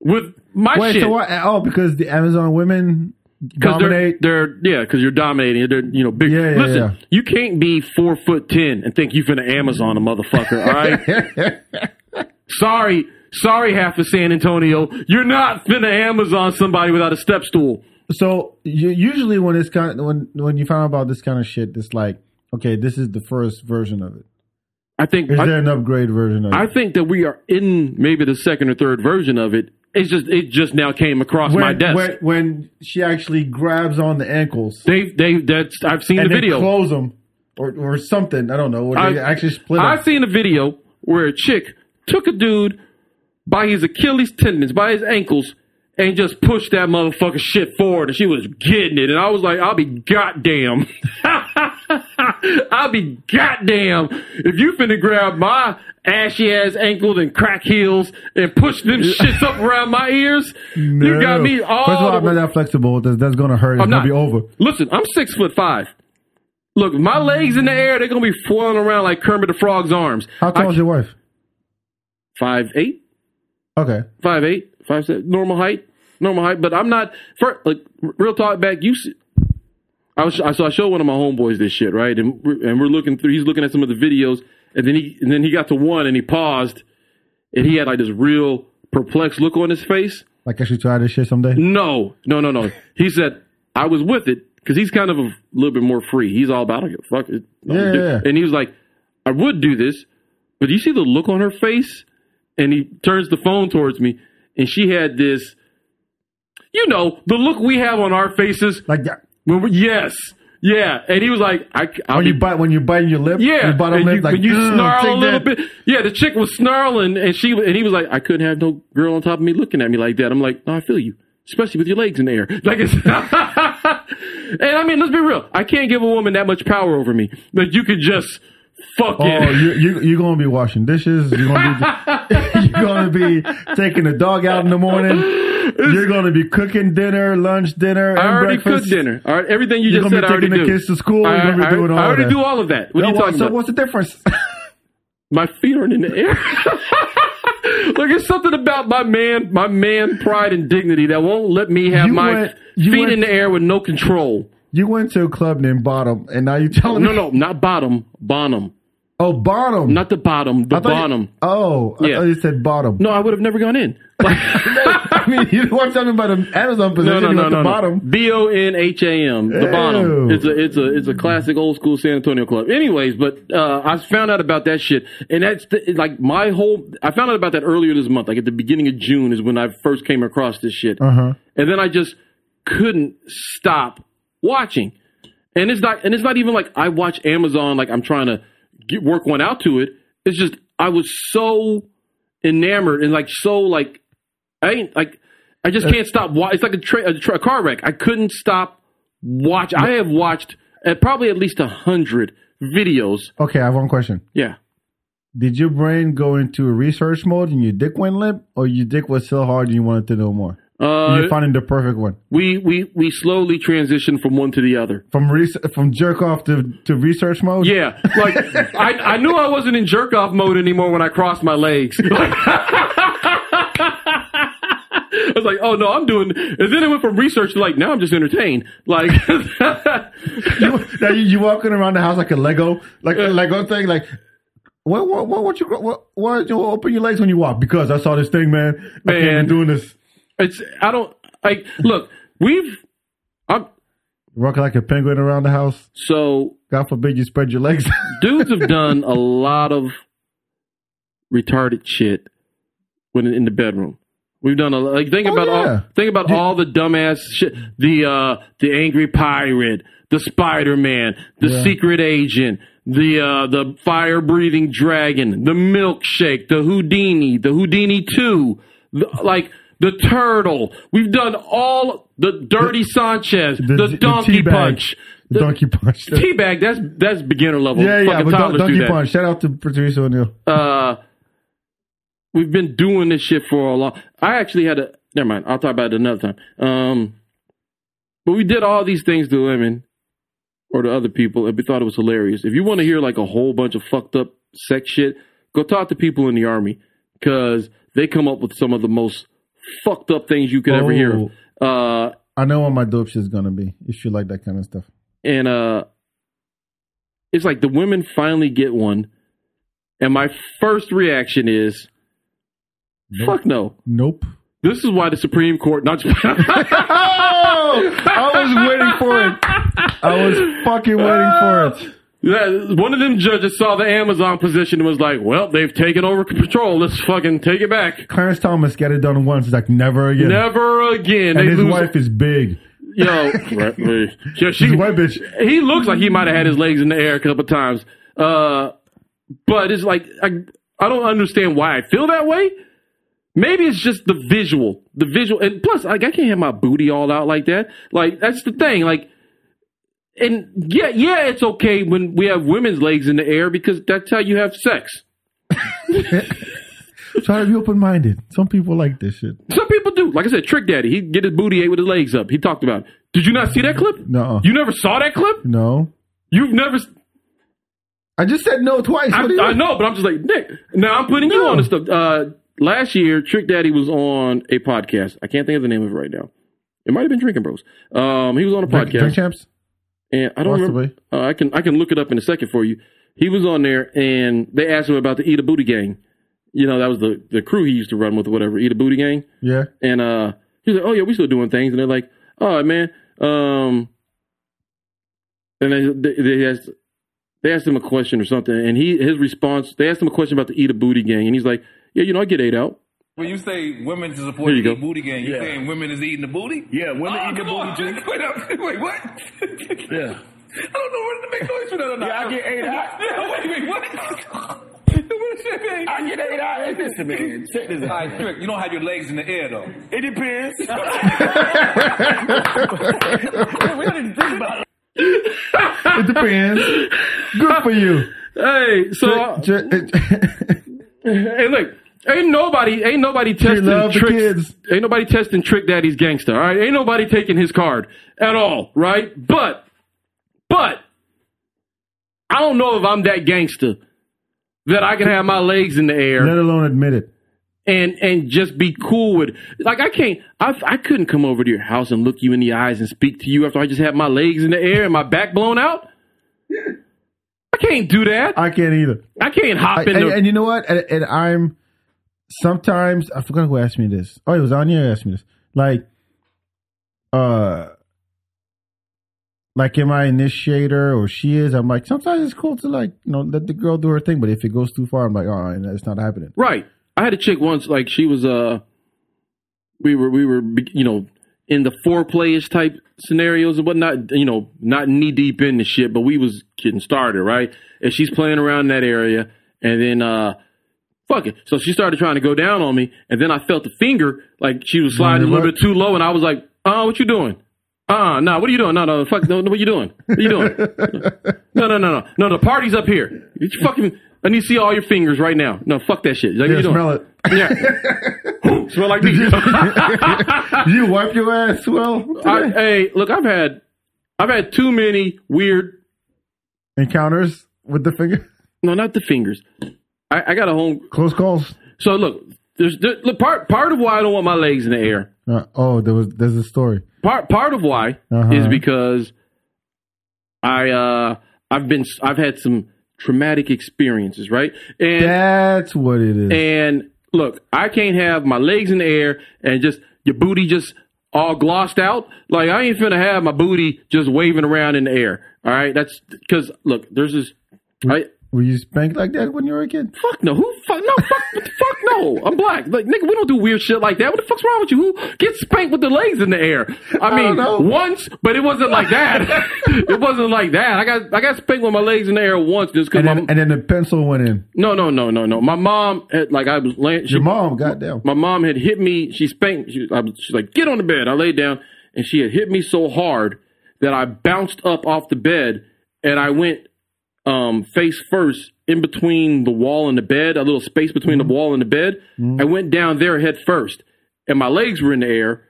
Speaker 4: with my
Speaker 3: Wait,
Speaker 4: shit.
Speaker 3: so what? Oh, because the Amazon women
Speaker 4: Because they're,
Speaker 3: dominate.
Speaker 4: they're yeah, because you're dominating. They're you know big.
Speaker 3: Yeah, yeah,
Speaker 4: Listen,
Speaker 3: yeah.
Speaker 4: you can't be four foot ten and think you finna Amazon a motherfucker. All right. sorry, sorry, half of San Antonio, you're not finna Amazon somebody without a step stool.
Speaker 3: So you, usually when it's kind when when you find out about this kind of shit, it's like, okay, this is the first version of it.
Speaker 4: I think
Speaker 3: Is
Speaker 4: I,
Speaker 3: there an upgrade version of
Speaker 4: I
Speaker 3: it?
Speaker 4: think that we are in maybe the second or third version of it. It's just it just now came across
Speaker 3: When,
Speaker 4: my desk.
Speaker 3: when when she actually grabs on the ankles
Speaker 4: they they that's I've seen
Speaker 3: and
Speaker 4: the
Speaker 3: then
Speaker 4: video.
Speaker 3: close them or or something. I don't know. Or they
Speaker 4: I-
Speaker 3: actually split them.
Speaker 4: I've seen a video where a chick took a dude by his Achilles tendons, by his ankles, and just pushed that motherfucker shit forward, and she was getting it. And I was like, I'll be goddamn. I'll be goddamn if you finna grab my ashy ass ankles and crack heels and push them shits up around my ears. You got me all.
Speaker 3: First of all,
Speaker 4: the
Speaker 3: I'm
Speaker 4: way-
Speaker 3: not that flexible. That's, that's gonna hurt. It's
Speaker 4: I'm
Speaker 3: gonna
Speaker 4: not.
Speaker 3: be over.
Speaker 4: Listen, I'm six foot five. Look, my legs in the air, they're gonna be flailing around like Kermit the Frog's arms.
Speaker 3: How tall
Speaker 4: I-
Speaker 3: is your wife?
Speaker 4: five eight,
Speaker 3: Okay.
Speaker 4: five eight, five seven, normal height, normal height. But I'm not for like r- real talk back. You, s- I was I, so I showed one of my homeboys this shit right, and we're, and we're looking through. He's looking at some of the videos, and then he and then he got to one and he paused, and he had like this real perplexed look on his face,
Speaker 3: Like I should try this shit someday.
Speaker 4: No, no, no, no. He said I was with it because he's kind of a little bit more free. He's all about it. Fuck it. I'm
Speaker 3: Yeah,
Speaker 4: do-
Speaker 3: yeah, yeah.
Speaker 4: And he was like, I would do this, but you see the look on her face, and he turns the phone towards me, and she had this, you know, the look we have on our faces.
Speaker 3: Like that.
Speaker 4: When we, yes, yeah. And he was like, I, I'll
Speaker 3: When
Speaker 4: be
Speaker 3: you bite, when you bite your lip,
Speaker 4: yeah,
Speaker 3: your bottom
Speaker 4: and
Speaker 3: lip,
Speaker 4: you,
Speaker 3: like
Speaker 4: when you
Speaker 3: "Ugh, take
Speaker 4: snarl a little
Speaker 3: that."
Speaker 4: bit. Yeah, the chick was snarling, and she and he was like, I couldn't have no girl on top of me looking at me like that. I'm like, no, I feel you, especially with your legs in the air. Like, it's and I mean, let's be real, I can't give a woman that much power over me. Like, you could just fuck
Speaker 3: Oh,
Speaker 4: it.
Speaker 3: you, you, you're gonna be washing dishes. You're gonna be you're gonna be taking the dog out in the morning. You're gonna be cooking dinner, lunch, dinner, and
Speaker 4: I already
Speaker 3: breakfast.
Speaker 4: cooked dinner. All right, everything you
Speaker 3: You're
Speaker 4: just
Speaker 3: gonna be
Speaker 4: said, I already
Speaker 3: taking
Speaker 4: do.
Speaker 3: the kids to school.
Speaker 4: I,
Speaker 3: You're gonna be
Speaker 4: I-
Speaker 3: doing all
Speaker 4: I already
Speaker 3: that.
Speaker 4: do all of that. What
Speaker 3: Now
Speaker 4: are you
Speaker 3: what-
Speaker 4: talking
Speaker 3: so
Speaker 4: about?
Speaker 3: what's the difference?
Speaker 4: my feet aren't in the air. Look, it's something about my man, my man pride and dignity that won't let me have
Speaker 3: You
Speaker 4: my
Speaker 3: went- you
Speaker 4: feet
Speaker 3: went-
Speaker 4: in the air with no control.
Speaker 3: you went to a club named Bottom, and now you're telling
Speaker 4: No,
Speaker 3: me,
Speaker 4: no, not bottom, bottom,
Speaker 3: oh, Bottom,
Speaker 4: not the bottom, the
Speaker 3: I thought you-
Speaker 4: bottom.
Speaker 3: oh, I
Speaker 4: Yeah.
Speaker 3: thought you said Bottom.
Speaker 4: no, I would have never gone in.
Speaker 3: I mean, you weren't talking about an Amazon
Speaker 4: no,
Speaker 3: position.
Speaker 4: no,
Speaker 3: you
Speaker 4: no,
Speaker 3: went to
Speaker 4: no, no.
Speaker 3: Bottom.
Speaker 4: B o n h a m, the bottom.
Speaker 3: Ew.
Speaker 4: It's a, it's a, it's a classic old school San Antonio club. Anyways, but uh, I found out about that shit, and that's the, like my whole. I found out about that earlier this month, like at the beginning of June, is when I first came across this shit.
Speaker 3: Uh huh.
Speaker 4: and then I just couldn't stop watching. And it's not and it's not even like I watch Amazon like I'm trying to get, work one out to it. It's just I was so enamored and like so like I ain't like I just can't stop. Wa- it's like a, tra- a, tra- a car wreck. I couldn't stop watch. I have watched at probably at least a hundred videos.
Speaker 3: Okay, I have one question.
Speaker 4: Yeah.
Speaker 3: Did your brain go into research mode and your dick went limp, or your dick was so hard and you wanted to know more?
Speaker 4: Uh,
Speaker 3: You're finding the perfect one
Speaker 4: we we we slowly transitioned from one to the other.
Speaker 3: from res- from jerk off to, to research mode.
Speaker 4: Yeah, like I, I knew I wasn't in jerk off mode anymore when I crossed my legs. I was like, oh no, I'm doing. And then it went from research to like now I'm just entertained. Like,
Speaker 3: you, now you, you walking around the house like a Lego, like a Lego thing. Like, what, what, what, what you, what, why don't you open your legs when you walk? Because I saw this thing, man. I
Speaker 4: Man.
Speaker 3: can't be doing this.
Speaker 4: it's I don't like. Look, we've I'm
Speaker 3: Walking like a penguin around the house.
Speaker 4: so
Speaker 3: God forbid you spread your legs.
Speaker 4: dudes have done a lot of retarded shit when in the bedroom. We've done a lot. Like think
Speaker 3: Oh,
Speaker 4: about
Speaker 3: yeah.
Speaker 4: all think about all the dumbass shit. The uh, the angry pirate, the Spider Man, the secret agent, the uh, the fire breathing dragon, the milkshake, the Houdini, the Houdini two, the, like. The turtle. We've done all the dirty Sanchez, the, donkey
Speaker 3: teabag.
Speaker 4: punch,
Speaker 3: The donkey punch.
Speaker 4: teabag. That's that's beginner level.
Speaker 3: yeah, yeah,
Speaker 4: Fucking
Speaker 3: but don-
Speaker 4: toddlers do
Speaker 3: donkey
Speaker 4: that
Speaker 3: punch. Shout out to producer O'Neill.
Speaker 4: uh, we've been doing this shit for a long. I actually had a. Never mind. I'll talk about it another time. Um, but we did all these things to women or to other people, and we thought it was hilarious. If you want to hear like a whole bunch of fucked up sex shit, go talk to people in the army because they come up with some of the most fucked up things you could ever hear.
Speaker 3: Oh.
Speaker 4: Uh,
Speaker 3: I know what my dope shit's gonna be. If you like that kind of stuff.
Speaker 4: and uh it's like the women finally get one and my first reaction is fuck no
Speaker 3: Nope.
Speaker 4: this is why the supreme court not
Speaker 3: I was waiting for it. I was fucking waiting for it.
Speaker 4: Yeah, one of them judges saw the amazon position and was like well they've taken over control let's fucking take it back
Speaker 3: Clarence Thomas got it done once. He's like, never again.
Speaker 4: never again
Speaker 3: and
Speaker 4: they
Speaker 3: his
Speaker 4: lose
Speaker 3: wife is big.
Speaker 4: yo right, right. Yeah, she,
Speaker 3: She's a white bitch.
Speaker 4: he looks like he might have had his legs in the air a couple times. Uh, but it's like I I don't understand why I feel that way. Maybe it's just the visual, the visual, and plus like I can't have my booty all out like that. Like that's the thing. Like, and yeah, yeah, it's okay when we have women's legs in the air because that's how you have sex.
Speaker 3: Try to be open minded. Some people like this shit.
Speaker 4: Some people do. Like I said, Trick Daddy, he get his booty ate with his legs up. He talked about. It. Did you not see that clip?
Speaker 3: No.
Speaker 4: You never saw that clip.
Speaker 3: No.
Speaker 4: You've never. s-
Speaker 3: I just said no twice.
Speaker 4: I,
Speaker 3: What do you-
Speaker 4: I know, but I'm just like Nick. Now I'm putting you
Speaker 3: No.
Speaker 4: on this stuff. Uh, last year, Trick Daddy was on a podcast. I can't think of the name of it right now. It might have been Drinking Bros. Um, he was on a
Speaker 3: Drink, drink
Speaker 4: podcast,
Speaker 3: champs?
Speaker 4: and I don't remember.
Speaker 3: Possibly.
Speaker 4: Uh, I can I can look it up in a second for you. He was on there, and they asked him about the Eat a Booty Gang. you know, that was the, the crew he used to run with, or whatever, Eat a Booty Gang.
Speaker 3: Yeah.
Speaker 4: And uh, he's like, "Oh yeah, we still doing things." And they're like, "All right, man." Um, and they, they, they asked they asked him a question or something, and he his response they asked him a question about the eat a booty gang, and he's like, "Yeah, you know, I get ate out."
Speaker 6: When you say women to support
Speaker 4: There you
Speaker 6: the
Speaker 4: go.
Speaker 6: booty gang, you're
Speaker 7: Yeah.
Speaker 6: saying women is eating the booty?
Speaker 7: Yeah, women
Speaker 6: oh,
Speaker 7: eat the
Speaker 6: come
Speaker 7: booty,
Speaker 6: on.
Speaker 7: Jake.
Speaker 6: Wait, up. wait, what? I
Speaker 7: Yeah.
Speaker 6: don't know whether to make noise for that or not.
Speaker 7: Yeah, I get ate out.
Speaker 6: Yeah, wait, wait, what? What is that, man?
Speaker 7: I get ate out. Hey, Listen, man. Check this
Speaker 6: All
Speaker 7: out.
Speaker 6: right, Trick, you don't have your legs in the air, though.
Speaker 7: It depends. we didn't think about it.
Speaker 5: It depends. Good for you.
Speaker 4: Hey, so
Speaker 5: Ju- it-
Speaker 4: hey, look. Ain't nobody, ain't nobody testing
Speaker 5: love the
Speaker 4: trick.
Speaker 5: kids.
Speaker 4: Ain't nobody testing Trick Daddy's gangster. All right, ain't nobody taking his card at all. Right, but, but, I don't know if I'm that gangster that I can have my legs in the air.
Speaker 5: Let alone admit it.
Speaker 4: and and just be cool with like I can't I I couldn't come over to your house and look you in the eyes and speak to you after I just had my legs in the air and my back blown out. I can't do that. I,
Speaker 5: I can't either.
Speaker 4: can't hop
Speaker 5: I-
Speaker 4: in
Speaker 5: and,
Speaker 4: the.
Speaker 5: and you know what? And, and I'm sometimes I forgot who asked me this. Oh, it was Anya who asked me this. Like, uh, like am I initiator or she is? I'm like sometimes it's cool to like you know let the girl do her thing, but if it goes too far, I'm like oh, it's not happening.
Speaker 4: Right. I had a chick once, like she was uh we were we were you know in the foreplayish type scenarios and whatnot, you know, not knee deep in the shit, but we was getting started, right? And she's playing around in that area and then uh fuck it. So she started trying to go down on me and then I felt the finger like she was sliding a little bit too low and I was like, uh, what you doing? Uh, nah, what are you doing? No, no, fuck, no, no, what you doing? What you doing? No, no, no, no, no, the party's up here. You fucking, I need to see all your fingers right now. No, fuck that shit. Like, what
Speaker 5: Yeah,
Speaker 4: you doing?
Speaker 5: smell it.
Speaker 4: Yeah. Smell like me.
Speaker 5: You wipe your ass well
Speaker 4: Ah! I, hey, look, I've had I've had too many weird
Speaker 5: encounters with the finger
Speaker 4: no, not the fingers. I, I got a home
Speaker 5: close calls.
Speaker 4: so look, there's there, look part part of why I don't want my legs in the air.
Speaker 5: Uh, oh, there was there's a story.
Speaker 4: Part part of why
Speaker 5: Uh-huh.
Speaker 4: is because I uh I've been I've had some traumatic experiences, right? And
Speaker 5: That's what it is.
Speaker 4: And look, I can't have my legs in the air and just your booty just all glossed out. Like I ain't finna have my booty just waving around in the air. All right, that's because look, there's this. I
Speaker 5: Were you spanked like that when you were a kid?
Speaker 4: fuck no, who fuck no, fuck what the fuck no. I'm black, like nigga, we don't do weird shit like that. What the fuck's wrong with you? Who gets spanked with the legs in the air? I mean,
Speaker 5: know.
Speaker 4: once, but it wasn't like that. it wasn't like that. I got I got spanked with my legs in the air once just
Speaker 5: And
Speaker 4: because my
Speaker 5: then, and then the pencil went in.
Speaker 4: no no no no no. My mom had, like I was laying. she-
Speaker 5: Your mom, goddamn.
Speaker 4: my mom had hit me. She spanked. She, I, was- she's like, "Get on the bed." I laid down, and she had hit me so hard that I bounced up off the bed, and I went um, face first in between the wall and the bed, a little space between the wall and the bed. I went down there head first, and my legs were in the air.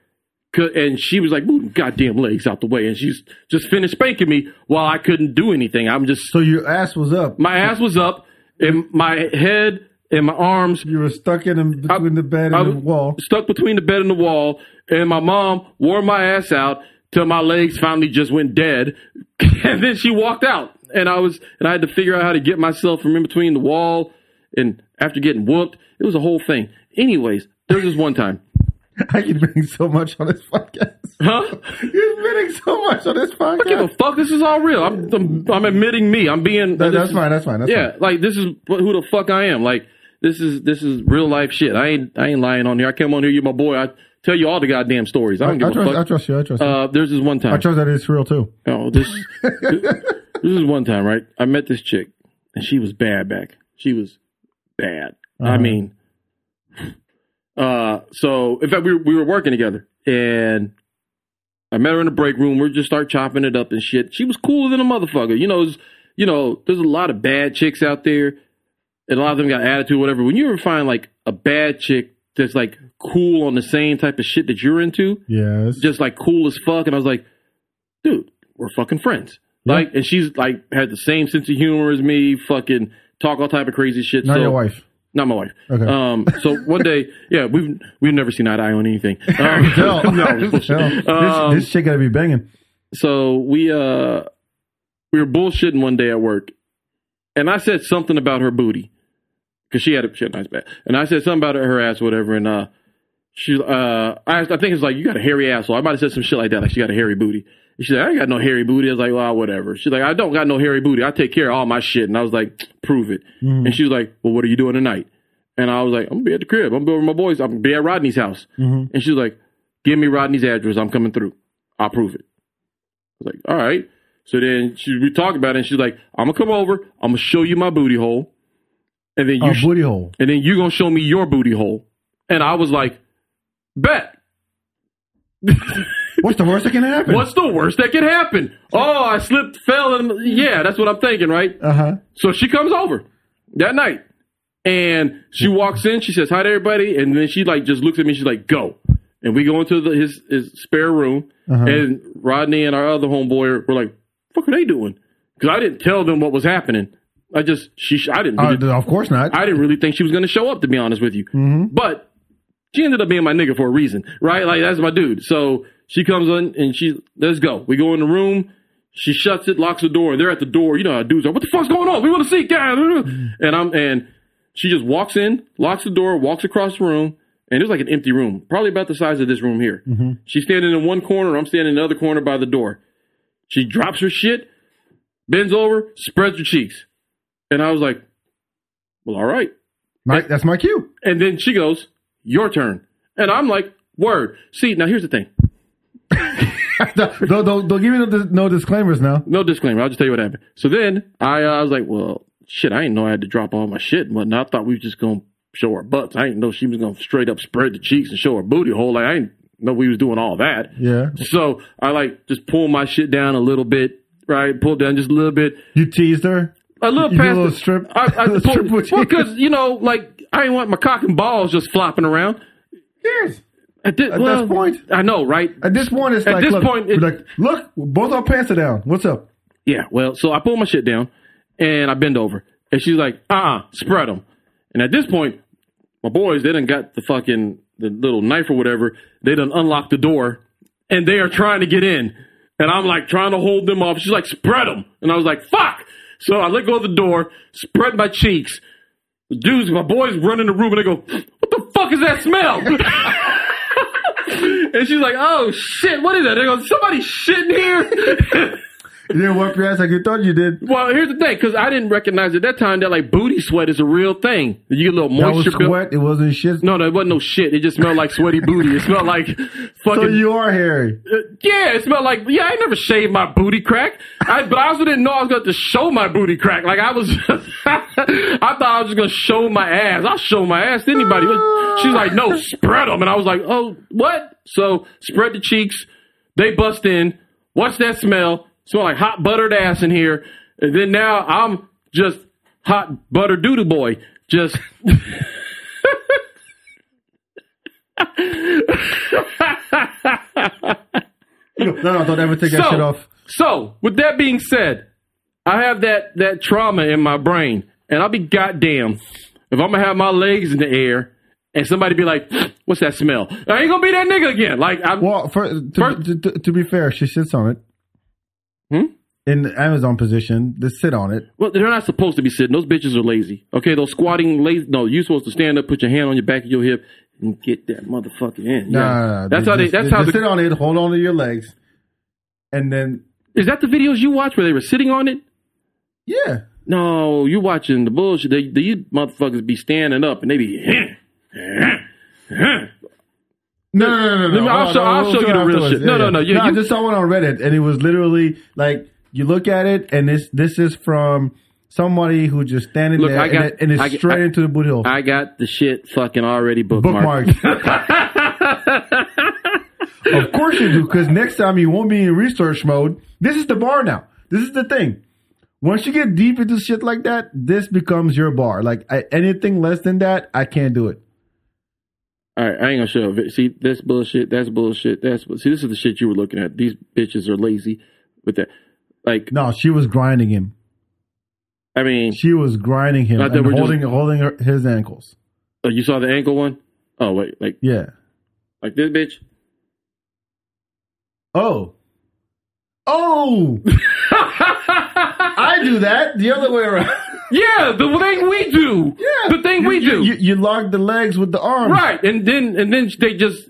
Speaker 4: 'Cause- And she was like, "Move your goddamn legs out the way," and she's just finished spanking me while I couldn't do anything. I'm just
Speaker 5: So your ass was up.
Speaker 4: my ass was up, and my head and my arms
Speaker 5: You were stuck in the, between the bed and
Speaker 4: I
Speaker 5: the
Speaker 4: was
Speaker 5: wall.
Speaker 4: Stuck between the bed and the wall, and my mom wore my ass out till my legs finally just went dead, and then she walked out. And I was, and I had to figure out how to get myself from in between the wall. And after getting whooped, it was a whole thing. Anyways, there's this one time,
Speaker 5: I can bring so much on this podcast.
Speaker 4: huh?
Speaker 5: You're admitting so much on this
Speaker 4: Give a
Speaker 5: podcast.
Speaker 4: fuck. This is all real. I'm, I'm, I'm admitting me. I'm being.
Speaker 5: That-
Speaker 4: this
Speaker 5: that's
Speaker 4: is-
Speaker 5: fine. That's fine. That's
Speaker 4: yeah, like this is wh- who the fuck I am. Like this is this is real life shit. I ain't I ain't lying on here. I came on here. You're my boy. I tell you all the goddamn stories. I don't
Speaker 5: fine. I,
Speaker 4: give a
Speaker 5: trust, I
Speaker 4: fuck.
Speaker 5: trust you. I trust you.
Speaker 4: uh, there's this one time.
Speaker 5: I trust that it's real too.
Speaker 4: Oh, this this is one time, right? I met this chick, and she was bad back. She was bad. I mean, uh, so in fact, we were, we were working together, and I met her in the break room. We just start chopping it up and shit. She was cooler than a motherfucker. You know, it's- you know, there's a lot of bad chicks out there, and a lot of them got attitude, whatever. When you ever find like a bad chick that's like cool on the same type of shit that you're into,
Speaker 5: Yes.
Speaker 4: just like cool as fuck. And I was like, dude, we're fucking friends. Like, and she's like had the same sense of humor as me. Fucking talk all type of crazy shit.
Speaker 5: Not
Speaker 4: so,
Speaker 5: your wife.
Speaker 4: Not my wife.
Speaker 5: Okay.
Speaker 4: Um. So one day, yeah, we've we've never seen eye to eye on anything. Um,
Speaker 5: No.
Speaker 4: no, bullshit.
Speaker 5: This,
Speaker 4: Um,
Speaker 5: this shit gotta be banging.
Speaker 4: so we uh we were bullshitting one day at work, and I said something about her booty, because she had a, she had a nice back. And I said something about her ass, or whatever. And uh, she uh, I, I think it's like you got a hairy asshole. I might have said some shit like that, like she got a hairy booty. And she's like, I ain't got no hairy booty. I was like, well, whatever. She's like, I don't got no hairy booty. I take care of all my shit. And I was like, prove it. And she was like, well, what are you doing tonight? And I was like, I'm gonna be at the crib. I'm gonna be over my boys. I'm gonna be at Rodney's house. And she was like, give me Rodney's address. I'm coming through. I'll prove it. I was like, all right. So then she we talked about it, and she's like, I'm gonna come over. I'm gonna show you my booty hole, and then you
Speaker 3: Oh,
Speaker 4: sh-
Speaker 3: booty hole.
Speaker 4: and then you gonna show me your booty hole. And I was like, bet.
Speaker 3: What's the worst that can happen?
Speaker 4: What's the worst that could happen? Oh, I slipped, fell, and yeah, that's what I'm thinking, right?
Speaker 3: Uh
Speaker 5: Uh-huh.
Speaker 3: huh.
Speaker 4: So she comes over that night, and she walks in. She says hi to everybody, and then she like just looks at me. She's like, "Go," and we go into the, his his spare room, and Rodney and our other homeboy were like, "Fuck, are they doing?" Because I didn't tell them what was happening. I just she I didn't
Speaker 3: Uh,
Speaker 4: really
Speaker 3: th- of course not.
Speaker 4: I didn't really think she was going to show up, to be honest with you. But she ended up being my nigga for a reason, right? Like that's my dude. So she comes in and she let's go. We go in the room. She shuts it, locks the door. They're at the door. You know how dudes are. What the fuck's going on? We want to see guys. And I'm and she just walks in, locks the door, walks across the room. And it was like an empty room, probably about the size of this room here. She's standing in one corner. I'm standing in the other corner by the door. She drops her shit, bends over, spreads her cheeks. And I was like, well, all right.
Speaker 3: My, that's my cue.
Speaker 4: And then she goes, Your turn. And I'm like, Word. See, now here's the thing.
Speaker 3: Don't, don't, don't give me no, dis- no disclaimers now.
Speaker 4: No disclaimer. I'll just tell you what happened. So then I, uh, I was like, Well, shit, I didn't know I had to drop all my shit and whatnot. I thought we was just going to show our butts. I didn't know she was going to straight up spread the cheeks and show her booty hole. Like, I didn't know we was doing all that.
Speaker 3: Yeah.
Speaker 4: So I like just pull my shit down a little bit, right? Pull down just a little bit.
Speaker 3: You teased her.
Speaker 4: a little
Speaker 3: You do a
Speaker 4: past
Speaker 3: little
Speaker 4: the-
Speaker 3: strip-
Speaker 4: I, I
Speaker 3: little
Speaker 4: pull-
Speaker 3: strip with
Speaker 4: well,
Speaker 3: you.
Speaker 4: because you know, like I ain't want my cock and balls just flopping around.
Speaker 3: Yes.
Speaker 4: I did,
Speaker 3: At
Speaker 4: well,
Speaker 3: this point?
Speaker 4: I know, right?
Speaker 3: At this point, it's
Speaker 4: At
Speaker 3: like,
Speaker 4: this
Speaker 3: look,
Speaker 4: point, it-
Speaker 3: like, look, both our pants are down. What's up?
Speaker 4: Yeah. Well, so I pull my shit down and I bend over, and she's like, "Uh, uh spread them." And at this point, my boys they done got the fucking the little knife or whatever. They done unlocked the door, and they are trying to get in. And I'm like trying to hold them off. She's like, "Spread them," and I was like, "Fuck!" So I let go of the door, spread my cheeks. The dudes, my boys run in the room and they go, "What the fuck is that smell?" and she's like, "Oh shit, what is that?" They go, "Somebody shitting here."
Speaker 3: You didn't wipe your ass like you thought you did.
Speaker 4: Well, here's the thing, because I didn't recognize at that time that like booty sweat is a real thing. You get a little
Speaker 3: That was
Speaker 4: moisture. built-
Speaker 3: sweat. It wasn't shit.
Speaker 4: No, no, it wasn't no shit. It just smelled like sweaty booty. It smelled like
Speaker 3: so
Speaker 4: fucking.
Speaker 3: you are hairy.
Speaker 4: yeah, it smelled like. Yeah, I never shaved my booty crack. I, but I also didn't know I was going to show my booty crack. Like I was, I thought I was just going to show my ass. I'll show my ass to anybody. But she's like, no, spread them, and I was like, oh, what? So spread the cheeks. They bust in. What's that smell? Smell like hot buttered ass in here. And then now I'm just hot butter doodle boy. Just.
Speaker 3: No, no, don't ever take that
Speaker 4: So-
Speaker 3: shit off.
Speaker 4: So, with that being said, I have that that trauma in my brain, and I'll be goddamn if I'm gonna have my legs in the air and somebody be like, "What's that smell?" I ain't gonna be that nigga again. Like, I'm,
Speaker 3: Well, for, to,
Speaker 4: First-
Speaker 3: to, to, to be fair, she sits on it.
Speaker 4: Hmm?
Speaker 3: In the Amazon position, to sit on it.
Speaker 4: well, they're not supposed to be sitting. Those bitches are lazy. Okay, those squatting lazy. No, you're supposed to stand up, put your hand on your back of your hip, and get that motherfucker in.
Speaker 3: Nah,
Speaker 4: Yeah.
Speaker 3: nah, nah.
Speaker 4: that's how they.
Speaker 3: just-
Speaker 4: That's how
Speaker 3: just sit
Speaker 4: the.
Speaker 3: on it. Hold on to your legs, and then
Speaker 4: Is that the videos you watch where they were sitting on it?
Speaker 3: yeah,
Speaker 4: No, you watching the bullshit. They, they, you motherfuckers be standing up and they be.
Speaker 3: No, no, no, no.
Speaker 4: Let
Speaker 3: no.
Speaker 4: me- I'll
Speaker 3: Oh,
Speaker 4: show-
Speaker 3: no,
Speaker 4: I'll
Speaker 3: we'll
Speaker 4: show
Speaker 3: do
Speaker 4: you
Speaker 3: it
Speaker 4: the real
Speaker 3: afterwards.
Speaker 4: shit. No, no, no, you-
Speaker 3: I
Speaker 4: you-
Speaker 3: just saw one on Reddit, and it was literally like you look at it, and this this is from somebody who just standing
Speaker 4: Look,
Speaker 3: there,
Speaker 4: I
Speaker 3: and,
Speaker 4: got-
Speaker 3: it, and it's
Speaker 4: I-
Speaker 3: straight
Speaker 4: I-
Speaker 3: into the booty hole.
Speaker 4: I got the shit fucking already
Speaker 3: Bookmark.
Speaker 4: bookmarked.
Speaker 3: of course you do, because next time you won't be in research mode. This is the bar now. This is the thing. Once you get deep into shit like that, this becomes your bar. Like I, anything less than that, I can't do it.
Speaker 4: All right, I ain't gonna show it. See, that's bullshit. That's bullshit. That's bu- see, this is the shit you were looking at. These bitches are lazy with that. Like,
Speaker 3: No, she was grinding him.
Speaker 4: I mean,
Speaker 3: She was grinding him
Speaker 4: Not that
Speaker 3: and
Speaker 4: we're just-
Speaker 3: holding holding her, his ankles.
Speaker 4: oh, you saw the ankle one? Oh wait, like
Speaker 3: Yeah.
Speaker 4: like this bitch.
Speaker 3: Oh. Oh! I do that the other way around.
Speaker 4: Yeah, the thing we do.
Speaker 3: Yeah.
Speaker 4: The thing
Speaker 3: You-
Speaker 4: we
Speaker 3: you-
Speaker 4: do.
Speaker 3: You, you log the legs with the arms.
Speaker 4: Right. And then and then they just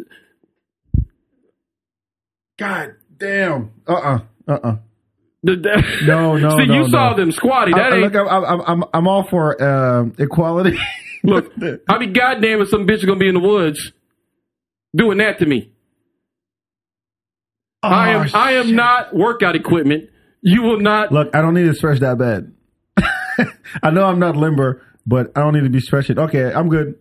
Speaker 3: God damn. Uh uh-uh, uh. Uh uh.
Speaker 4: the, the-
Speaker 3: No, no,
Speaker 4: See,
Speaker 3: no,
Speaker 4: you
Speaker 3: no.
Speaker 4: saw them squatty. That ain't
Speaker 3: Look, I'm, I'm, I'm, I'm all for um equality.
Speaker 4: Look, I be goddamn if some bitch is gonna be in the woods doing that to me.
Speaker 3: Oh,
Speaker 4: I am I am not workout equipment. You will not
Speaker 3: Look, I don't need to stretch that bad. I know I'm not limber, but I don't need to be stretching. Okay, I'm good.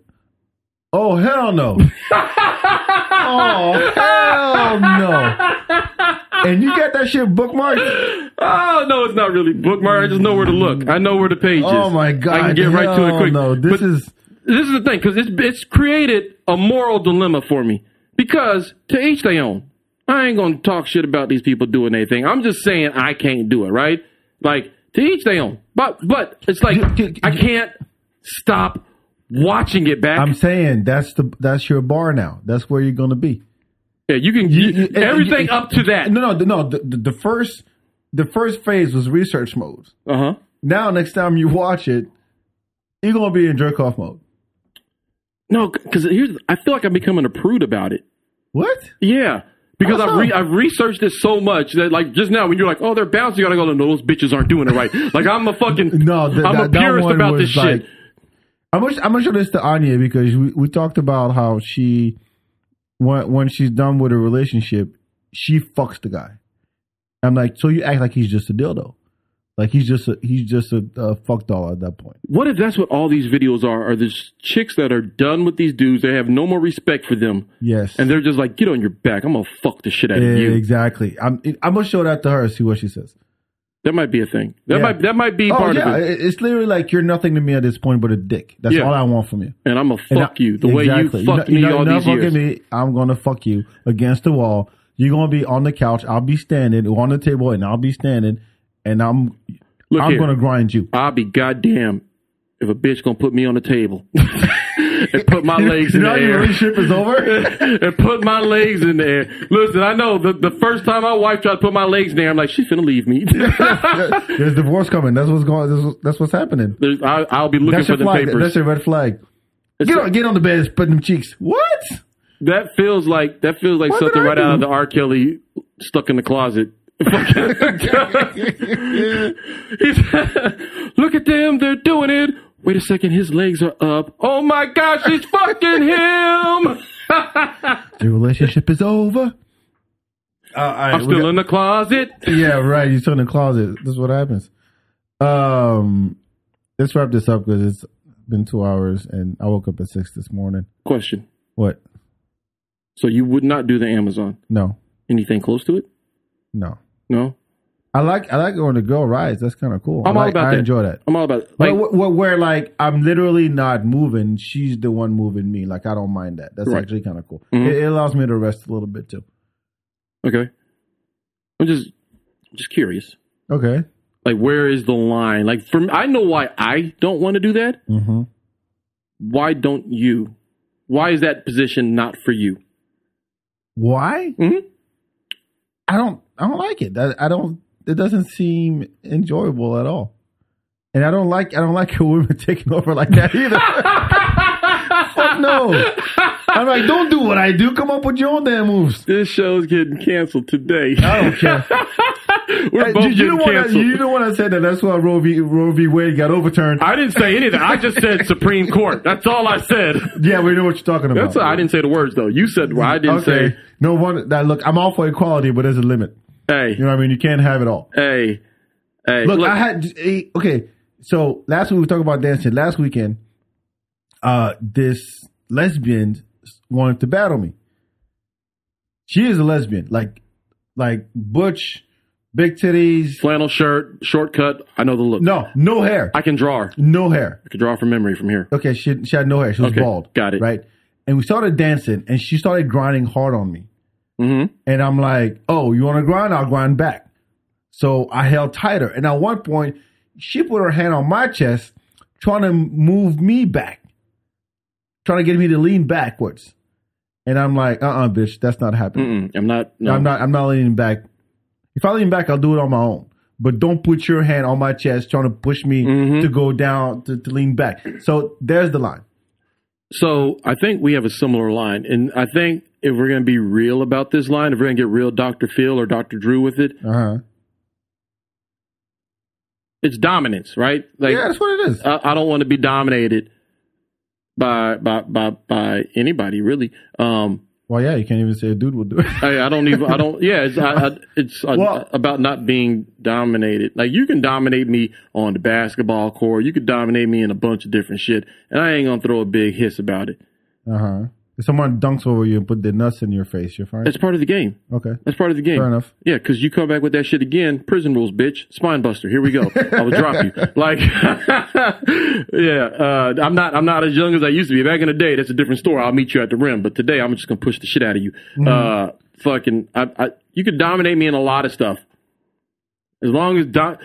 Speaker 3: Oh hell no! oh hell no! And you got that shit bookmarked?
Speaker 4: Oh no, it's not really bookmark. I just know where to look. I know where the page is.
Speaker 3: Oh my god!
Speaker 4: I can get right to it
Speaker 3: hell
Speaker 4: quick.
Speaker 3: No, this
Speaker 4: But
Speaker 3: is
Speaker 4: this is the thing because it's it's created a moral dilemma for me because to each they own. I ain't gonna talk shit about these people doing anything. I'm just saying I can't do it. Right? Like to each they own. But but it's like
Speaker 3: You- you-
Speaker 4: I can't stop watching it back.
Speaker 3: I'm saying that's the that's your bar now. That's where you're gonna be.
Speaker 4: yeah, you can
Speaker 3: you-
Speaker 4: you-
Speaker 3: you-
Speaker 4: everything
Speaker 3: you-
Speaker 4: up to that.
Speaker 3: No, no, no. The, the, the first the first phase was research mode.
Speaker 4: Uh huh.
Speaker 3: Now, next time you watch it, you're gonna be in jerk off mode.
Speaker 4: No, because here's I feel like I'm becoming a prude about it.
Speaker 3: What?
Speaker 4: Yeah. Because I've, re-
Speaker 3: Awesome.
Speaker 4: I've researched this so much that, like, just now when you're like, oh, they're bouncing, I go, no, those bitches aren't doing it right. Like, I'm a fucking,
Speaker 3: No, th-
Speaker 4: I'm
Speaker 3: that-
Speaker 4: a
Speaker 3: that
Speaker 4: purist
Speaker 3: one
Speaker 4: about this
Speaker 3: was like-
Speaker 4: shit.
Speaker 3: I'm gonna, I'm gonna show this to Anya because we, we talked about how she when when she's done with a relationship, she fucks the guy. I'm like, so you act like he's just a dildo, like he's just a, he's just a, a fuck doll at that point.
Speaker 4: What if that's what all these videos are? Are these chicks that are done with these dudes? They have no more respect for them,
Speaker 3: Yes,
Speaker 4: and they're just like, get on your back. I'm gonna fuck the shit out
Speaker 3: yeah,
Speaker 4: of you.
Speaker 3: Eh, exactly. I'm I'm gonna show that to her see what she says.
Speaker 4: That might be a thing. That
Speaker 3: Yeah.
Speaker 4: might that might be
Speaker 3: Oh
Speaker 4: part
Speaker 3: yeah,
Speaker 4: of it.
Speaker 3: it- it's literally like you're nothing to me at this point but a dick. That's
Speaker 4: Yeah.
Speaker 3: all I want from you.
Speaker 4: And I'm gonna
Speaker 3: And
Speaker 4: fuck
Speaker 3: I-
Speaker 4: you the way
Speaker 3: exactly.
Speaker 4: you fucked
Speaker 3: know-
Speaker 4: me
Speaker 3: know-
Speaker 4: all
Speaker 3: not
Speaker 4: these
Speaker 3: fucking
Speaker 4: years.
Speaker 3: Me, I'm gonna fuck you against the wall. You're gonna be on the couch. I'll be standing or on the table, and I'll be standing, and I'm
Speaker 4: Look
Speaker 3: I'm
Speaker 4: here.
Speaker 3: gonna grind you.
Speaker 4: I'll be goddamn if a bitch gonna put me on the table and put my legs
Speaker 3: you
Speaker 4: in
Speaker 3: know
Speaker 4: the
Speaker 3: how your
Speaker 4: air.
Speaker 3: relationship is over.
Speaker 4: and put my legs in there. Listen, I know the, the first time my wife tried to put my legs in there, I'm like, she's finna leave me.
Speaker 3: There's divorce coming. That's what's going. That's, what- that's what's happening.
Speaker 4: There's- I, I'll be looking
Speaker 3: That's
Speaker 4: for
Speaker 3: your
Speaker 4: the
Speaker 3: flag.
Speaker 4: papers.
Speaker 3: That's your red flag.
Speaker 4: It's-
Speaker 3: Get on, get on the bed, spread them cheeks. What?
Speaker 4: that feels like that feels like
Speaker 3: What did
Speaker 4: something
Speaker 3: I
Speaker 4: right
Speaker 3: do?
Speaker 4: out of the R. Kelly stuck in the closet. He's, Look at them, they're doing it. Wait a second, his legs are up. Oh my gosh, she's fucking him.
Speaker 3: The relationship is over. Uh, all right,
Speaker 4: I'm
Speaker 3: we
Speaker 4: still
Speaker 3: got-
Speaker 4: in the closet.
Speaker 3: yeah, right. You're still in the closet. That's what happens. Um, let's wrap this up because it's been two hours, and I woke up at six this morning.
Speaker 4: Question.
Speaker 3: What?
Speaker 4: So you would not do the Amazon?
Speaker 3: No,
Speaker 4: Anything close to it?
Speaker 3: no.
Speaker 4: No.
Speaker 3: I like I like going to girl rides. That's kind of cool.
Speaker 4: I'm
Speaker 3: I
Speaker 4: all
Speaker 3: like-
Speaker 4: about
Speaker 3: I
Speaker 4: that.
Speaker 3: enjoy that.
Speaker 4: I'm all about it.
Speaker 3: But
Speaker 4: Like,
Speaker 3: wh- wh- where like I'm literally not moving, she's the one moving me. Like I don't mind that. That's
Speaker 4: Right.
Speaker 3: actually kind of cool.
Speaker 4: Mhm.
Speaker 3: It, it allows me to rest a little bit too.
Speaker 4: okay, I'm just just curious.
Speaker 3: Okay.
Speaker 4: Like, where is the line? Like, for me, I know why I don't want to do that.
Speaker 3: Mm-hmm.
Speaker 4: Why don't you? Why is that position not for you?
Speaker 3: Why?
Speaker 4: Mhm.
Speaker 3: I don't. I don't like it. That I don't. It doesn't seem enjoyable at all. And I don't like. I don't like a woman taking over like that either. Fuck no. I'm like, don't do what I do. Come up with your own damn moves.
Speaker 4: This show's getting canceled today.
Speaker 3: I don't care.
Speaker 4: We're
Speaker 3: Hey,
Speaker 4: both
Speaker 3: you, you
Speaker 4: getting
Speaker 3: don't want to.
Speaker 4: canceled.
Speaker 3: You don't want to say that. That's why Roe v. Roe v. Wade got overturned.
Speaker 4: I didn't say anything. I just said Supreme Court. That's all I said.
Speaker 3: yeah, we know what you're talking about.
Speaker 4: That's I didn't say the words though. You said well, I didn't
Speaker 3: okay.
Speaker 4: say.
Speaker 3: No one. That look. I'm all for equality, but there's a limit.
Speaker 4: Hey,
Speaker 3: You know what I mean? You can't have it all.
Speaker 4: hey, hey.
Speaker 3: Look, I had eh, okay. So last week we talked about dancing. Last weekend, uh, this lesbian wanted to battle me. She is a lesbian, like, like butch, big titties.
Speaker 4: flannel shirt, shortcut. I know the look.
Speaker 3: No, no hair,
Speaker 4: I can draw. her.
Speaker 3: no hair.
Speaker 4: I can draw from memory from here.
Speaker 3: Okay, she she had no hair. She was
Speaker 4: Okay,
Speaker 3: bald.
Speaker 4: got it.
Speaker 3: Right, and we started dancing, and she started grinding hard on me.
Speaker 4: Mm-hmm.
Speaker 3: And I'm like, oh, you want to grind? I'll grind back. So I held tighter. And at one point, she put her hand on my chest, trying to move me back, trying to get me to lean backwards. And I'm like, uh uh bitch, that's not happening.
Speaker 4: Mm-mm. I'm not. No.
Speaker 3: I'm not I'm not leaning back. If I lean back, I'll do it on my own. but don't put your hand on my chest trying to push me to go down to, to lean back. So there's the line.
Speaker 4: So I think we have a similar line, and I think if we're going to be real about this line, if we're going to get real, Doctor Phil or Doctor Drew with it,
Speaker 3: Uh huh.
Speaker 4: it's dominance, right? Like
Speaker 3: Yeah, that's what it is.
Speaker 4: I, I don't want to be dominated by by by by anybody really. Um,
Speaker 3: Well, yeah, you can't even say a dude will do it.
Speaker 4: I, I don't even I don't yeah. It's I, I, it's uh
Speaker 3: Well-
Speaker 4: about not being dominated. Like you can dominate me on the basketball court, you could dominate me in a bunch of different shit, and I ain't gonna throw a big hiss about it.
Speaker 3: Uh huh. If someone dunks over you and put their nuts in your face, you're fine.
Speaker 4: That's part of the game.
Speaker 3: Okay.
Speaker 4: That's part of the game.
Speaker 3: Fair enough.
Speaker 4: Yeah, because you come back with that shit again. Prison rules, bitch. Spine buster. Here we go. I will drop you. Like, yeah. Uh, I'm not. I'm not as young as I used to be. Back in the day, that's a different story. I'll meet you at the rim. But today, I'm just gonna push the shit out of you.
Speaker 3: Mm-hmm.
Speaker 4: Uh, fucking. I, I, you could dominate me in a lot of stuff. As long as do-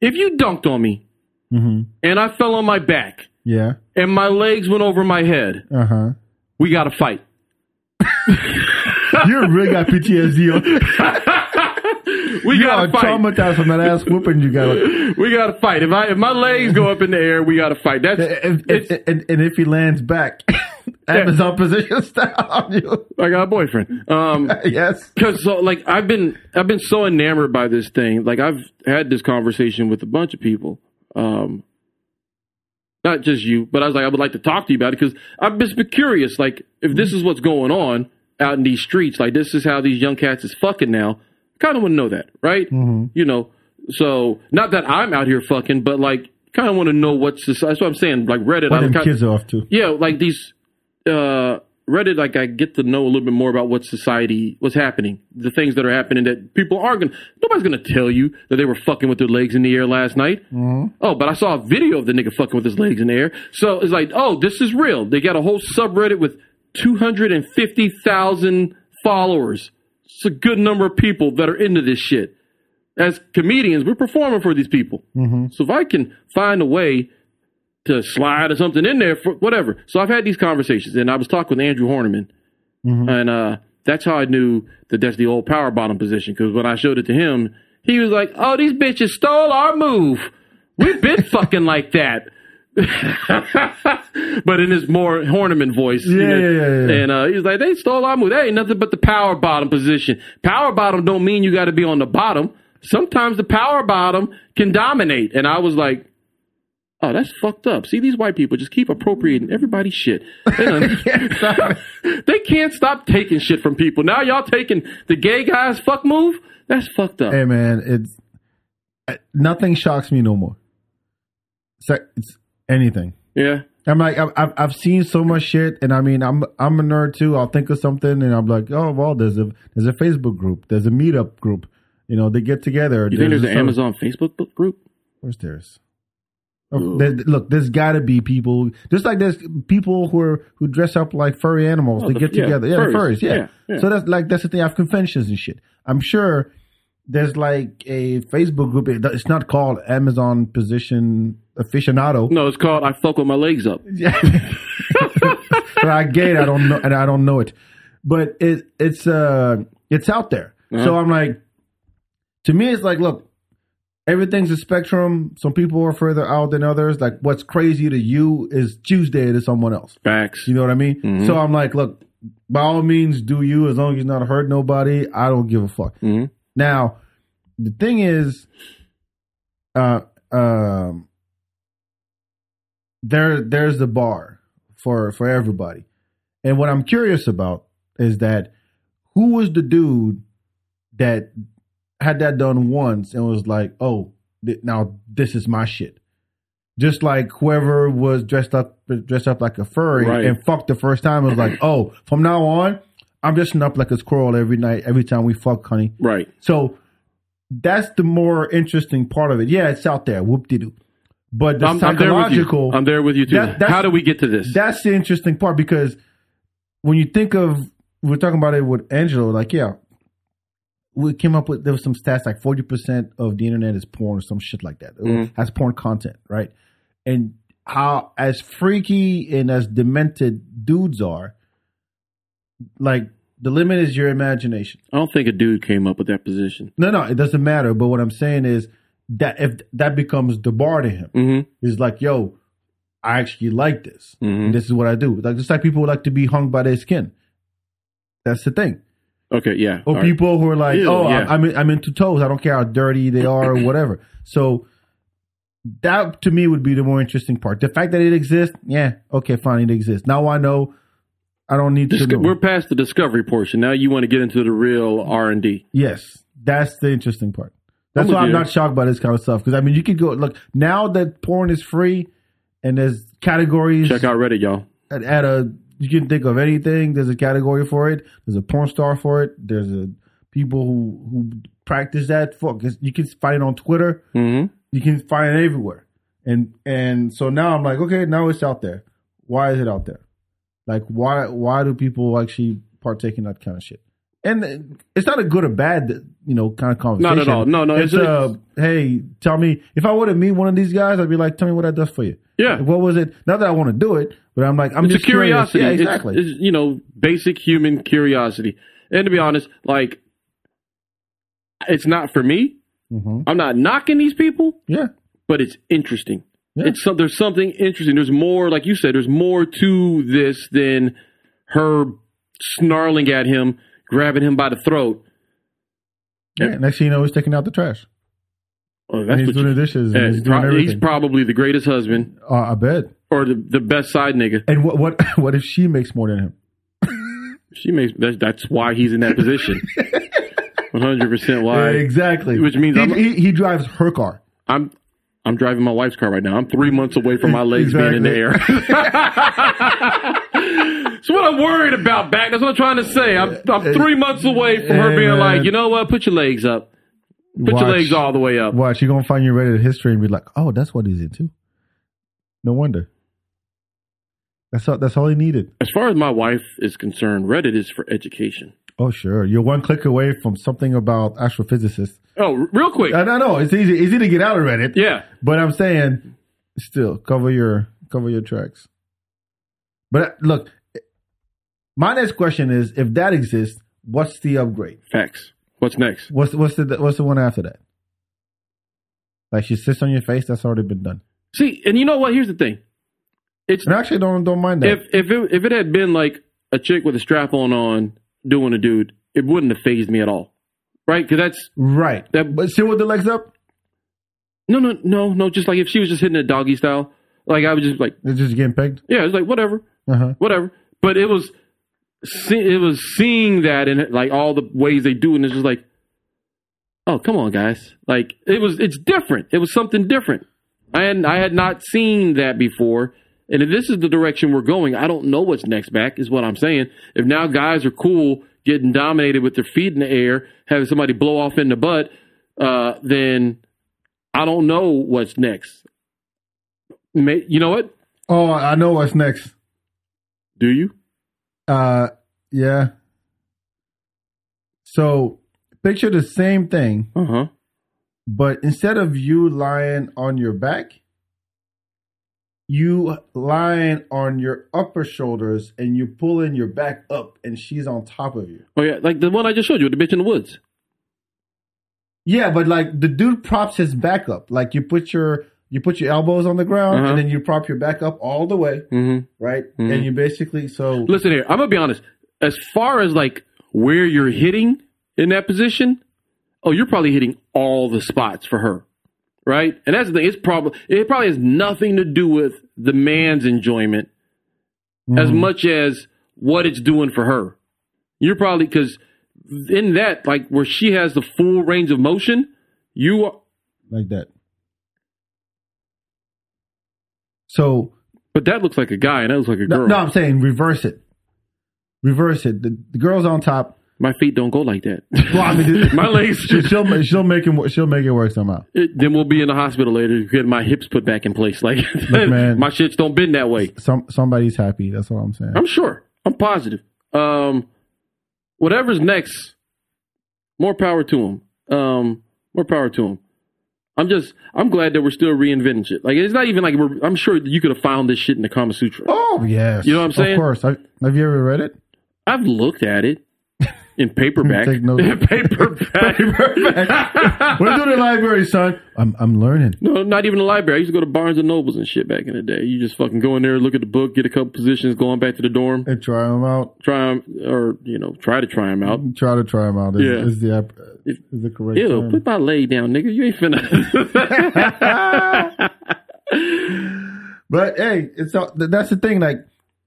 Speaker 4: if you dunked on me,
Speaker 3: Mm-hmm.
Speaker 4: and I fell on my back,
Speaker 3: Yeah.
Speaker 4: and my legs went over my head,
Speaker 3: Uh huh.
Speaker 4: we got to fight.
Speaker 3: You really got PTSD. On. You
Speaker 4: We got
Speaker 3: are
Speaker 4: to fight.
Speaker 3: traumatized from that ass whooping you got.
Speaker 4: We gotta fight. If I if my legs go up in the air, we gotta fight. That's
Speaker 3: If,
Speaker 4: it's,
Speaker 3: if, and, and if he lands back, Amazon position style on you.
Speaker 4: I got a boyfriend. Um,
Speaker 3: Yes.
Speaker 4: because so like I've been I've been so enamored by this thing. Like I've had this conversation with a bunch of people. Um, not just you, but I was like, I would like to talk to you about it because I've just been curious. Like, if this is what's going on out in these streets, like this is how these young cats is fucking now. Kind of want to know that, right?
Speaker 3: Mm-hmm.
Speaker 4: You know, so not that I'm out here fucking, but like, kind of want to know what's this. That's what I'm saying. Like Reddit,
Speaker 3: What
Speaker 4: I
Speaker 3: them
Speaker 4: kinda-
Speaker 3: kids are off to.
Speaker 4: yeah, like these uh Reddit, like I get to know a little bit more about what society, what's happening, the things that are happening that people aren't gonna, nobody's gonna tell you that they were fucking with their legs in the air last night. Oh, but I saw a video of the nigga fucking with his legs in the air. So it's like, oh, this is real. They got a whole subreddit with 250,000 followers. It's a good number of people that are into this shit. As comedians, we're performing for these people. So if I can find a way to slide or something in there for whatever. So I've had these conversations, and I was talking with Andrew Horniman,
Speaker 3: Mm-hmm.
Speaker 4: and uh, that's how I knew that that's the old power bottom position. Because when I showed it to him, he was like, "Oh, these bitches stole our move. We've been fucking like that." but in his more Horniman voice, you
Speaker 3: Yeah,
Speaker 4: know,
Speaker 3: yeah, yeah, yeah.
Speaker 4: and uh, he was like, "They stole our move. That ain't nothing but the power bottom position. Power bottom don't mean you got to be on the bottom. Sometimes the power bottom can dominate." And I was like, Oh, that's fucked up. See, these white people just keep appropriating everybody's shit. They, done- They can't stop taking shit from people. Now y'all taking the gay guys fuck move? That's fucked up.
Speaker 3: Hey man, it's I- nothing shocks me no more. It's, like, it's anything.
Speaker 4: yeah.
Speaker 3: I'm like I've- I've I've seen so much shit, and I mean I'm I'm a nerd too. I'll think of something, and I'm like, oh well, there's a there's a Facebook group, there's a meetup group. You know, they get together.
Speaker 4: You think there's an
Speaker 3: some-
Speaker 4: Amazon Facebook book group?
Speaker 3: Where's theirs? Oh, there- look, there's got to be people. Just like there's people who are who dress up like furry animals.
Speaker 4: Oh,
Speaker 3: they
Speaker 4: the-
Speaker 3: get
Speaker 4: yeah,
Speaker 3: together. Yeah, the
Speaker 4: furries.
Speaker 3: furries. Yeah.
Speaker 4: Yeah, yeah.
Speaker 3: So that's like that's the thing. I have conventions and shit. I'm sure there's like a Facebook group. It- It's not called Amazon Position Aficionado.
Speaker 4: No, it's called I fuck with my legs up.
Speaker 3: but I get it. I don't know, and I don't know it. But it it's uh it's out there. So I'm like, to me, it's like, look, everything's a spectrum. Some people are further out than others. Like, what's crazy to you is Tuesday to someone else.
Speaker 4: Facts.
Speaker 3: You know what I mean? So I'm like, look, by all means, do you as long as you're not hurt nobody. I don't give a fuck.
Speaker 4: Mhm.
Speaker 3: Now, the thing is, uh, um, there there's the bar for for everybody, and what I'm curious about is that who was the dude that had that done once and was like, oh, th- now this is my shit just like whoever was dressed up dressed up like a furry
Speaker 4: Right.
Speaker 3: and fucked the first time it was like, oh, from now on, I'm dressing up like a squirrel every night, every time we fuck, honey.
Speaker 4: Right.
Speaker 3: So that's the more interesting part of it. Yeah, it's out there, whoop de doo. But the
Speaker 4: I'm, I'm there with you.
Speaker 3: psychological,
Speaker 4: I'm there with you too.
Speaker 3: That- that's-
Speaker 4: How do we get to this?
Speaker 3: that's the interesting part because when you think of we we're talking about it with Angelo, like yeah, we came up with there was some stats like forty percent of the internet is porn or some shit like that. It
Speaker 4: Mm-hmm.
Speaker 3: Has porn content, right? And how as freaky and as demented dudes are, like the limit is your imagination.
Speaker 4: I don't think a dude came up with that position.
Speaker 3: No, no, it doesn't matter. But what I'm saying is that if that becomes the bar to him.
Speaker 4: Mm-hmm.
Speaker 3: He's like, yo, I actually like this. And this is what I do. Like just like people like to be hung by their skin. That's the thing.
Speaker 4: Okay, yeah.
Speaker 3: Or
Speaker 4: all right.
Speaker 3: people who are like,
Speaker 4: Ew,
Speaker 3: oh,
Speaker 4: yeah.
Speaker 3: I'm, I'm I'm into toes. I don't care how dirty they are or whatever. So that to me would be the more interesting part. The fact that it exists, yeah, okay, fine, it exists. Now I know I don't need to.
Speaker 4: Disco-
Speaker 3: Know.
Speaker 4: we're past the discovery portion. Now you want to get into the real R and D.
Speaker 3: Yes, that's the interesting part. That's
Speaker 4: with
Speaker 3: why I'm
Speaker 4: you.
Speaker 3: not shocked by this kind of stuff because I mean, you could go look now that porn is free and there's categories
Speaker 4: Check out Reddit, y'all.
Speaker 3: at, at a you can think of anything. There's a category for it. There's a porn star for it. There's a people who who practice that. Fuck, it's- you can find it on Twitter.
Speaker 4: Mhm.
Speaker 3: You can find it everywhere. And and so now I'm like, okay, now it's out there. Why is it out there? Like, why why do people actually partake in that kind of shit? And it's not a good or bad, you know, kind of conversation.
Speaker 4: all. No, no,
Speaker 3: It's,
Speaker 4: it's-
Speaker 3: uh, hey, tell me if I were to meet one of these guys, I'd be like, tell me what that does for you.
Speaker 4: Yeah.
Speaker 3: What was it? Not that I want to do it, but I'm like, I'm
Speaker 4: It's a
Speaker 3: just curious.
Speaker 4: curiosity. It's-
Speaker 3: Yeah, exactly.
Speaker 4: It's, you know basic human curiosity. And to be honest, like it's not for me.
Speaker 3: Mhm.
Speaker 4: I'm not knocking these people,
Speaker 3: yeah.
Speaker 4: but it's interesting.
Speaker 3: Yeah.
Speaker 4: It's some, there's something interesting. There's more, like you said, there's more to this than her snarling at him, grabbing him by the throat.
Speaker 3: yeah. Next thing you know, he's taking out the trash.
Speaker 4: Oh,
Speaker 3: And
Speaker 4: that's
Speaker 3: he's
Speaker 4: what
Speaker 3: doing
Speaker 4: you,
Speaker 3: the dishes.
Speaker 4: Yeah,
Speaker 3: And he's doing
Speaker 4: pro- he's
Speaker 3: everything.
Speaker 4: probably the greatest husband
Speaker 3: uh, I bet.
Speaker 4: or the, the best side nigga.
Speaker 3: And what what what if she makes more than him?
Speaker 4: She makes that's, that's why he's in that position. One hundred percent why.
Speaker 3: exactly.
Speaker 4: Which means
Speaker 3: he,
Speaker 4: I'm-
Speaker 3: he, he drives her car.
Speaker 4: I'm I'm driving my wife's car right now. I'm three months away from my legs being in the air. That's what I'm worried about, back. That's what I'm trying to say. I'm I'm three months away from her
Speaker 3: Hey,
Speaker 4: being
Speaker 3: man.
Speaker 4: like, you know what? Put your legs up. Put
Speaker 3: Watch.
Speaker 4: your legs all the way up.
Speaker 3: Watch, you're gonna find your Reddit history and be like, oh, that's what he's into. No wonder. That's all. That's all he needed.
Speaker 4: As far as my wife is concerned, Reddit is for education.
Speaker 3: Oh, sure. You're one click away from something about astrophysicists.
Speaker 4: Oh, r- real quick.
Speaker 3: I don't know. It's easy. Easy to get out of Reddit.
Speaker 4: Yeah.
Speaker 3: But I'm saying, still cover your cover your tracks. But uh, look, my next question is: If that exists, what's the upgrade?
Speaker 4: Facts. What's next?
Speaker 3: What's what's the what's the one after that? Like she sits on your face. That's already been done.
Speaker 4: See, and you know what? Here's the thing. It's
Speaker 3: And I actually don't don't mind that.
Speaker 4: if if it, if it had been like a chick with a strap on on doing a dude, it wouldn't have phased me at all, right? Because that's
Speaker 3: right.
Speaker 4: that-
Speaker 3: but still with the legs up,
Speaker 4: no, no, no, no. Just like if she was just hitting a doggy style, like I was just like,
Speaker 3: it's just getting pegged.
Speaker 4: yeah, it's like whatever,
Speaker 3: Uh huh.
Speaker 4: whatever. But it was, see, it was seeing that and like all the ways they do, it, and it's just like, oh come on, guys, like it was, it's different. It was something different. I had I had not seen that before, and if this is the direction we're going, I don't know what's next. Back is what I'm saying. If now guys are cool getting dominated with their feet in the air, having somebody blow off in the butt, uh, then I don't know what's next. May, you know what?
Speaker 3: Oh, I know what's next.
Speaker 4: Do you?
Speaker 3: Uh, yeah. So picture the same thing.
Speaker 4: Uh huh.
Speaker 3: but instead of you lying on your back, you lying on your upper shoulders and you pulling your back up and she's on top of you.
Speaker 4: Oh yeah, like the one I just showed you, the bitch in the woods.
Speaker 3: Yeah, but like the dude props his back up. Like you put your you put your elbows on the ground
Speaker 4: Uh-huh.
Speaker 3: and then you prop your back up all the way,
Speaker 4: Mm-hmm.
Speaker 3: right? And you basically so
Speaker 4: Listen here, I'm gonna be honest. As far as like where you're hitting in that position, oh, you're probably hitting all the spots for her, right? And that's the thing. It's probably it probably has nothing to do with the man's enjoyment as
Speaker 3: Mm-hmm.
Speaker 4: much as what it's doing for her. You're probably because in that like where she has the full range of motion, you are.
Speaker 3: like that. So
Speaker 4: But that looks like a guy, and that looks like a
Speaker 3: no,
Speaker 4: girl.
Speaker 3: no, I'm saying reverse it. Reverse it. The, the girl's on top.
Speaker 4: My feet don't go like that.
Speaker 3: Well, I mean,
Speaker 4: My legs.
Speaker 3: She, she'll ma- she'll make him she'll make it work somehow.
Speaker 4: It, then we'll be in the hospital later getting my hips put back in place. Like
Speaker 3: man.
Speaker 4: my shits don't bend that way.
Speaker 3: Some somebody's happy. That's what I'm saying.
Speaker 4: I'm sure. I'm positive. Um, whatever's next, more power to him. Um, more power to him. I'm just. I'm glad that we're still reinventing shit. Like it's not even like we're. I'm sure you could have found this shit in the Kama Sutra.
Speaker 3: oh yes,
Speaker 4: You know what I'm saying?
Speaker 3: Of course. I, have you ever read it?
Speaker 4: I've looked at it. in paperback.
Speaker 8: Take notes.
Speaker 4: In paperback.
Speaker 3: We're doing the library, son. I'm I'm learning.
Speaker 4: No, not even the library. I used to go to Barnes and Nobles and shit back in the day. You just fucking go in there, look at the book, get a couple positions, go on back to the dorm,
Speaker 3: Hey, try them out.
Speaker 4: try 'em or you know, try to try them out.
Speaker 3: Try to try them out. Is,
Speaker 4: Yeah.
Speaker 3: is the app- is the correct
Speaker 4: Ew,
Speaker 3: term.
Speaker 4: put my leg down, nigga. You ain't finna.
Speaker 3: But hey, it's all, th- that's the thing. Like,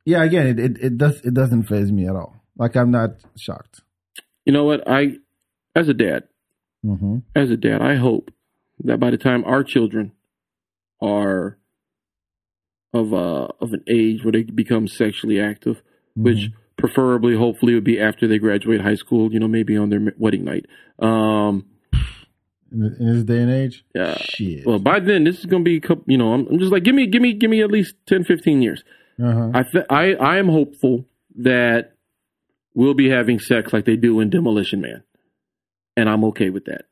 Speaker 3: yeah, again, it, it, it does it doesn't phase me at all. Like, I'm not shocked.
Speaker 4: you know what? I, as a dad,
Speaker 3: Mm-hmm.
Speaker 4: as a dad, I hope that by the time our children are of uh of an age where they become sexually active, which preferably, hopefully, would be after they graduate high school. You know, maybe on their wedding night. Um,
Speaker 3: In, in this day and age,
Speaker 4: Yeah.
Speaker 3: shit.
Speaker 4: well, by then, this is gonna be, a couple- you know, I'm, I'm just like, give me, give me, give me at least 10, 15 years.
Speaker 3: uh-huh.
Speaker 4: I, th- I, I am hopeful that we'll be having sex like they do in Demolition Man, and I'm okay with that.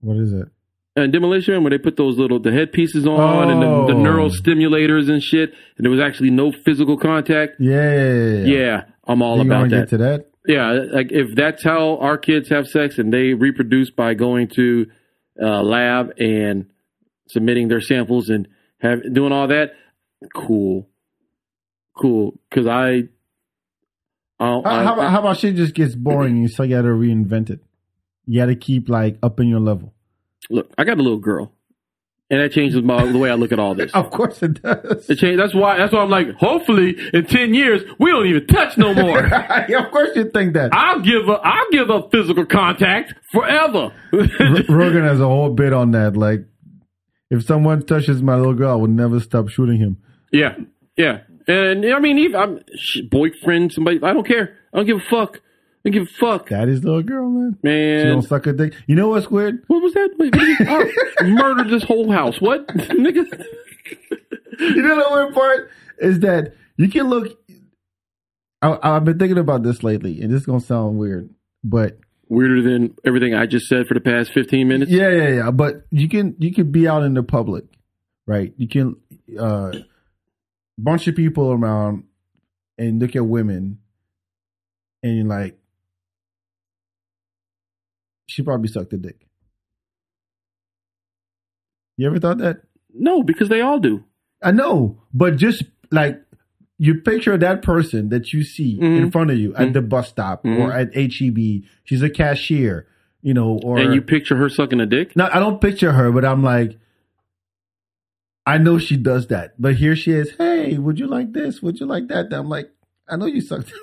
Speaker 3: What is it?
Speaker 4: and Demolition Man, where they put those little the headpieces on and the, the
Speaker 3: Oh.
Speaker 4: neural stimulators and shit, and there was actually no physical contact.
Speaker 3: Yeah, yeah, yeah.
Speaker 4: Yeah, I'm all
Speaker 3: you
Speaker 4: about
Speaker 3: want to
Speaker 4: that.
Speaker 3: get to that?
Speaker 4: yeah, like if that's how our kids have sex and they reproduce by going to uh, lab and submitting their samples and have doing all that, cool, cool. Because I, I'll,
Speaker 3: How,
Speaker 4: I,
Speaker 3: how, about- how about shit just gets boring? and You still got to reinvent it. You got to keep like upping your level.
Speaker 4: look, I got a little girl, and that changes my, the way I look at all this.
Speaker 3: Of course it does.
Speaker 4: It changed. That's why. That's why I'm like, hopefully, in ten years, we don't even touch no more.
Speaker 3: Yeah, of course you think that.
Speaker 4: I'll give up. I'll give up physical contact forever.
Speaker 3: Rogan has a whole bit on that. Like, if someone touches my little girl, I would never stop shooting him.
Speaker 4: yeah, yeah. And I mean, even I'm sh- boyfriend, somebody. I don't care. I don't give a fuck. I don't give a fuck,
Speaker 3: That is little girl, man. She
Speaker 4: man.
Speaker 3: don't suck a dick. You know what's weird?
Speaker 4: What was that? Wait, what did you- I murdered this whole house. What, nigga?
Speaker 3: you know the weird part is that you can look. I, I've been thinking about this lately, and this is gonna sound weird, but
Speaker 4: Weirder than everything I just said for the past fifteen minutes.
Speaker 3: yeah, yeah, yeah. But you can you can be out in the public, right? You can uh bunch of people around and look at women, and you're like, she probably sucked a dick. You ever thought that?
Speaker 4: No, because they all do.
Speaker 3: I know, but just like you picture that person that you see
Speaker 4: Mm-hmm.
Speaker 3: in front of you at the bus stop or at HEB, she's a cashier, you know, or
Speaker 4: And you picture her sucking a dick.
Speaker 3: no, I don't picture her, but I'm like, I know she does that, but here she is. Hey, would you like this? Would you like that? And I'm like, I know you suck. dick.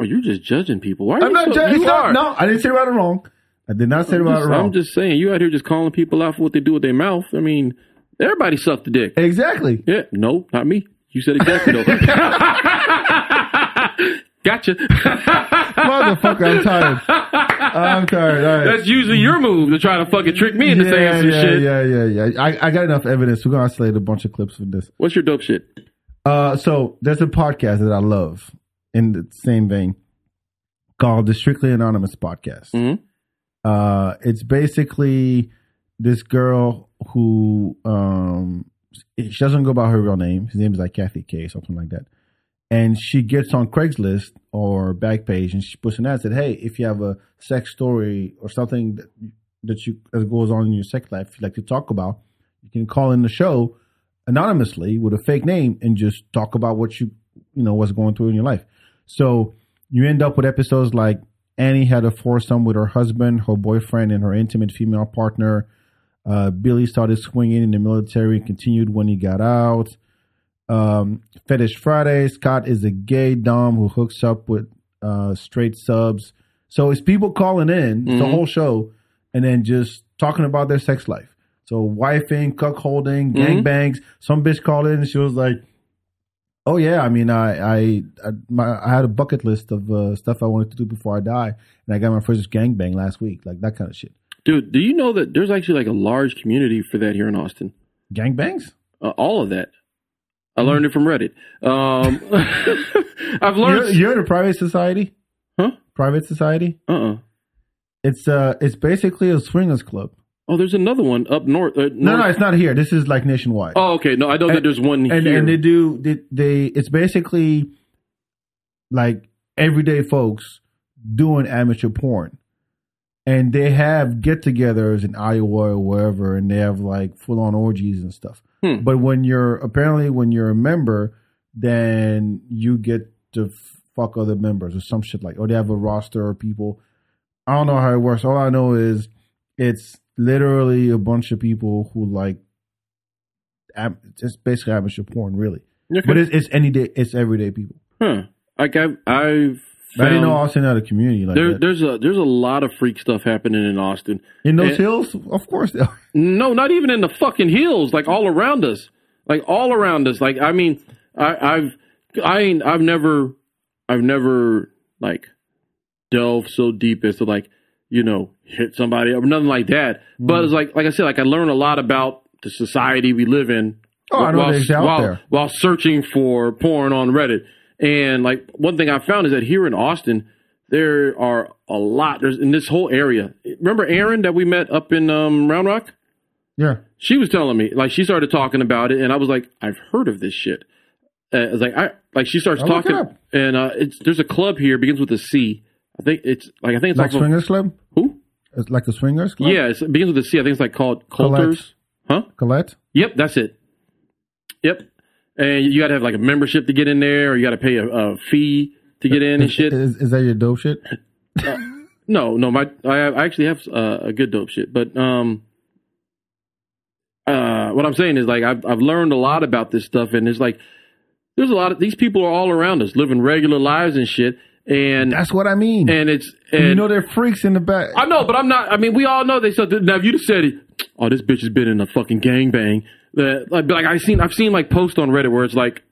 Speaker 4: Or Oh, you're just judging people. Why are
Speaker 3: I'm
Speaker 4: you
Speaker 3: not
Speaker 4: so-
Speaker 3: judging.
Speaker 4: You
Speaker 3: No,
Speaker 4: are.
Speaker 3: no, I didn't say right or wrong. I did not say right or
Speaker 4: Just-
Speaker 3: wrong.
Speaker 4: I'm just saying, you out here just calling people out for what they do with their mouth. I mean, everybody sucked the dick.
Speaker 3: exactly.
Speaker 4: Yeah, no, not me. You said exactly though. gotcha.
Speaker 3: Motherfucker, I'm tired. I'm tired. All right.
Speaker 4: That's usually your move to try to fucking trick me into saying some
Speaker 3: yeah,
Speaker 4: shit.
Speaker 3: Yeah, yeah, yeah. I, I got enough evidence. We're gonna isolate a bunch of clips from this.
Speaker 4: What's your dope shit?
Speaker 3: Uh, so there's a podcast that I love in the same vein called the Strictly Anonymous podcast.
Speaker 4: Mhm.
Speaker 3: Uh, it's basically this girl who um she doesn't go by her real name. His name is like Kathy K, something like that. And she gets on Craigslist or Backpage and she puts an ad that hey, if you have a sex story or something that, that you that goes on in your sex life you'd like to talk about, you can call in the show anonymously with a fake name and just talk about what you you know what's going through in your life. So you end up with episodes like Annie had a foursome with her husband, her boyfriend, and her intimate female partner. Uh, Billy started swinging in the military and continued when he got out. Um, Fetish Friday. Scott is a gay dom who hooks up with uh, straight subs. So it's people calling in it's the whole show and then just talking about their sex life. So wifing, cuckolding, gangbangs. Some bitch called in and she was like, "Oh yeah, I mean, I I I, my, I had a bucket list of uh, stuff I wanted to do before I die, and I got my first gangbang last week, like that kind of shit.
Speaker 4: Dude, do you know that there's actually like a large community for that here in Austin?
Speaker 3: Gangbangs?
Speaker 4: Uh, all of that. I learned it from Reddit. Um, I've
Speaker 3: You're,
Speaker 4: learned.
Speaker 3: you're in a private society,
Speaker 4: Huh?
Speaker 3: Private society?
Speaker 4: Uh-uh.
Speaker 3: It's uh, it's basically a swingers club.
Speaker 4: Oh, there's another one up north. Uh, north.
Speaker 3: No, no, it's not here. This is like nationwide.
Speaker 4: Oh, okay. No, I know that there's one
Speaker 3: and
Speaker 4: here.
Speaker 3: and they do they, they it's basically like everyday folks doing amateur porn. And they have get togethers in Iowa or wherever, and they have like full on orgies and stuff. But when you're apparently when you're a member, then you get to fuck other members or some shit like, or they have a roster of people. I don't know how it works. All I know is it's literally a bunch of people who like am, just basically amateur porn, really.
Speaker 4: Okay.
Speaker 3: But it's, it's any day, it's everyday people.
Speaker 4: Huh. Like I've, I've
Speaker 3: I didn't know
Speaker 4: found-
Speaker 3: Austin had a community like
Speaker 4: there,
Speaker 3: that.
Speaker 4: there's a there's a lot of freak stuff happening in Austin.
Speaker 3: In those
Speaker 4: and-
Speaker 3: hills, of course. They are.
Speaker 4: No, not even in the fucking hills. Like all around us. Like all around us. Like I mean, I, I've I ain't I've never I've never like delved so deep as to like you know hit somebody or nothing like that. But it's like like I said, like I learned a lot about the society we live in.
Speaker 3: Oh, I know
Speaker 4: while,
Speaker 3: they're out
Speaker 4: while,
Speaker 3: there.
Speaker 4: while searching for porn on Reddit. And like one thing I found is that here in Austin, there are a lot. There's in this whole area. Remember Erin that we met up in um, Round Rock?
Speaker 3: Yeah.
Speaker 4: she was telling me like she started talking about it and i was like i've heard of this shit uh, I was like i like she starts
Speaker 3: I'll Oh, look
Speaker 4: talking
Speaker 3: it up.
Speaker 4: and uh it's there's a club here begins with a c i think it's like i think it's
Speaker 3: Like
Speaker 4: off of-
Speaker 3: swingers club?
Speaker 4: who
Speaker 3: It's like a swingers club?
Speaker 4: yeah it's, it begins with a c i think it's like called
Speaker 3: Colette.
Speaker 4: coulter's huh
Speaker 3: Colette?
Speaker 4: yep that's it yep and you gotta have like a membership to get in there or you gotta pay a, a fee to get in and shit
Speaker 3: Is, is that your dope shit?
Speaker 4: No, no, my I, I actually have uh, a good dope shit, but um, uh, what I'm saying is like I've I've learned a lot about this stuff, and it's like there's a lot of these people are all around us living regular lives and shit, and
Speaker 3: That's what I mean.
Speaker 4: and it's and
Speaker 3: you know they're freaks in the back.
Speaker 4: I know, but I'm not. I mean, we all know they said. Now, if you'd have said, "Oh, this bitch has been in a fucking gangbang," that like, but like I seen, I've seen like posts on Reddit where it's like,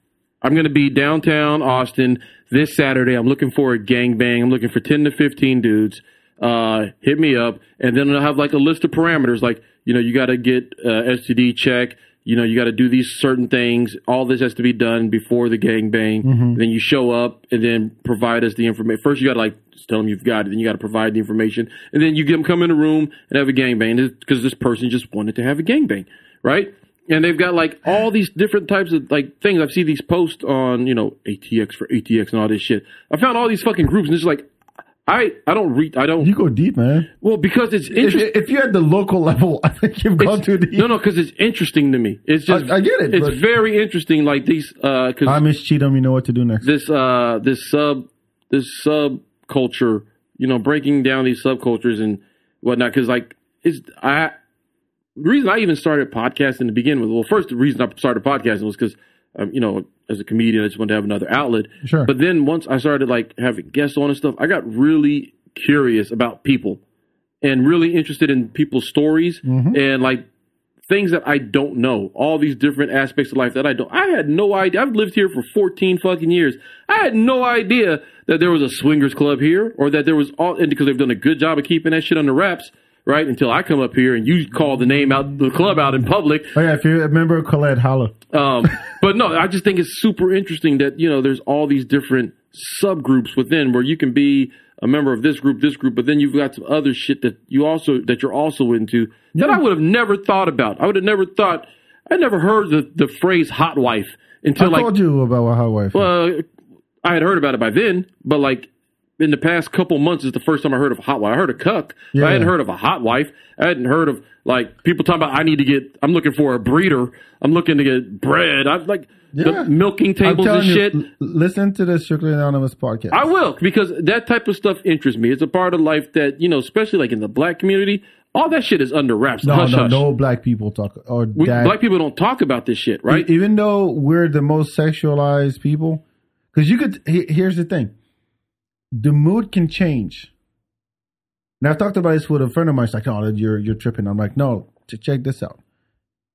Speaker 4: "I'm gonna be downtown Austin this Saturday. I'm looking for a gangbang. I'm looking for ten to fifteen dudes. Uh, hit me up, and then I'll have like a list of parameters. Like, you know, you got to get uh, STD check. You know, you got to do these certain things. All this has to be done before the gangbang. Then you show up, and then provide us the information. First, you got to like just tell them you've got it. Then you got to provide the information, and then you get them come in the room and have a gangbang because this person just wanted to have a gangbang, right? And they've got like all these different types of like things. I've seen these posts on you know ATX for ATX and all this shit. I found all these fucking groups, and it's like I I don't read I don't
Speaker 3: you go deep, man.
Speaker 4: well because it's
Speaker 3: If,
Speaker 4: interesting.
Speaker 3: if you're at the local level, I think you've gone too deep.
Speaker 4: No, no, because it's interesting to me. It's just
Speaker 3: I- I get it,
Speaker 4: It's
Speaker 3: but-
Speaker 4: very interesting. Like these, uh, because
Speaker 3: I miss Cheatham. You know what to do next.
Speaker 4: this uh this sub this subculture you know breaking down these subcultures and whatnot because like it's i the reason i even started podcasting to begin with well first the reason i started podcasting was because um, you know as a comedian i just wanted to have another outlet
Speaker 3: Sure.
Speaker 4: but then once i started like having guests on and stuff i got really curious about people and really interested in people's stories and like things that I don't know, all these different aspects of life that I don't. I had no idea. I've lived here for 14 fucking years. I had no idea that there was a swingers club here or that there was all, and because they've done a good job of keeping that shit under wraps, right? Until I come up here and you call the name out, the club out in public.
Speaker 3: oh, yeah. If you're a member of Colette, holla.
Speaker 4: Um, but no, I just think it's super interesting that you know there's all these different subgroups within where you can be a member of this group, this group, but then you've got some other shit that you also that you're also into that I would have never thought about. I would have never thought. I never heard the the phrase "hot wife"
Speaker 3: I
Speaker 4: until like
Speaker 3: told you about my hot wife.
Speaker 4: uh, I had heard about it by then, but like in the past couple months is the first time I heard of a hot wife. I heard of cuck. but I
Speaker 3: Yeah.
Speaker 4: hadn't heard of a hot wife. I hadn't heard of like people talking about I need to get I'm looking for a breeder. I'm looking to get bread. I'm like
Speaker 3: Yeah.
Speaker 4: the milking
Speaker 3: I'm
Speaker 4: tables and
Speaker 3: telling you,
Speaker 4: shit.
Speaker 3: l- listen to the Strictly Anonymous podcast.
Speaker 4: I will because that type of stuff interests me. It's a part of life that, you know, especially like in the black community, all that shit is under wraps.
Speaker 3: no,
Speaker 4: hush,
Speaker 3: no,
Speaker 4: hush.
Speaker 3: no black people talk or
Speaker 4: We,
Speaker 3: that.
Speaker 4: black people don't talk about this shit, right?
Speaker 3: E- Even though we're the most sexualized people, because you could. he- Here's the thing: the mood can change. Now I've talked about this with a friend of mine. He's like, "Oh, you're you're tripping." I'm like, "No, ch- check this out.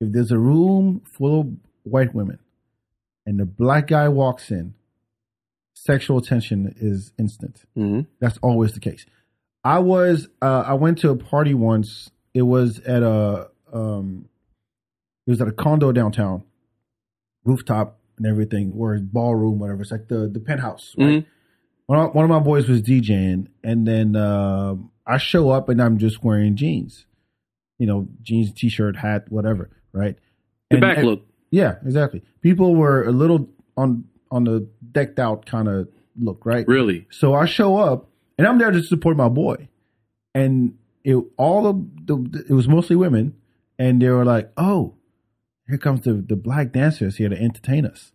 Speaker 3: If there's a room full of white women, and the black guy walks in, sexual tension is instant.
Speaker 4: Mhm.
Speaker 3: That's always the case. I was uh, I went to a party once. It was at a um, it was at a condo downtown, rooftop and everything, or ballroom, whatever. It's like the the penthouse. Right?
Speaker 4: Mm-hmm.
Speaker 3: One, of, one of my boys was DJing, and then um I show up and I'm just wearing jeans, you know, jeans, t-shirt, hat, whatever, right?
Speaker 4: the
Speaker 3: And-
Speaker 4: back
Speaker 3: and-
Speaker 4: look.
Speaker 3: yeah, exactly. People were a little on on the decked out kind of look, right?
Speaker 4: Really?
Speaker 3: So I show up and I'm there to support my boy. And it all of the it was mostly women and they were like, "Oh, here comes the the black dancers here to entertain us."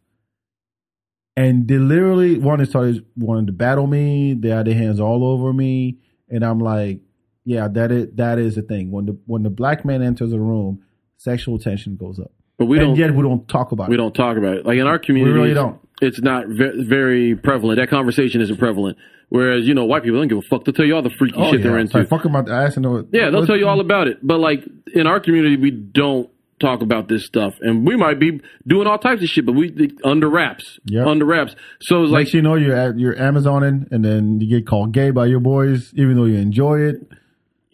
Speaker 3: And they literally wanted started wanted to battle me. They had their hands all over me, and I'm like, "Yeah, that is that is the thing. When the when the black man enters a room, sexual tension goes up.
Speaker 4: But we
Speaker 3: and
Speaker 4: don't.
Speaker 3: yet we don't talk about
Speaker 4: we
Speaker 3: it.
Speaker 4: don't talk about it. Like in our community,
Speaker 3: really don't.
Speaker 4: It's not ve- very prevalent. That conversation isn't prevalent. Whereas you know, white people don't give a fuck. They'll tell you all the freaky shit they're into.
Speaker 3: Like, Oh, fuck about the ass and all.
Speaker 4: yeah, they'll tell you all about it. But like in our community, we don't talk about this stuff, and we might be doing all types of shit, but we under wraps,
Speaker 3: Yep.
Speaker 4: under wraps. So it's like
Speaker 3: Like you know, you're at, you're Amazoning, and then you get called gay by your boys, even though you enjoy it.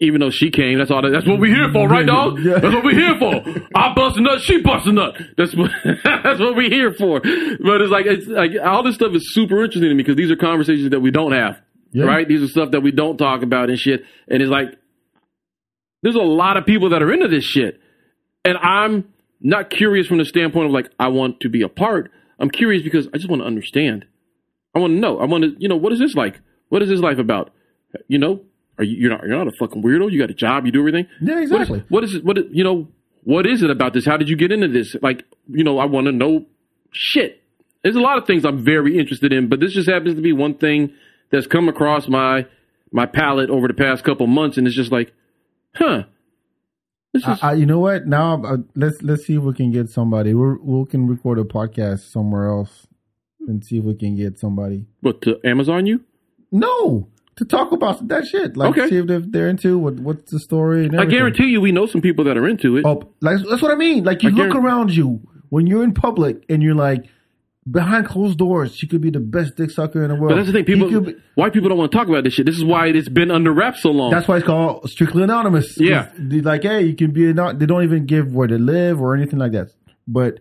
Speaker 4: even though she came, that's all. That, that's what we here for, right, dog?
Speaker 3: Yeah.
Speaker 4: That's what we here for. I bust a nut, she bust a nut. That's what that's what we here for. But it's like it's like all this stuff is super interesting to me because these are conversations that we don't have,
Speaker 3: Yeah.
Speaker 4: right? These are stuff that we don't talk about and shit. And it's like there's a lot of people that are into this shit, and I'm not curious from the standpoint of like I want to be a part. I'm curious because I just want to understand. I want to know. I want to, you know, what is this like? What is this life about? You know, are you you're not you're not a fucking weirdo? You got a job. You do everything.
Speaker 3: Yeah, exactly.
Speaker 4: What is, what is it? What is- you know? What is it about this? How did you get into this? Like, you know, I want to know shit. There's a lot of things I'm very interested in, but this just happens to be one thing that's come across my my palate over the past couple months, and it's just like, huh? This is
Speaker 3: I, I, you know what? Now uh, let's let's see if we can get somebody. We're, we can record a podcast somewhere else and see if we can get somebody.
Speaker 4: what to Amazon you?
Speaker 3: No, to talk about that shit. Like
Speaker 4: Okay.
Speaker 3: see if they're, they're into what what's the story. And
Speaker 4: I
Speaker 3: everything. Oh,
Speaker 4: guarantee you, we know some people that are into it.
Speaker 3: up. Like that's what I mean. Like you
Speaker 4: I
Speaker 3: look
Speaker 4: guarantee-
Speaker 3: around you when you're in public and you're like behind closed doors, she could be the best dick sucker in the world.
Speaker 4: But that's the thing,
Speaker 3: He
Speaker 4: people.
Speaker 3: could be-
Speaker 4: white people don't want to talk about this shit. This is why it's been under wraps so long.
Speaker 3: that's why it's called strictly anonymous.
Speaker 4: Yeah.
Speaker 3: They're like hey, you can be not. They don't even give where they live or anything like that. But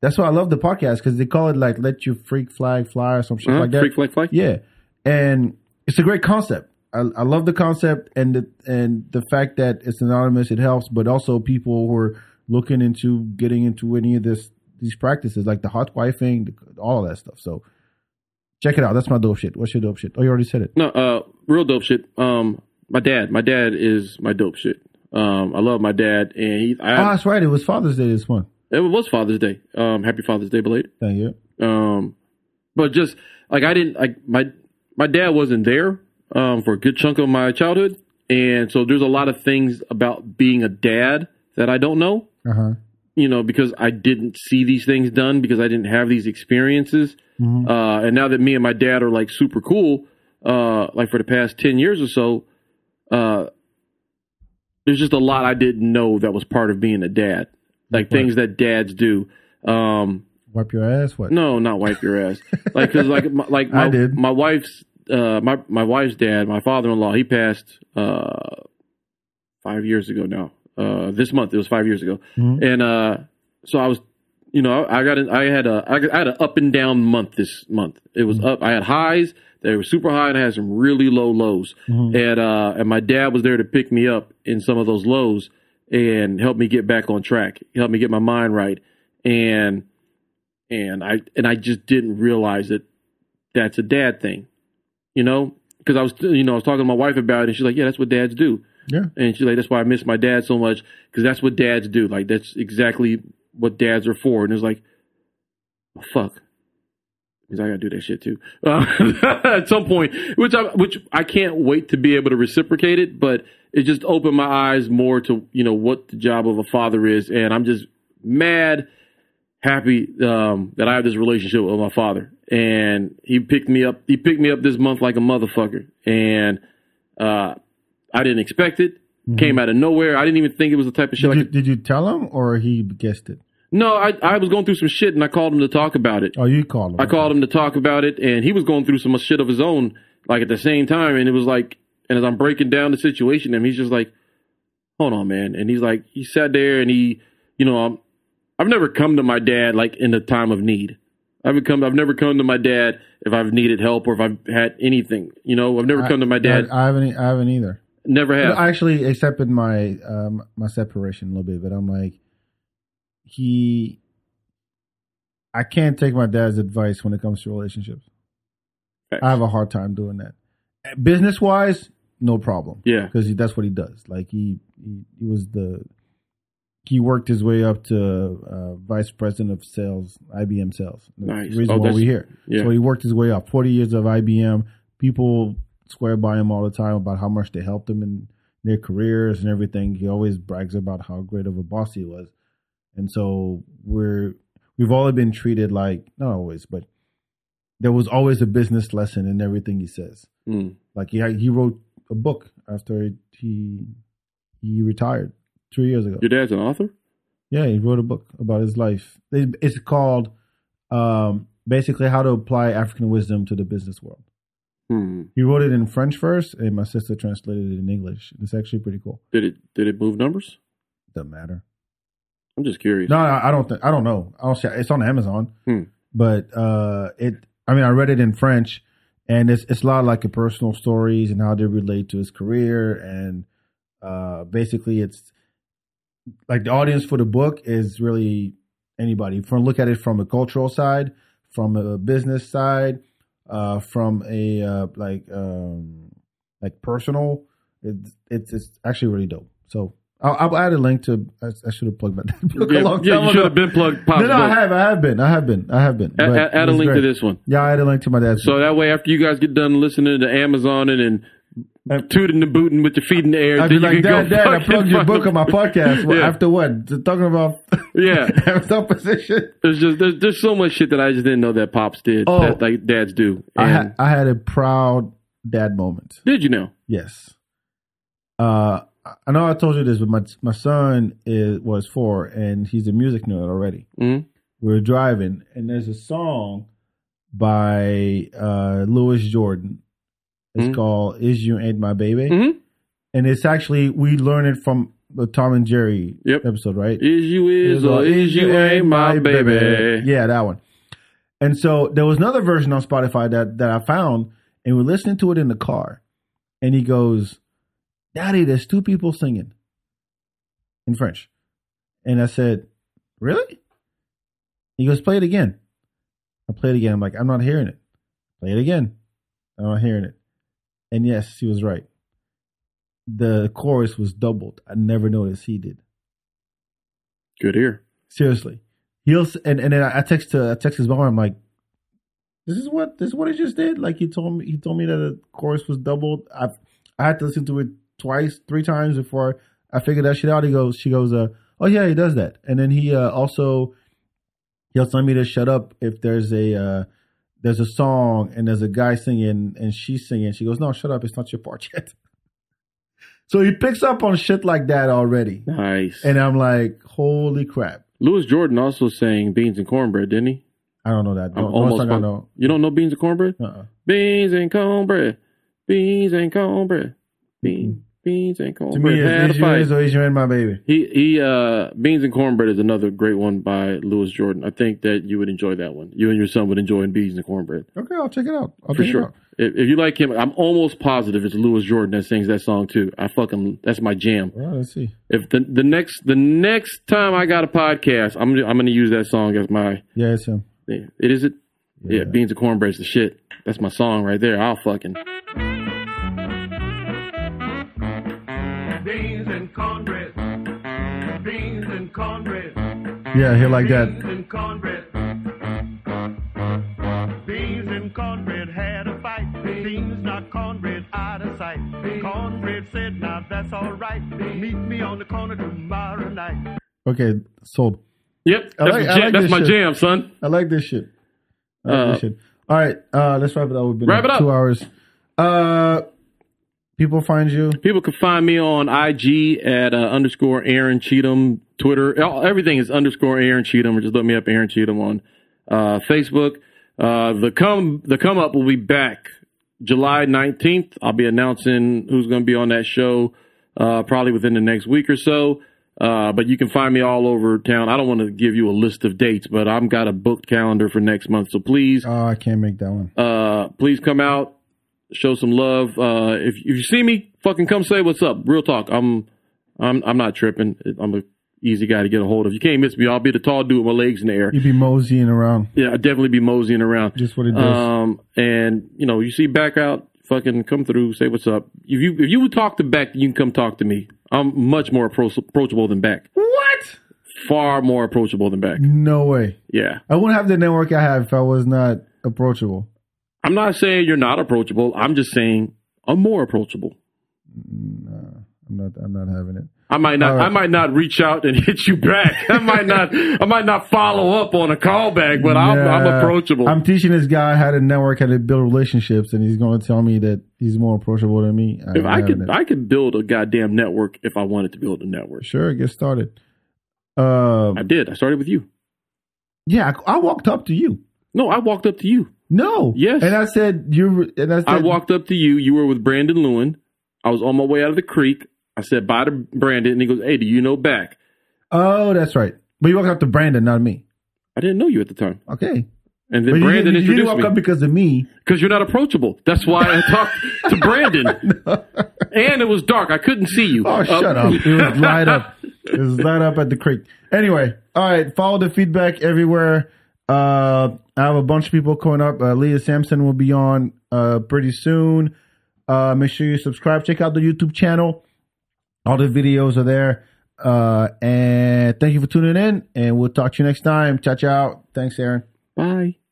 Speaker 3: that's why I love the podcast because they call it like "Let Your Freak Flag Fly" or some shit
Speaker 4: Uh-huh.
Speaker 3: like that.
Speaker 4: Freak flag flag.
Speaker 3: Yeah, and it's a great concept. I, I love the concept and the and the fact that it's anonymous. It helps, but also people who are looking into getting into any of this these practices, like the hot wifing, the, all of that stuff. So check it out. That's my dope shit. What's your dope shit? Oh, you already said it.
Speaker 4: No, uh, real dope shit. Um, my dad. My dad is my dope shit. Um, I love my dad, and he.
Speaker 3: Oh,
Speaker 4: I,
Speaker 3: that's right. It was Father's Day this one.
Speaker 4: it was Father's Day. Um, happy Father's Day, belated.
Speaker 3: Thank you.
Speaker 4: Um, but just like I didn't like my my dad wasn't there um, for a good chunk of my childhood, and so there's a lot of things about being a dad that I don't know.
Speaker 3: Uh huh.
Speaker 4: you know, because I didn't see these things done because I didn't have these experiences. Uh, and now that me and my dad are like super cool, uh, like for the past 10 years or so, uh, there's just a lot I didn't know that was part of being a dad, like things that dads do. Um,
Speaker 3: Wipe your ass. What?
Speaker 4: no, not wipe your ass. Like, cause like, my, like my,
Speaker 3: I did.
Speaker 4: my wife's, uh, my, my wife's dad, my father-in-law, he passed, uh, five years ago now. Uh, this month it was five years ago,
Speaker 3: Mm-hmm.
Speaker 4: and uh, so I was, you know, I got, an, I had a, I, got, I had an up and down month this month. It was
Speaker 3: Mm-hmm.
Speaker 4: up. I had highs. They were super high, and I had some really low lows.
Speaker 3: Mm-hmm.
Speaker 4: And uh, and my dad was there to pick me up in some of those lows and help me get back on track, help me get my mind right, and and I and I just didn't realize that that's a dad thing, you know. Because I was, you know, I was talking to my wife about it, and she's like, "Yeah, that's what dads do."
Speaker 3: Yeah.
Speaker 4: And she's like, that's why I miss my dad so much because that's what dads do. Like, that's exactly what dads are for. And it's like, fuck. Because I got to do that shit too. Uh, at some point, which I, which I can't wait to be able to reciprocate it, but it just opened my eyes more to, you know, what the job of a father is. And I'm just mad happy um, that I have this relationship with my father. And he picked me up. He picked me up this month like a motherfucker. And, uh, I didn't expect it. Came out of nowhere. I didn't even think it was the type of shit.
Speaker 3: Did
Speaker 4: Like,
Speaker 3: you, did you tell him or he guessed it?
Speaker 4: no, I, I was going through some shit, and I called him to talk about it.
Speaker 3: Oh, you called him.
Speaker 4: I called him to talk about it, and he was going through some shit of his own, like at the same time. And it was like, and as I'm breaking down the situation, to him he's just like, "Hold on, man." And he's like, he sat there, and he, you know, I'm, I've never come to my dad like in a time of need. I've come, I've never come to my dad if I've needed help or if I've had anything. You know, I've never come to my dad.
Speaker 3: I, I haven't. e, I haven't either.
Speaker 4: never have.
Speaker 3: I actually accepted my um, my separation a little bit, but I'm like, he, I can't take my dad's advice when it comes to relationships. I have a hard time doing that. Business wise, no problem.
Speaker 4: Yeah.
Speaker 3: because that's what he does. Like he, he he was the he worked his way up to uh, vice president of sales, IBM sales. That's
Speaker 4: Nice.
Speaker 3: The reason
Speaker 4: Oh,
Speaker 3: why
Speaker 4: that's-
Speaker 3: we're here.
Speaker 4: yeah.
Speaker 3: So he worked his way up. Forty years of IBM. People swear by him all the time about how much they helped him in their careers and everything. He always brags about how great of a boss he was. And so we're we've all been treated like not always, but there was always a business lesson in everything he says.
Speaker 4: Mm.
Speaker 3: Like he he wrote a book after he he retired three years ago.
Speaker 4: Your dad's an author?
Speaker 3: Yeah, he wrote a book about his life. It- It's called um, basically how to apply African wisdom to the business world.
Speaker 4: Hmm.
Speaker 3: He wrote it in French first, and my sister translated it in English. It's actually pretty cool.
Speaker 4: Did it did it move numbers?
Speaker 3: Doesn't matter.
Speaker 4: I'm just curious.
Speaker 3: No, I I don't. Th- I don't know. I'll say it's on Amazon,
Speaker 4: Hmm.
Speaker 3: but uh, it. I mean, I read it in French, and it's it's a lot like a personal stories and how they relate to his career, and uh, basically, it's like the audience for the book is really anybody. From look at it from a cultural side, from a business side, uh, from a uh, like um, like personal. It's it's it's actually really dope. So. I'll, I'll add a link to. I, I should have plugged that book a
Speaker 4: Yeah,
Speaker 3: long
Speaker 4: yeah,
Speaker 3: time
Speaker 4: you
Speaker 3: ago.
Speaker 4: should have been plugged. Pop's
Speaker 3: No, no, I
Speaker 4: book.
Speaker 3: have, I have been, I have been, I have been.
Speaker 4: A-
Speaker 3: but
Speaker 4: a- add a
Speaker 3: it's
Speaker 4: link
Speaker 3: great.
Speaker 4: to this one.
Speaker 3: Yeah, I add a link to my dad's.
Speaker 4: So that way, after you guys get done listening to Amazon and, and
Speaker 3: And-
Speaker 4: tooting the booting with your feet in the air,
Speaker 3: I'd be
Speaker 4: then you
Speaker 3: like, Dad,
Speaker 4: can go
Speaker 3: Dad, I
Speaker 4: fucking
Speaker 3: plugged your
Speaker 4: find
Speaker 3: book
Speaker 4: the-
Speaker 3: on my podcast. Well,
Speaker 4: Yeah.
Speaker 3: After what? Talking about
Speaker 4: Yeah.
Speaker 3: Amazon position.
Speaker 4: There's just there's, there's so much shit that I just didn't know that pops did
Speaker 3: Oh.
Speaker 4: that like dads do.
Speaker 3: I,
Speaker 4: And
Speaker 3: ha- I had a proud dad moment.
Speaker 4: did you know?
Speaker 3: Yes. Uh, I- I know I told you this, but my my son is was four, and he's a music nerd already.
Speaker 4: Mhm.
Speaker 3: We were driving, and there's a song by uh, Louis Jordan. It's
Speaker 4: Mhm.
Speaker 3: called "Is You Ain't My Baby,"
Speaker 4: Mhm.
Speaker 3: and it's actually we learned it from the Tom and Jerry
Speaker 4: Yep.
Speaker 3: episode, right?
Speaker 4: Is you is or is you ain't my baby?
Speaker 3: Yeah, that one. And so there was another version on Spotify that that I found, and we're listening to it in the car, and he goes, "Daddy, there's two people singing in French," and I said, "Really?" He goes, "Play it again." I play it again. I'm like, "I'm not hearing it." Play it again. I'm not hearing it. And yes, he was right. The chorus was doubled. I never noticed he did.
Speaker 4: Good ear.
Speaker 3: Seriously, he'll s- and and then I I text uh, I text his mom. I'm like, this is what this is what he just did. Like he told me he told me that the chorus was doubled. I I had to listen to it twice, three times before I figured that shit out. He goes, she goes, uh, oh yeah, he does that. And then he uh, also he'll tell me to shut up if there's a uh, there's a song and there's a guy singing and she's singing. She goes, no, shut up, it's not your part yet. so he picks up on shit like that already,
Speaker 4: Nice.
Speaker 3: and I'm like, holy crap.
Speaker 4: Louis Jordan also sang beans and cornbread, didn't he?
Speaker 3: I don't know that.
Speaker 4: I'm
Speaker 3: Oh, No,
Speaker 4: almost
Speaker 3: almost I
Speaker 4: fuck-
Speaker 3: know.
Speaker 4: You don't know beans and cornbread?
Speaker 3: Uh-uh.
Speaker 4: Beans and cornbread. Beans and cornbread. Beans, beans and
Speaker 3: To
Speaker 4: cornbread.
Speaker 3: me, it's
Speaker 4: Had a
Speaker 3: Is You
Speaker 4: fight.
Speaker 3: Is or Is You Ain't My Baby.
Speaker 4: He he uh Beans and Cornbread is another great one by Lewis Jordan. I think that you would enjoy that one. You and your son would enjoy Beans and Cornbread.
Speaker 3: Okay, I'll check it out. I'll
Speaker 4: For
Speaker 3: check It
Speaker 4: sure.
Speaker 3: out.
Speaker 4: If, if you like him, I'm almost positive it's Lewis Jordan that sings that song too. I fucking that's my jam.
Speaker 3: All right, let's see.
Speaker 4: If the the next the next time I got a podcast, I'm gonna- I'm going to use that song as my
Speaker 3: Yeah, it's him.
Speaker 4: it is it yeah, Beans and Cornbread's the shit. That's my song right there. I'll fucking
Speaker 7: Beans and cornbread. Beans and cornbread.
Speaker 3: Yeah, he like
Speaker 7: Beans
Speaker 3: that.
Speaker 7: and cornbread. Beans and cornbread had a fight. Beans knocked cornbread out of sight. Cornbread said, now that's all right. Meet me on the corner tomorrow night.
Speaker 3: Okay, sold.
Speaker 4: Yep, that's,
Speaker 3: I like-
Speaker 4: my
Speaker 3: I
Speaker 4: jam-
Speaker 3: like
Speaker 4: that's
Speaker 3: this
Speaker 4: my
Speaker 3: shit.
Speaker 4: jam, son.
Speaker 3: I like this shit. I like
Speaker 4: Uh,
Speaker 3: this shit. All right, uh, let's wrap it up. We've been
Speaker 4: Wrap
Speaker 3: like
Speaker 4: it up.
Speaker 3: two hours. Uh, people find you.
Speaker 4: People can find me on IG at uh, underscore Aaron Cheatham, Twitter. all- Everything is underscore Aaron Cheatham. Or just look me up, Aaron Cheatham, on uh, Facebook. Uh, the come the come up will be back July nineteenth. I'll be announcing who's going to be on that show uh, probably within the next week or so. Uh, but you can find me all over town. I don't want to give you a list of dates, but I've got a booked calendar for next month. So please
Speaker 3: Oh, I can't make that one.
Speaker 4: uh, please come out, show some love. Uh, if, if you see me, fucking come say what's up. Real talk. I'm I'm I'm not tripping. I'm a easy guy to get a hold of. You can't miss me. I'll be the tall dude with my legs in the air.
Speaker 3: You'd be moseying around.
Speaker 4: Yeah, I'd definitely be moseying around.
Speaker 3: Just what it does.
Speaker 4: Um, and you know, you see back out, fucking come through, say what's up. If you if you would talk to back, you can come talk to me. I'm much more appro- approachable than back.
Speaker 3: What?
Speaker 4: Far more approachable than back.
Speaker 3: No way.
Speaker 4: Yeah.
Speaker 3: I wouldn't have the network I have if I was not approachable.
Speaker 4: I'm not saying you're not approachable. I'm just saying I'm more approachable.
Speaker 3: I'm not. I'm not having it.
Speaker 4: I might not. I might not reach out and hit you back. I might not. I might not follow up on a callback, but I'm, I'm
Speaker 3: Yeah.
Speaker 4: approachable.
Speaker 3: I'm teaching this guy how to network, how to build relationships, and he's going to tell me that he's more approachable than me. I'm
Speaker 4: if
Speaker 3: not
Speaker 4: I
Speaker 3: having
Speaker 4: could,
Speaker 3: it.
Speaker 4: I could build a goddamn network if I wanted to build a network.
Speaker 3: sure, get started. Uh,
Speaker 4: I did. I started with you.
Speaker 3: yeah, I, I walked up to you.
Speaker 4: No, I walked up to you.
Speaker 3: No.
Speaker 4: Yes.
Speaker 3: And I said you. And I said
Speaker 4: I walked up to you. You were with Brandon Lewin. I was on my way out of the creek. I said bye to Brandon, and he goes, "Hey, do you know back?"
Speaker 3: Oh, that's right. But you walked up to Brandon, not me.
Speaker 4: I didn't know you at the time,
Speaker 3: Okay.
Speaker 4: and
Speaker 3: But
Speaker 4: then
Speaker 3: you
Speaker 4: Brandon
Speaker 3: didn't- you, didn't
Speaker 4: introduced
Speaker 3: walk
Speaker 4: me.
Speaker 3: up because of me.
Speaker 4: because you're not approachable. That's why I talked to Brandon. And it was dark. I couldn't see you. Uh,
Speaker 3: Oh, shut up. It was light up. It was light up at the creek. Anyway, all right. Follow the feedback everywhere. Uh, I have a bunch of people coming up. Uh, Leah Sampson will be on uh, pretty soon. Uh, make sure you subscribe. Check out the YouTube channel. All the videos are there. Uh, and thank you for tuning in. And we'll talk to you next time. Ciao, ciao. Thanks, Aaron.
Speaker 4: Bye.